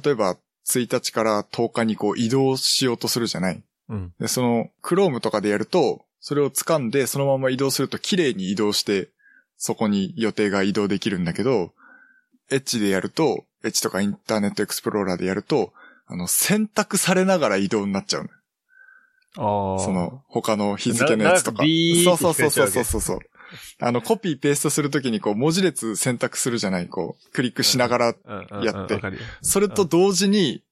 [SPEAKER 1] 例えば1日から10日にこう移動しようとするじゃない
[SPEAKER 2] うん。
[SPEAKER 1] で、その、Chrome とかでやると、それを掴んで、そのまま移動すると綺麗に移動して、そこに予定が移動できるんだけど、Edge でやると、Edge とかインターネットエクスプローラーでやると、あの、選択されながら移動になっちゃうの。
[SPEAKER 2] ああ。
[SPEAKER 1] その、他の日付のやつとか。
[SPEAKER 2] ななんかビー
[SPEAKER 1] そう
[SPEAKER 2] って
[SPEAKER 1] そうそうそう
[SPEAKER 2] 聞こえちゃうわけ
[SPEAKER 1] そうそう。あの、コピーペーストするときにこう、文字列選択するじゃない、こう、クリックしながら
[SPEAKER 2] うん、うん、うん。
[SPEAKER 1] やって
[SPEAKER 2] わかるよ
[SPEAKER 1] それと同時に、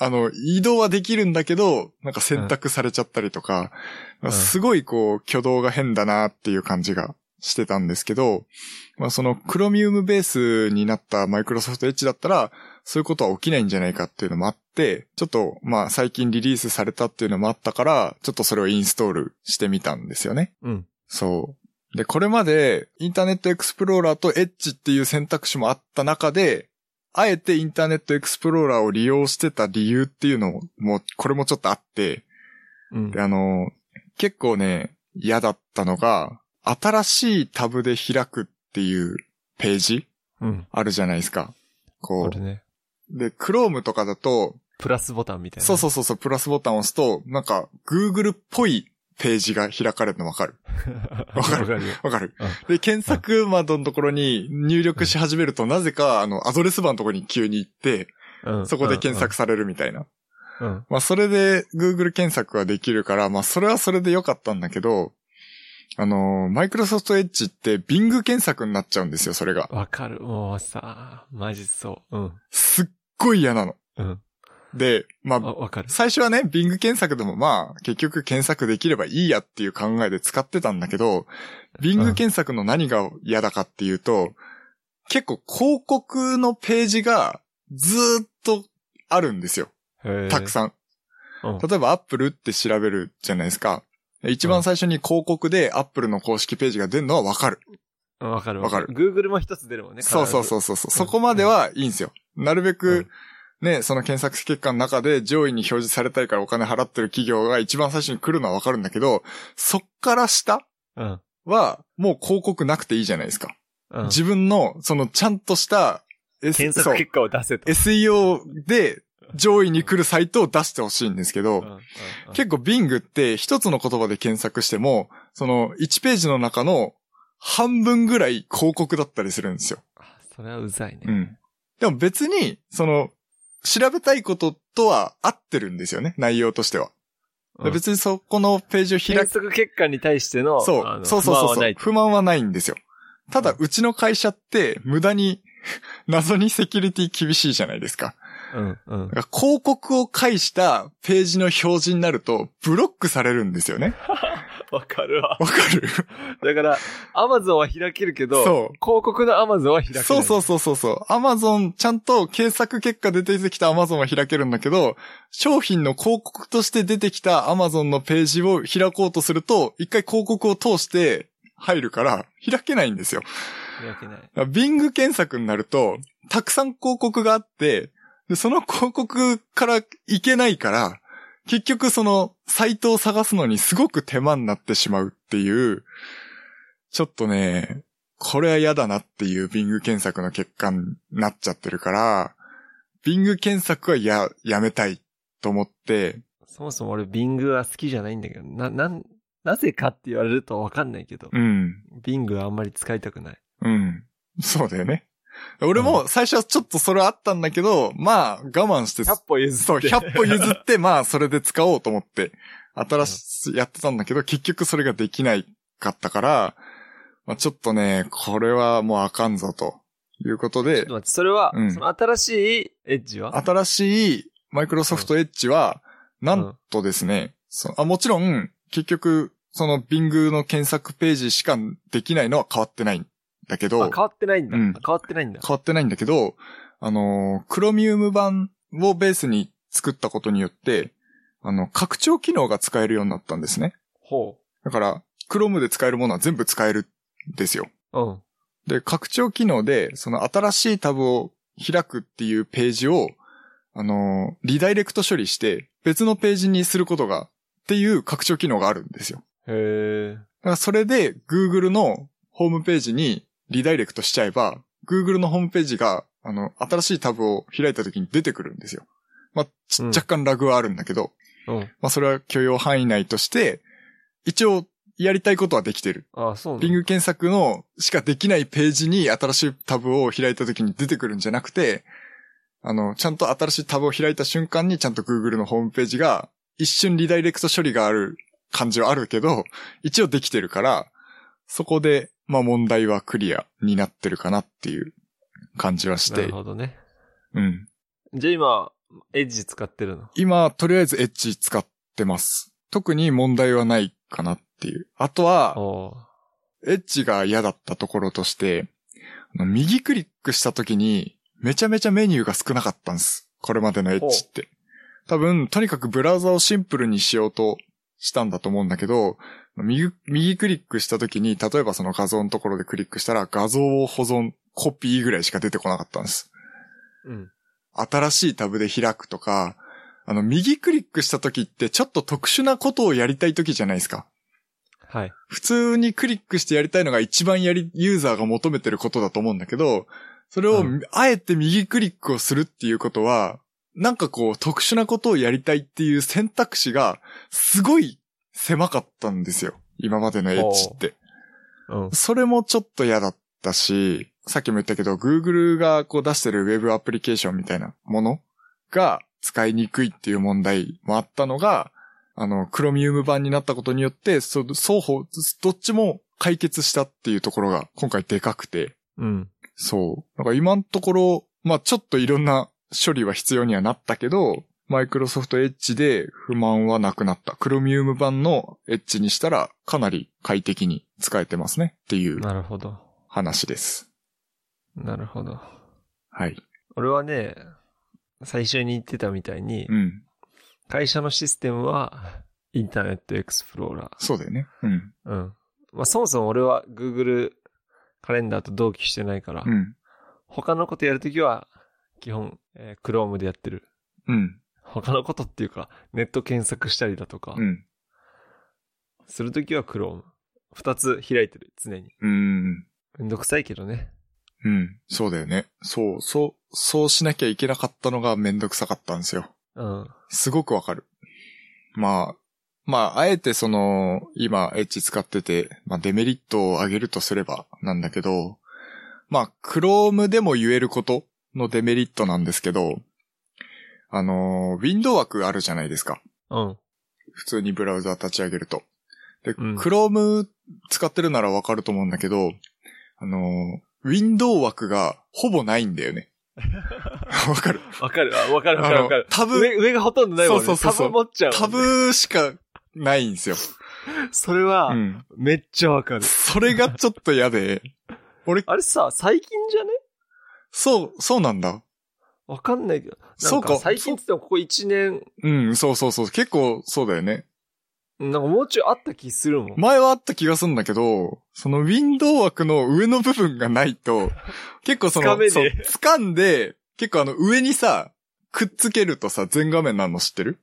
[SPEAKER 1] あの、移動はできるんだけど、なんか選択されちゃったりとか、
[SPEAKER 2] うん
[SPEAKER 1] すごいこう、挙動が変だなっていう感じがしてたんですけど、まあその、クロミウムベースになったマイクロソフトエッジだったら、そういうことは起きないんじゃないかっていうのもあって、ちょっと、まあ最近リリースされたっていうのもあったから、ちょっとそれをインストールしてみたんですよね。
[SPEAKER 2] うん。
[SPEAKER 1] そう。で、これまで、インターネットエクスプローラーとエッジっていう選択肢もあった中で、あえてインターネットエクスプローラーを利用してた理由っていうのも、もうこれもちょっとあって、
[SPEAKER 2] うん
[SPEAKER 1] で。あの、結構ね、嫌だったのが、新しいタブで開くっていうページ
[SPEAKER 2] うん。
[SPEAKER 1] あるじゃないですか。こ
[SPEAKER 2] あれね。
[SPEAKER 1] う。で、Chrome とかだと、
[SPEAKER 2] プラスボタンみたいな。
[SPEAKER 1] そうそうそうそう、プラスボタンを押すと、なんか、Google っぽいページが開かれるのわかる
[SPEAKER 2] う。わ
[SPEAKER 1] かる
[SPEAKER 2] かるよ。
[SPEAKER 1] わかる
[SPEAKER 2] うん。
[SPEAKER 1] で、検索窓のところに入力し始めると、なぜか、あの、アドレス番のところに急に行って、
[SPEAKER 2] うん
[SPEAKER 1] そこで検索。されるみたいな。
[SPEAKER 2] うんうん。
[SPEAKER 1] まあ、それで Google 検索ができるから、まあ、それはそれで良かったんだけど、あの、Microsoft Edge って Bing 検索になっちゃうんですよ、それが。
[SPEAKER 2] わかる。もうさ、マジそう。うん。
[SPEAKER 1] すっごい嫌なの。
[SPEAKER 2] うん。
[SPEAKER 1] で、ま
[SPEAKER 2] あ、
[SPEAKER 1] あ、
[SPEAKER 2] わかる。
[SPEAKER 1] 最初はね、Bing 検索でもまあ、結局検索できればいいやっていう考えで使ってたんだけど、Bing 検索の何が嫌だかっていうと、結構広告のページがずーっとあるんですよ。たく
[SPEAKER 2] ん。
[SPEAKER 1] さん。
[SPEAKER 2] うん
[SPEAKER 1] 例えば Apple って調べるじゃないですか。一番最初に広告で Apple の公式ページが出るのはわかる。
[SPEAKER 2] うんわかる。
[SPEAKER 1] わかる。
[SPEAKER 2] Google も一つ出るもんね。。
[SPEAKER 1] そうそうそううそうそう。そこまではいいんですよ。なるべ
[SPEAKER 2] う
[SPEAKER 1] く
[SPEAKER 2] ん、
[SPEAKER 1] ね、その検索結果の中で上位に表示されたいからお金払ってる企業が一番最初に来るのはわかるんだけど、そっから下
[SPEAKER 2] うん。
[SPEAKER 1] はもう広告なくていいじゃないですか。
[SPEAKER 2] うん。
[SPEAKER 1] 自分の、そのちゃんとした、S-
[SPEAKER 2] 検
[SPEAKER 1] そう
[SPEAKER 2] 索結果を出せと。
[SPEAKER 1] SEO で上位に来るサイトを出してほしいんですけど、
[SPEAKER 2] うんうんうん
[SPEAKER 1] 結構 Bing って一つの言葉で検索しても、その1ページの中の半分ぐらい広告だったりするんですよ。
[SPEAKER 2] あそれはうざいね。
[SPEAKER 1] うん。でも別に、その、調べたいこととは合ってるんですよね、内容としては。
[SPEAKER 2] うん
[SPEAKER 1] 別にそこのページを開
[SPEAKER 2] 検
[SPEAKER 1] く。
[SPEAKER 2] 索結果に対しての、
[SPEAKER 1] そ
[SPEAKER 2] あの
[SPEAKER 1] う、そうそうそう
[SPEAKER 2] 不満は
[SPEAKER 1] そ
[SPEAKER 2] な
[SPEAKER 1] う
[SPEAKER 2] い。
[SPEAKER 1] 不満はないんですよ。ただ、
[SPEAKER 2] うん
[SPEAKER 1] うちの会社って無駄に (laughs) 謎にセキュリティ厳しいじゃないですか。
[SPEAKER 2] うん、うん。
[SPEAKER 1] だから広告を介したページの表示になるとブロックされるんですよね。
[SPEAKER 2] わかるわ。
[SPEAKER 1] わかる
[SPEAKER 2] だから、アマゾンは開けるけど、
[SPEAKER 1] そう
[SPEAKER 2] 広告のアマゾンは開けない。
[SPEAKER 1] そうそううそうそうそう。アマゾン、ちゃんと検索結果で出てきたアマゾンは開けるんだけど、商品の広告として出てきたアマゾンのページを開こうとすると、一回広告を通して入るから、開けないんですよ。
[SPEAKER 2] 開けない。
[SPEAKER 1] ビング検索になると、たくさん広告があって、でその広告からいけないから、結局そのサイトを探すのにすごく手間になってしまうっていう、ちょっとね、これは嫌だなっていうビング検索の結果になっちゃってるから、ビング検索はや、やめたいと思って、
[SPEAKER 2] そもそも俺、ビングは好きじゃないんだけど、な、なん、なぜかって言われるとわかんないけど、
[SPEAKER 1] うん、
[SPEAKER 2] ビングはあんまり使いたくない。
[SPEAKER 1] うん。そうだよね。俺も最初はちょっとそれはあったんだけど、まあ我慢して
[SPEAKER 2] 100歩譲
[SPEAKER 1] そう、
[SPEAKER 2] って。
[SPEAKER 1] 100歩譲って、まあ、それで使おうと思って、新し、やってたんだけど、結局それができないかったから、まあ、ちょっとね、これはもうあかんぞ、ということ
[SPEAKER 2] ちょっ
[SPEAKER 1] で
[SPEAKER 2] と、待って、それは、
[SPEAKER 1] うん
[SPEAKER 2] その新しいエッジは
[SPEAKER 1] 新しいマイクロソフトエッジは、なんとですね、そあもちろん、結局、その Bing の検索ページしかできないのは変わってないんだけど、
[SPEAKER 2] あ、変わってないんだ。
[SPEAKER 1] うん
[SPEAKER 2] あ変わってないんだ。
[SPEAKER 1] 変わってないんだけど、あのー、クロミウム版をベースに作ったことによって、あの、拡張機能が使えるようになったんですね。
[SPEAKER 2] ほ
[SPEAKER 1] だから、クロムで使えるものは全部使えるんですよ。
[SPEAKER 2] う。うん。
[SPEAKER 1] で、拡張機能で、その新しいタブを開くっていうページを、あのーリダイレクト処理して、別のページにすることが、っていう拡張機能があるんですよ。
[SPEAKER 2] へえ。
[SPEAKER 1] だからそれで Google のホームページにリダイレクトしちゃえば、Google のホームページが、あの、新しいタブを開いた時に出てくるんですよ。まあ、ち
[SPEAKER 2] うん
[SPEAKER 1] 若干ラグはあるんだけど、
[SPEAKER 2] うん。
[SPEAKER 1] まあ、それは許容範囲内として、一応、やりたいことはできてる。
[SPEAKER 2] ああ、そうなん
[SPEAKER 1] リング検索のしかできないページに新しいタブを開いた時に出てくるんじゃなくて、あの、ちゃんと新しいタブを開いた瞬間にちゃんと Google のホームページが一瞬リダイレクト処理がある感じはあるけど、一応できてるから、そこで、まあ問題はクリアになってるかなっていう感じはし
[SPEAKER 2] なる
[SPEAKER 1] て。
[SPEAKER 2] ほどね。
[SPEAKER 1] うん。
[SPEAKER 2] じゃあ今、エッジ使ってるの。
[SPEAKER 1] 今、とりあえずエッジ使ってます。特に問題はないかなっていう。あとは、
[SPEAKER 2] おう
[SPEAKER 1] エッジが嫌だったところとして、あの右クリックした時に、めちゃめちゃメニューが少なかったんです。これまでのエッジって。多分、とにかくブラウザをシンプルにしようとしたんだと思うんだけど、右、右クリックした時に、例えばその画像のところでクリックしたら、画像を保存、コピーぐらいしか出てこなかったんです。
[SPEAKER 2] うん。
[SPEAKER 1] 新しいタブで開くとか、あの、右クリックした時ってちょっと特殊なことをやりたい時じゃないですか。
[SPEAKER 2] はい。
[SPEAKER 1] 普通にクリックしてやりたいのが一番やり、ユーザーが求めてることだと思うんだけど、それを、
[SPEAKER 2] うん
[SPEAKER 1] あえて右クリックをするっていうことは、なんかこう、特殊なことをやりたいっていう選択肢が、すごい狭かったんですよ。今までのエッジって。
[SPEAKER 2] うん。
[SPEAKER 1] それもちょっと嫌だったし、さっきも言ったけど、Google がこう出してるウェブアプリケーションみたいなものが使いにくいっていう問題もあったのが、あの、クロミウム版になったことによって、そ双方、どっちも解決したっていうところが今回でかくて、
[SPEAKER 2] うん。
[SPEAKER 1] そう。なんか今のところ、まあちょっといろんな処理は必要にはなったけど、マイクロソフトエッジで不満はなくなった。クロミウム版のエッジにしたらかなり快適に使えてますねっていう
[SPEAKER 2] なるほど。
[SPEAKER 1] 話です。
[SPEAKER 2] なるほど。
[SPEAKER 1] はい。
[SPEAKER 2] 俺はね、最初に言ってたみたいに
[SPEAKER 1] う、ん。
[SPEAKER 2] 会社のシステムは、インターネットエクスプローラ
[SPEAKER 1] そうだよね。うん。
[SPEAKER 2] ー。うん。まあ、そもそも俺は Google カレンダーと同期してないから、
[SPEAKER 1] うん。
[SPEAKER 2] 他のことやるときは、基本、えー Chrome でやってる。
[SPEAKER 1] うん。
[SPEAKER 2] 他のことっていうか、ネット検索したりだとか、
[SPEAKER 1] うん。
[SPEAKER 2] するときは Chrome。二つ開いてる、常に。
[SPEAKER 1] うん。
[SPEAKER 2] めんどくさいけどね。
[SPEAKER 1] うん。そうだよね。そう、そう、そうしなきゃいけなかったのがめんどくさかったんですよ。
[SPEAKER 2] うん。
[SPEAKER 1] すごくわかる。まあ、まあ、あえてその、今、エッジ使ってて、まあ、デメリットを上げるとすればなんだけど、まあ、Chrome でも言えることのデメリットなんですけど、あの、ウィンドウ枠あるじゃないですか。
[SPEAKER 2] うん。
[SPEAKER 1] 普通にブラウザ立ち上げると。で、
[SPEAKER 2] うん
[SPEAKER 1] Chrome 使ってるならわかると思うんだけど、あの、ウィンドウ枠がほぼないんだよ
[SPEAKER 2] (laughs)
[SPEAKER 1] ね。わかる
[SPEAKER 2] わかる、あわかるわかるわか
[SPEAKER 1] あの。
[SPEAKER 2] る
[SPEAKER 1] タブ
[SPEAKER 2] 上、上がほとんどないもんね。
[SPEAKER 1] そうそうそうそう
[SPEAKER 2] タブ持っちゃうもんね、
[SPEAKER 1] タブしかないんですよ。
[SPEAKER 2] それは、
[SPEAKER 1] うん。
[SPEAKER 2] めっちゃわかる。
[SPEAKER 1] それがちょっと嫌で、俺、
[SPEAKER 2] あれさ、最近じゃね
[SPEAKER 1] そう、そうなんだ。
[SPEAKER 2] わかんないけど。なん
[SPEAKER 1] そうか
[SPEAKER 2] 最近って言ってもここ1年、
[SPEAKER 1] うん、そうそうそう。結構そうだよね。
[SPEAKER 2] なんかもうちょいあった気するもん。
[SPEAKER 1] 前はあった気がするんだけど、そのウィンドウ枠の上の部分がない
[SPEAKER 2] (laughs)
[SPEAKER 1] と、結構その、
[SPEAKER 2] 掴めねえ
[SPEAKER 1] そう掴んで、結構あの上にさ、くっつけるとさ、全画面なの知ってる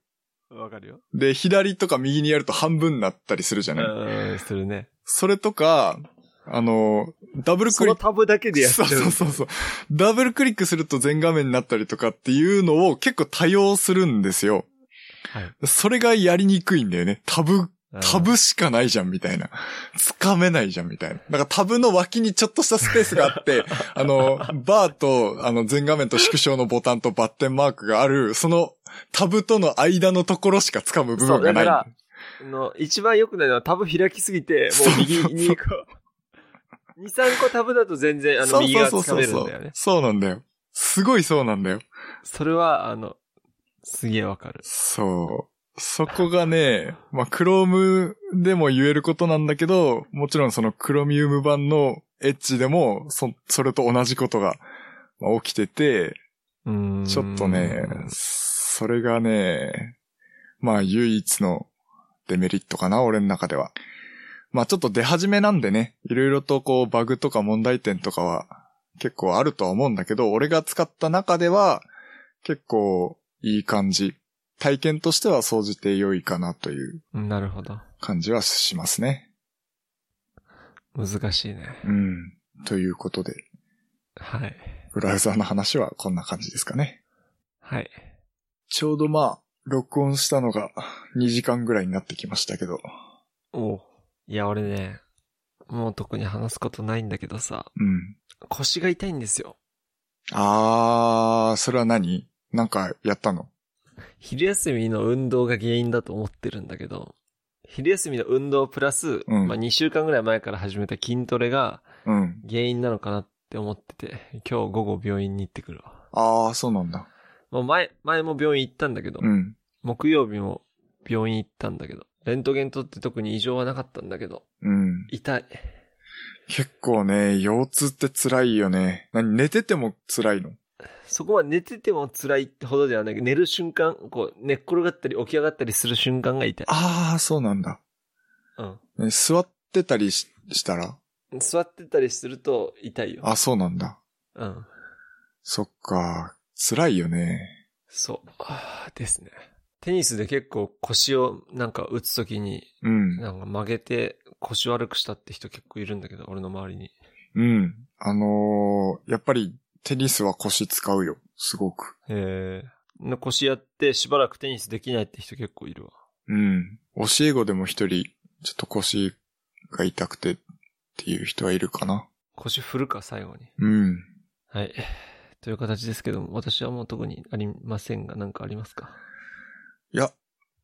[SPEAKER 2] わかるよ。
[SPEAKER 1] で、左とか右にやると半分になったりするじゃ
[SPEAKER 2] う
[SPEAKER 1] ない、
[SPEAKER 2] ん、するね。
[SPEAKER 1] それとか、あの、ダブル
[SPEAKER 2] そ
[SPEAKER 1] クリッ
[SPEAKER 2] の
[SPEAKER 1] ク
[SPEAKER 2] タブだけでやっちゃう。
[SPEAKER 1] そうそうそうそう。ダブルクリックすると全画面になったりとかっていうのを結構多用するんですよ。
[SPEAKER 2] はい
[SPEAKER 1] それがやりにくいんだよね。タブ、
[SPEAKER 2] うん
[SPEAKER 1] タブしかないじゃんみたいな。つかめないじゃんみたいな。だからタブの脇にちょっとしたスペースがあ
[SPEAKER 2] (laughs)
[SPEAKER 1] って、あの、バーと、あの、全画面と縮小のボタンとバッテンマークがある、そのタブとの間のところしか掴む部
[SPEAKER 2] そ
[SPEAKER 1] 分
[SPEAKER 2] う、
[SPEAKER 1] が
[SPEAKER 2] だ
[SPEAKER 1] な
[SPEAKER 2] か
[SPEAKER 1] い。
[SPEAKER 2] ら、あの、一番良くないのはタブ開きすぎて、もう右
[SPEAKER 1] そうそうそう
[SPEAKER 2] にこう、2、3個タブだと全然、あの、右がつかめるんだよね。
[SPEAKER 1] そうなんだよ。すごいそうなんだよ。
[SPEAKER 2] それは、あの、すげえわかる。
[SPEAKER 1] そう。そこがね、まあ、Chrome でも言えることなんだけど、もちろんその Chromium 版の Edge でも、そ、それと同じことがまあ起きてて、
[SPEAKER 2] うーん
[SPEAKER 1] ちょっとね、それがね、まあ唯一のデメリットかな、俺の中では。まあちょっと出始めなんでね、いろいろとこうバグとか問題点とかは結構あるとは思うんだけど、俺が使った中では結構いい感じ。体験としては総じて良いかなという
[SPEAKER 2] なるほど。
[SPEAKER 1] 感じはしますね。
[SPEAKER 2] 難しいね。
[SPEAKER 1] うん。ということで、
[SPEAKER 2] はい。
[SPEAKER 1] ブラウザーの話はこんな感じですかね。
[SPEAKER 2] はい。
[SPEAKER 1] ちょうどまあ、録音したのが2時間ぐらいになってきましたけど。
[SPEAKER 2] おういや、俺ね、もう特に話すことないんだけどさ、
[SPEAKER 1] うん。
[SPEAKER 2] 腰が痛いんですよ。
[SPEAKER 1] あー、それは何なんかやったの
[SPEAKER 2] 昼休みの運動が原因だと思ってるんだけど、昼休みの運動プラス、
[SPEAKER 1] うん
[SPEAKER 2] まあ2週間ぐらい前から始めた筋トレが
[SPEAKER 1] うん。
[SPEAKER 2] 原因なのかなって思ってて、今日午後病院に行ってくるわ。
[SPEAKER 1] あー、そうなんだ。
[SPEAKER 2] まあ前、前も病院行ったんだけど、
[SPEAKER 1] うん。
[SPEAKER 2] 木曜日も病院行ったんだけど、レントゲン取って特に異常はなかったんだけど、
[SPEAKER 1] うん。
[SPEAKER 2] 痛い。
[SPEAKER 1] 結構ね、腰痛って辛いよね。何寝てても辛いの
[SPEAKER 2] そこは寝てても辛いってほどではないけど、寝る瞬間、こう、寝っ転がったり起き上がったりする瞬間が痛い。
[SPEAKER 1] あー、そうなんだ。
[SPEAKER 2] うん。
[SPEAKER 1] ね座ってたりししたら
[SPEAKER 2] 座ってたりすると痛いよ。
[SPEAKER 1] あ、そうなんだ。
[SPEAKER 2] うん。
[SPEAKER 1] そっか。辛いよね。
[SPEAKER 2] そう。あーですね。テニスで結構腰をなんか打つときに、
[SPEAKER 1] うん。
[SPEAKER 2] なんか曲げて腰悪くしたって人結構いるんだけど、俺の周りに。
[SPEAKER 1] うん。あのー、やっぱりテニスは腰使うよ。すごく。
[SPEAKER 2] へえ。腰やってしばらくテニスできないって人結構いるわ。
[SPEAKER 1] うん。教え子でも一人、ちょっと腰が痛くてっていう人はいるかな。
[SPEAKER 2] 腰振るか、最後に。
[SPEAKER 1] うん。
[SPEAKER 2] はい。という形ですけども、私はもう特にありませんが、なんかありますか
[SPEAKER 1] いや、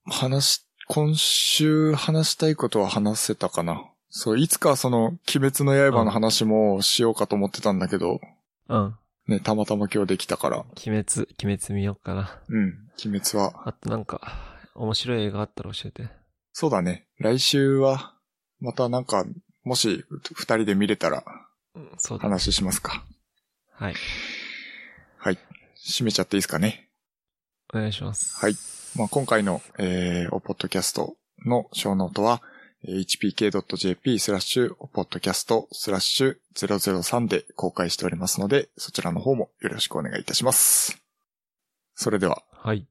[SPEAKER 1] 話し、今週話したいことは話せたかな。そう、いつかその、鬼滅の刃の話もしようかと思ってたんだけど、
[SPEAKER 2] うん。
[SPEAKER 1] ね、たまたま今日できたから、
[SPEAKER 2] 鬼滅、鬼滅見ようかな。
[SPEAKER 1] うん、鬼滅は、
[SPEAKER 2] あとなんか、面白い映画あったら教えて。
[SPEAKER 1] そうだね、来週は、またなんか、もし、二人で見れたら、
[SPEAKER 2] うん、そうだ。
[SPEAKER 1] 話しますか。
[SPEAKER 2] はい。
[SPEAKER 1] 締めちゃっていいですかね。
[SPEAKER 2] お願いします。
[SPEAKER 1] はい。まあ、今回の、えー、おポッドキャストの小ノートは、えー hpk.jp スラッシュおポッドキャストスラッシュ003で公開しておりますので、そちらの方もよろしくお願いいたします。それでは、
[SPEAKER 2] はい。